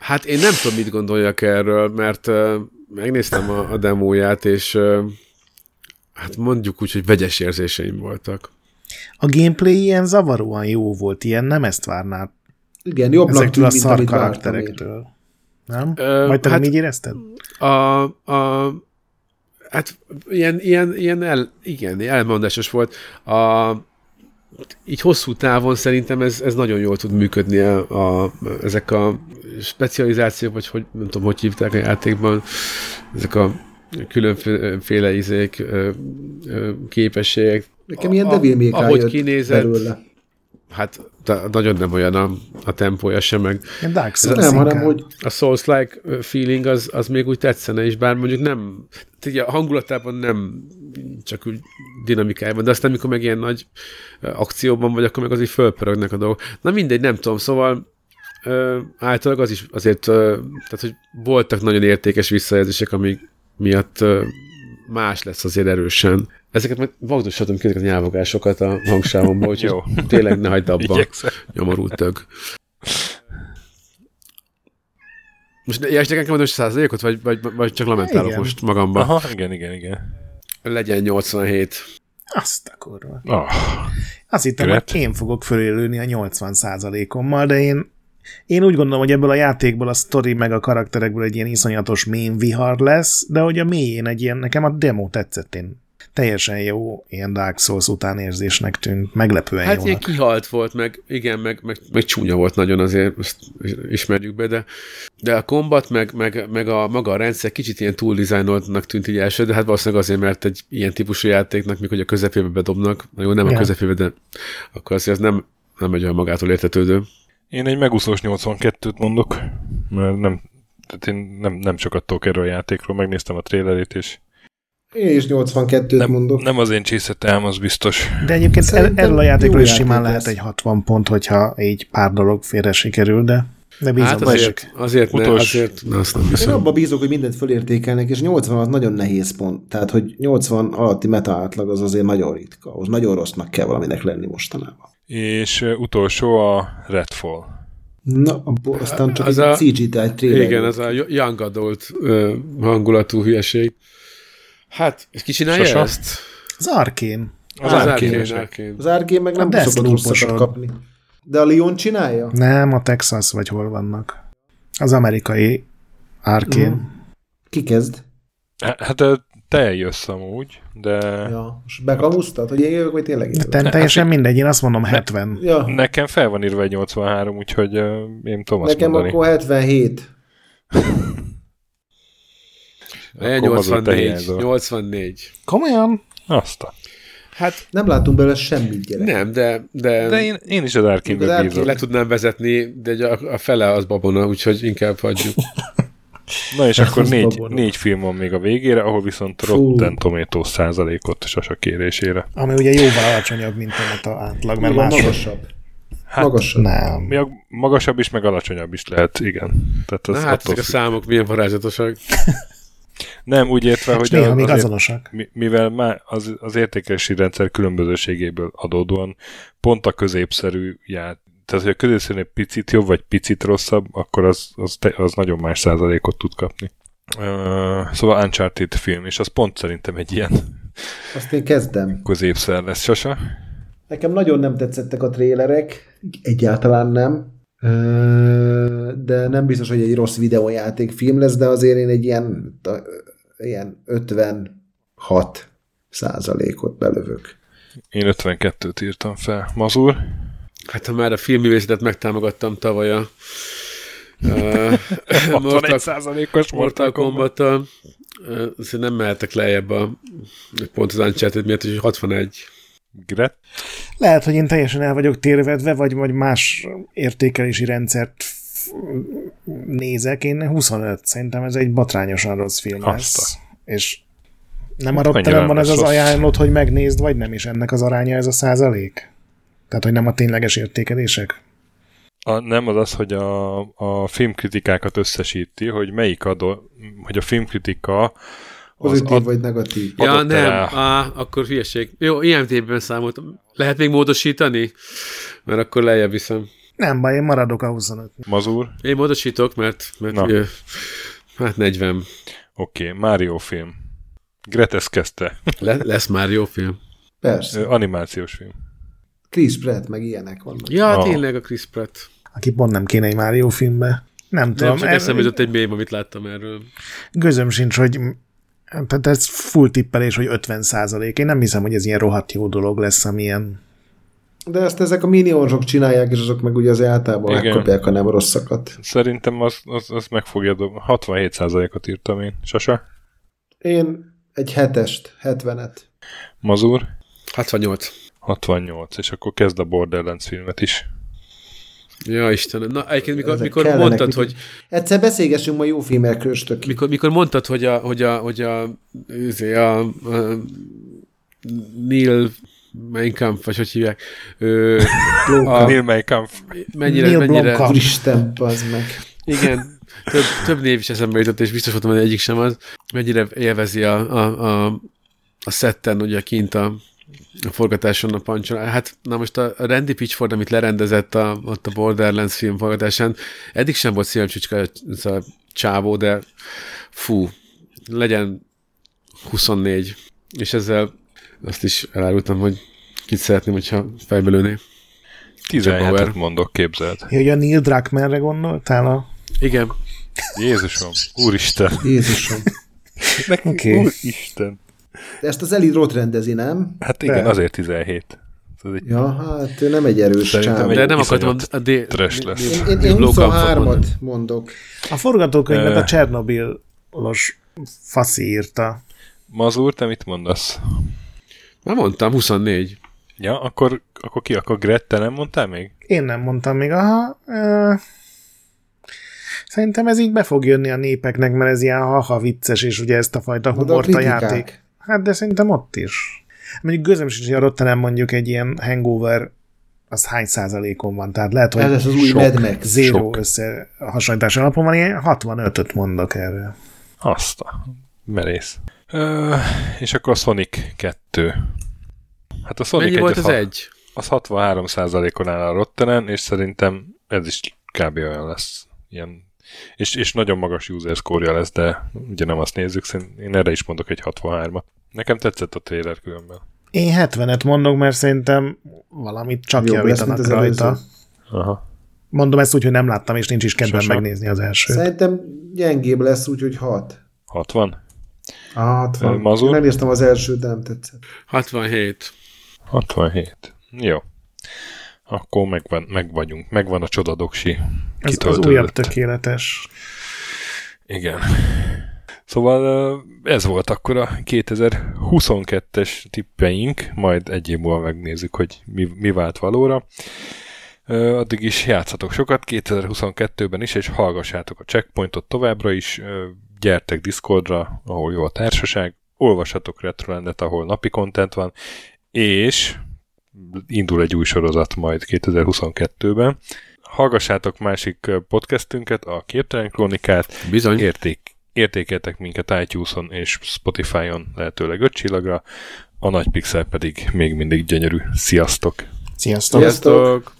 S3: hát én nem tudom, mit gondoljak erről, mert ö, megnéztem a, a demóját, és ö, hát mondjuk úgy, hogy vegyes érzéseim voltak.
S2: A gameplay ilyen zavaróan jó volt, ilyen nem ezt várnád
S4: Igen, jobbnak
S2: ezektől a
S4: tűnt, mint
S2: szar
S4: amit vártam én.
S2: karakterektől. Nem?
S3: Ö,
S2: Vagy te
S3: hát-
S2: nem így érezted?
S3: A, a, hát ilyen, ilyen, ilyen el, igen, elmondásos volt. A, így hosszú távon szerintem ez, ez nagyon jól tud működni a, a, ezek a specializációk, vagy hogy, nem tudom, hogy hívták a játékban, ezek a különféle izék, ö, ö, képességek.
S4: Nekem ilyen
S3: A-
S4: Devil May Cry
S3: Ahogy
S4: jött
S3: kinézett,
S4: belőle.
S3: hát ta- nagyon nem olyan a, a tempója sem, meg
S2: Ilyen Dark Souls
S4: Nem, hanem
S2: inkább.
S4: hogy
S3: a Souls-like feeling az, az még úgy tetszene is, bár mondjuk nem, tehát így a hangulatában nem csak úgy dinamikájában, de aztán amikor meg ilyen nagy ö, akcióban vagy, akkor meg az így fölpörögnek a dolgok. Na mindegy, nem tudom, szóval ö, általában az is azért, ö, tehát hogy voltak nagyon értékes visszajelzések, amik miatt ö, más lesz azért erősen. Ezeket majd vagdoshatom ki ezeket a nyelvogásokat a hangsávomból, úgyhogy
S1: Jó.
S3: tényleg ne hagyd abba
S1: Igyekszem.
S3: nyomorult tög. Most ne- ilyesnek nekem most százalékot, vagy, vagy, vagy csak lamentálok
S2: Igen.
S3: most magamban.
S1: Aha, igen, igen, igen.
S3: Legyen 87.
S2: Azt a kurva.
S1: Ah,
S2: Azt hittem,
S1: Követ.
S2: hogy én fogok fölélőni a 80%-ommal, de én, én úgy gondolom, hogy ebből a játékból a sztori meg a karakterekből egy ilyen iszonyatos mém vihar lesz, de hogy a mélyén egy ilyen, nekem a demo tetszett, én teljesen jó, ilyen Dark Souls utánérzésnek tűnt, meglepően
S3: Hát
S2: hát
S3: ilyen
S2: jónak.
S3: kihalt volt, meg igen, meg, meg, meg csúnya volt nagyon azért, ezt ismerjük be, de, de a kombat, meg, meg, meg a maga a rendszer kicsit ilyen túl dizájnoltnak tűnt így első, de hát valószínűleg azért, mert egy ilyen típusú játéknak, mikor a közepébe bedobnak, na jó, nem a
S2: Igen.
S3: közepébe, de akkor azért ez nem, nem egy olyan magától értetődő.
S1: én egy megúszós 82-t mondok, mert nem, tehát én nem, nem sokat tudok erről a játékról, megnéztem a trailerét, és
S4: én is 82-t
S1: nem,
S4: mondok.
S1: nem az én csészetem, az biztos.
S2: De egyébként el,
S4: Szerintem
S2: erről a
S4: jó
S2: játékról is
S4: játék
S2: simán
S4: lesz.
S2: lehet egy 60 pont, hogyha így pár dolog félre sikerül, de, de bízom,
S3: Hát
S2: benne.
S3: azért, azért, ne,
S1: Utolsó-
S3: azért, na, azt nem
S4: Én
S3: hiszem.
S4: abba bízok, hogy mindent fölértékelnek, és 80 az nagyon nehéz pont. Tehát, hogy 80 alatti meta átlag az azért nagyon ritka. Ahhoz nagyon rossznak kell valaminek lenni mostanában.
S1: És ö, utolsó a Redfall.
S4: Na, abból aztán csak
S3: Az
S4: az
S3: a-
S4: egy CG-t trailer.
S3: Igen, ez a young adult ö, hangulatú hülyeség. Hát, és ki csinálja
S1: Sasa?
S3: ezt?
S2: Az Arkén.
S1: Az
S3: Arkane,
S1: Arkane-esek.
S3: Arkane.
S4: Az Arkane meg nem
S2: A
S4: szokott
S2: Deathloop-oson.
S4: rosszat kapni. De a Leon csinálja?
S2: Nem, a Texas vagy hol vannak. Az amerikai Arkén.
S4: Mhm. Ki kezd?
S1: Hát ö, te jössz amúgy, de
S4: Ja. Most bekamusztad, hogy én jövök, vagy tényleg én
S2: De
S4: jövök?
S2: te, teljesen mindegy, én azt mondom 70.
S4: Ja,
S1: nekem fel van írva egy 83, úgyhogy ö, én tudom azt
S4: nekem
S1: mondani.
S4: akkor 77.
S3: Ne,
S1: Akkor hazudta
S3: 84.
S1: hiányzó.
S3: 84.
S2: Komolyan?
S1: Azt a...
S3: Hát
S4: Nem látunk belőle semmit, gyerek.
S3: nem, de, de,
S1: De én, én is az
S4: De
S1: Arkane-be
S4: Arkane
S1: bízok.
S3: le tudnám vezetni, de ugye a, a fele az babona, úgyhogy inkább hagyjuk.
S1: Na és akkor
S4: Az
S1: négy,
S4: babonos.
S1: négy film van még a végére, ahol viszont
S4: Fú.
S1: Rotten Tomatoes százalékot sasa kérésére.
S2: Ami ugye jóval alacsonyabb, mint a meta átlag, mert
S4: Jóval
S2: más...
S4: magasabb.
S1: Hát-
S4: magasabb.
S2: Nem.
S1: Mi a magasabb is, meg alacsonyabb is lehet, igen. Tehát
S3: Na
S1: az
S3: hát,
S1: attól
S3: ezek a
S1: függ.
S3: számok milyen varázsatosak.
S1: Nem, úgy értve,
S2: És
S1: hogy
S2: néha
S1: a,
S2: még
S1: azért,
S2: azonosak.
S1: mi- mivel már az, az értékelési rendszer különbözőségéből adódóan pont a középszerű ját, tehát hogy a középszerű egy picit jobb, vagy picit rosszabb, akkor az, az, te, az nagyon más százalékot tud kapni. Uh, szóval Uncharted film, és az pont szerintem egy ilyen
S4: Azt én kezdem.
S1: középszer lesz, Sasa.
S4: Nekem nagyon nem tetszettek a trélerek, egyáltalán nem. Ö, De nem biztos, hogy egy rossz videójátékfilm lesz, de azért én egy ilyen, ta- ilyen 56 százalékot belövök.
S1: Én 52-t írtam fel. Mazur?
S3: Hát ha már a filmművészetet megtámogattam tavaly a ö, Mortal
S1: 61%-os
S3: Mortal kombat nem mehetek lejjebb a pont az Uncharted miatt, hogy 61.
S1: Gret?
S2: Lehet, hogy én teljesen el vagyok térvedve, vagy, vagy más értékelési rendszert f- nézek. Én 25, szerintem ez egy batrányosan rossz film
S1: Azt
S2: lesz. És nem a
S1: Hát annyira
S2: rottenen
S1: nem
S2: van ez
S1: lesz
S2: az
S1: rossz.
S2: ajánlott, hogy megnézd, vagy nem, és ennek az aránya ez a százalék? Tehát, hogy nem a tényleges értékelések?
S1: A, nem az az, hogy a, a filmkritikákat összesíti, hogy melyik adó, hogy a filmkritika az
S6: Pozitív
S1: ad,
S6: vagy negatív.
S1: Ja,
S6: Adott-
S1: Adott
S3: nem,
S1: el.
S3: Á, akkor hülyeség. Jó, IMDB-ben számoltam. Lehet még módosítani? Mert akkor lejjebb viszem.
S2: Nem baj, én maradok a 25
S1: mazur.
S3: Én módosítok, mert, mert
S1: Na.
S3: ugye, hát 40.
S1: Oké, okay, Mario film. Gretes kezdte.
S3: Le, lesz már jó film.
S6: Persze.
S1: Ö, Animációs film.
S6: Chris Pratt, meg ilyenek vannak.
S3: Ja,
S1: Ah.
S3: tényleg a Chris Pratt.
S2: aki pont nem kéne egy Mario filmbe. Nem
S3: Nem,
S2: tudom,
S3: csak
S2: ez-
S3: eszembe jutott egy mém, amit láttam erről.
S2: gőzöm sincs, hogy tehát ez full tippelés, hogy 50 százalék. Én nem hiszem, hogy ez ilyen rohadt jó dolog lesz, amilyen
S6: De ezt ezek a minionsok csinálják, és azok meg ugye az általában
S1: Igen.
S6: megkapják a nem rosszakat.
S1: Szerintem az, az, az meg fogja dobni. 67%-ot írtam én. Sasa?
S6: Én egy hetest, hetvenet.
S1: Mazur?
S3: 68.
S1: 68, és akkor kezd a Borderlands filmet is.
S3: Ja, Istenem. Na, egyébként mikor,
S6: Ezek
S3: mikor
S6: kellenek,
S3: mondtad,
S6: mit-
S3: hogy,
S6: Egyszer beszélgessünk ma jó filmekről, stök.
S3: mikor, mikor mondtad, hogy a, hogy a, hogy a, izé, a, a Neil Mein Kampf, vagy hogy hívják, ő,
S1: A...
S3: a,
S1: Neil May Kampf.
S3: mennyire,
S2: Neil
S3: mennyire,
S2: Blomkamp.
S6: Úristen, bazd meg.
S3: Igen, több, több név is eszembe jutott, és biztos voltam, hogy egyik sem az. Mennyire élvezi a, a, a, a szetten, ugye kint a, a forgatáson a pancson. Hát, na most a a Randy Pitchford, amit lerendezett a, ott a Borderlands film forgatásán, eddig sem volt szívem csücske ez a csávó, de fú, legyen 24. És ezzel azt is elárultam, hogy kit szeretném, hogyha fejbelőné.
S1: 17-et
S3: Bauer.
S1: mondok, képzeld.
S2: Ja, hogy a Neil Druckmannre gondoltál? A...
S3: Igen,
S1: Jézusom, úristen.
S6: Jézusom.
S2: Oké.
S1: Úristen.
S6: De Ezt az Eli Roth rendezi, nem?
S1: Hát igen,
S2: De.
S1: azért 17. Ez egy
S6: Ja, hát ő nem egy erős
S1: Szerintem
S6: csávó.
S1: egy-
S6: Én,
S3: de nem akartam a,
S1: iszonyat
S3: a D...
S1: trash lesz.
S6: én, én
S3: Blomkampfot mondani.
S6: 23-at mondok.
S2: A forgatókönyvet
S1: Ö.
S2: a Csernobilos faszi írta.
S1: Mazur, te mit mondasz?
S3: Már mondtam, 24.
S1: Ja, akkor, akkor ki? Akkor Gret, te nem mondtál még?
S2: Én nem mondtam még, aha. Ö... Szerintem ez így be fog jönni a népeknek, mert ez ilyen haha vicces, és ugye ezt a fajta
S6: Oda a
S2: humort a
S6: kritikák.
S2: játék. Hát de szerintem ott is. Mondjuk gőzöm sincs, hogy a Rotterdam mondjuk egy ilyen hangover az hány százalékon van, tehát lehet,
S6: Ez
S2: hogy
S6: lesz az új Mad Max.
S2: zéró összehasonlítás alapon van, én 65-öt mondok erről.
S1: Azt a merész. Ö, és akkor a Sonic 2. Hát a Sonic
S3: Mennyi volt az
S1: ha-
S3: egy?
S1: az 63%-on áll a Rottenen, és szerintem ez is kb. olyan lesz. Ilyen. És, és nagyon magas user score lesz, de ugye nem azt nézzük, szerint én erre is mondok egy 63-at. Nekem tetszett a trailer különben.
S2: Én 70-et mondok, mert szerintem valamit csak
S6: Jobb lesz,
S2: javítanak
S6: mint az előző.
S2: rajta.
S1: Aha.
S2: Mondom ezt úgy, hogy nem láttam, és nincs is kedvem
S1: Sose.
S2: megnézni az elsőt.
S6: Szerintem gyengébb lesz, úgyhogy 6.
S1: 60?
S6: Ah, 60.
S1: Ö, Mazur?
S6: Én megnéztem az elsőt, de nem tetszett.
S3: 67.
S1: 67. Jó. Akkor megvan, meg vagyunk. Megvan a csodadoksi.
S2: Ez az
S1: Kitöltődött.
S2: újabb tökéletes.
S1: Igen. Szóval ö, ez volt akkor a 2022-es tippeink, majd egy év múlva megnézzük, hogy mi, mi vált valóra. Ö, Addig is játszatok sokat 2022-ben is, és hallgassátok a checkpointot továbbra is, Ö, gyertek Discordra, ahol jó a társaság, olvassatok Retrolandet, ahol napi content van, és indul egy új sorozat majd 2022-ben. Hallgassátok másik ö, podcastünket, a Képtelen Krónikát,
S3: Bizony.
S1: érték, értékeltek minket iTunes-on és Spotify-on lehetőleg öt csillagra, a nagy pixel pedig még mindig gyönyörű. Sziasztok!
S2: Sziasztok!
S1: Szóval
S3: Sziasztok!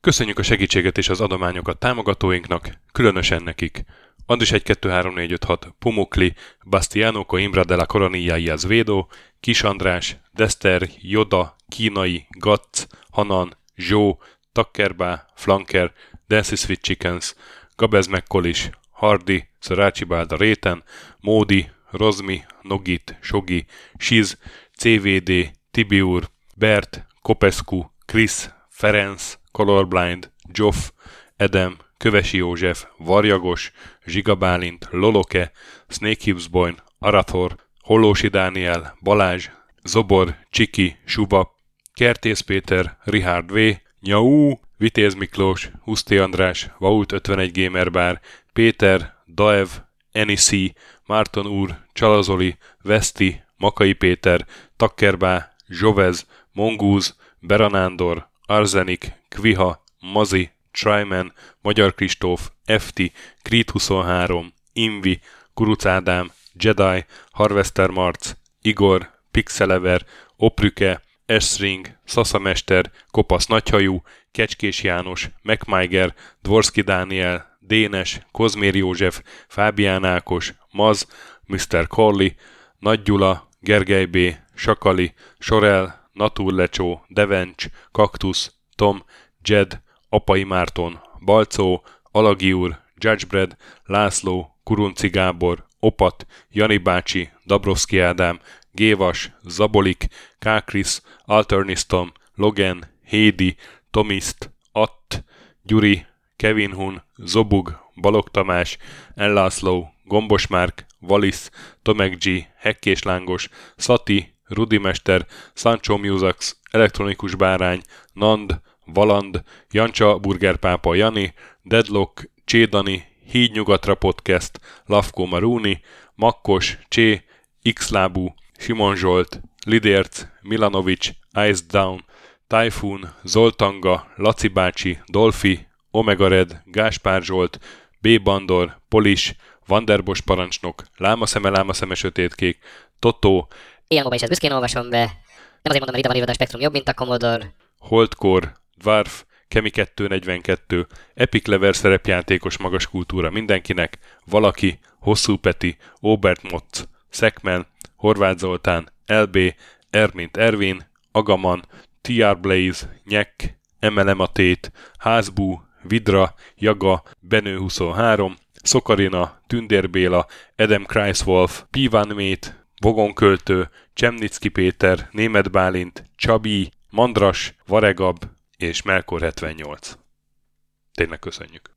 S1: Köszönjük a segítséget és az adományokat támogatóinknak, különösen nekik. Andis 1 2 3 4 5 6, Pumukli, Bastiano Coimbra de la Coronilla y Azvedo, Kis András, Dester, Joda, Kínai, Gatz, Hanan, Zsó, Takkerbá, Flanker, Dancy Sweet Chickens, Gabez Mekkolis, Hardi, Szarácsi Bálda Réten, Módi, Rozmi, Nogit, Sogi, Siz, CVD, Tibiur, Bert, Kopescu, Krisz, Ferenc, Colorblind, Joff, Edem, Kövesi József, Varjagos, Zsigabálint, Loloke, Snake Hibsboyn, Arathor, Hollósi Dániel, Balázs, Zobor, Csiki, Suba, Kertész Péter, Richard V, Nyau, Vitéz Miklós, Huszti András, Vaut 51 Gamer Bar, Péter, Daev, Enisi, Márton úr, Csalazoli, Veszti, Makai Péter, Takkerbá, Zsovez, Mongúz, Beranándor, Arzenik, Kviha, Mazi, Tryman, Magyar Kristóf, FT, Creed 23, Invi, Kuruc Ádám, Jedi, Harvester Marc, Igor, Pixelever, Oprüke, Esring, Szaszamester, Kopasz Nagyhajú, Kecskés János, MacMiger, Dvorski Dániel, Dénes, Kozmér József, Fábián Ákos, Maz, Mr. Corley, Nagy Gyula, Gergely B., Sakali, Sorel, Naturlecsó, Devencs, Kaktusz, Tom, Jed, Apai Márton, Balcó, Alagi úr, Judgebred, László, Kurunci Gábor, Opat, Jani bácsi, Dabrowski Ádám, Gévas, Zabolik, Kákris, Alternisztom, Logan, Hédi, Tomiszt, Att, Gyuri, Kevin Hun, Zobug, Balog Tamás, Ellászló, Gombos Márk, Valisz, Tomek G, Hekkés Lángos, Szati, Rudimester, Sancho Musax, Elektronikus Bárány, Nand, Valand, Jancsa Burgerpápa Jani, Deadlock, Csédani, Híd Nyugatra Podcast, Lavko Maruni, Makkos, Csé, Xlábú, Simon Zsolt, Lidérc, Milanovic, Ice Down, Typhoon, Zoltanga, Laci bácsi, Dolfi, Omega Red, Gáspár Zsolt, B. Bandor, Polis, Vanderbos parancsnok, Lámaszeme, Lámaszeme sötétkék, Totó,
S7: Ilyen maga is ezt büszkén olvasom be. Nem azért mondom, mert ide van írva, de a Spektrum jobb, mint a Commodore.
S1: Holdkor, Dwarf, Kemi 242, Epic Level szerepjátékos magas kultúra mindenkinek, Valaki, Hosszú Peti, Obert Motz, Szekmen, Horváth Zoltán, LB, Ermint Ervin, Agaman, TR Blaze, Nyek, MLM a Tét, Házbú, Vidra, Jaga, Benő 23, Szokarina, Tündér Béla, Adam Kreiswolf, Píván Mét, Vogonköltő, Csemnicki Péter, Német Bálint, Csabi, Mandras, Varegab és Melkor 78. Tényleg köszönjük.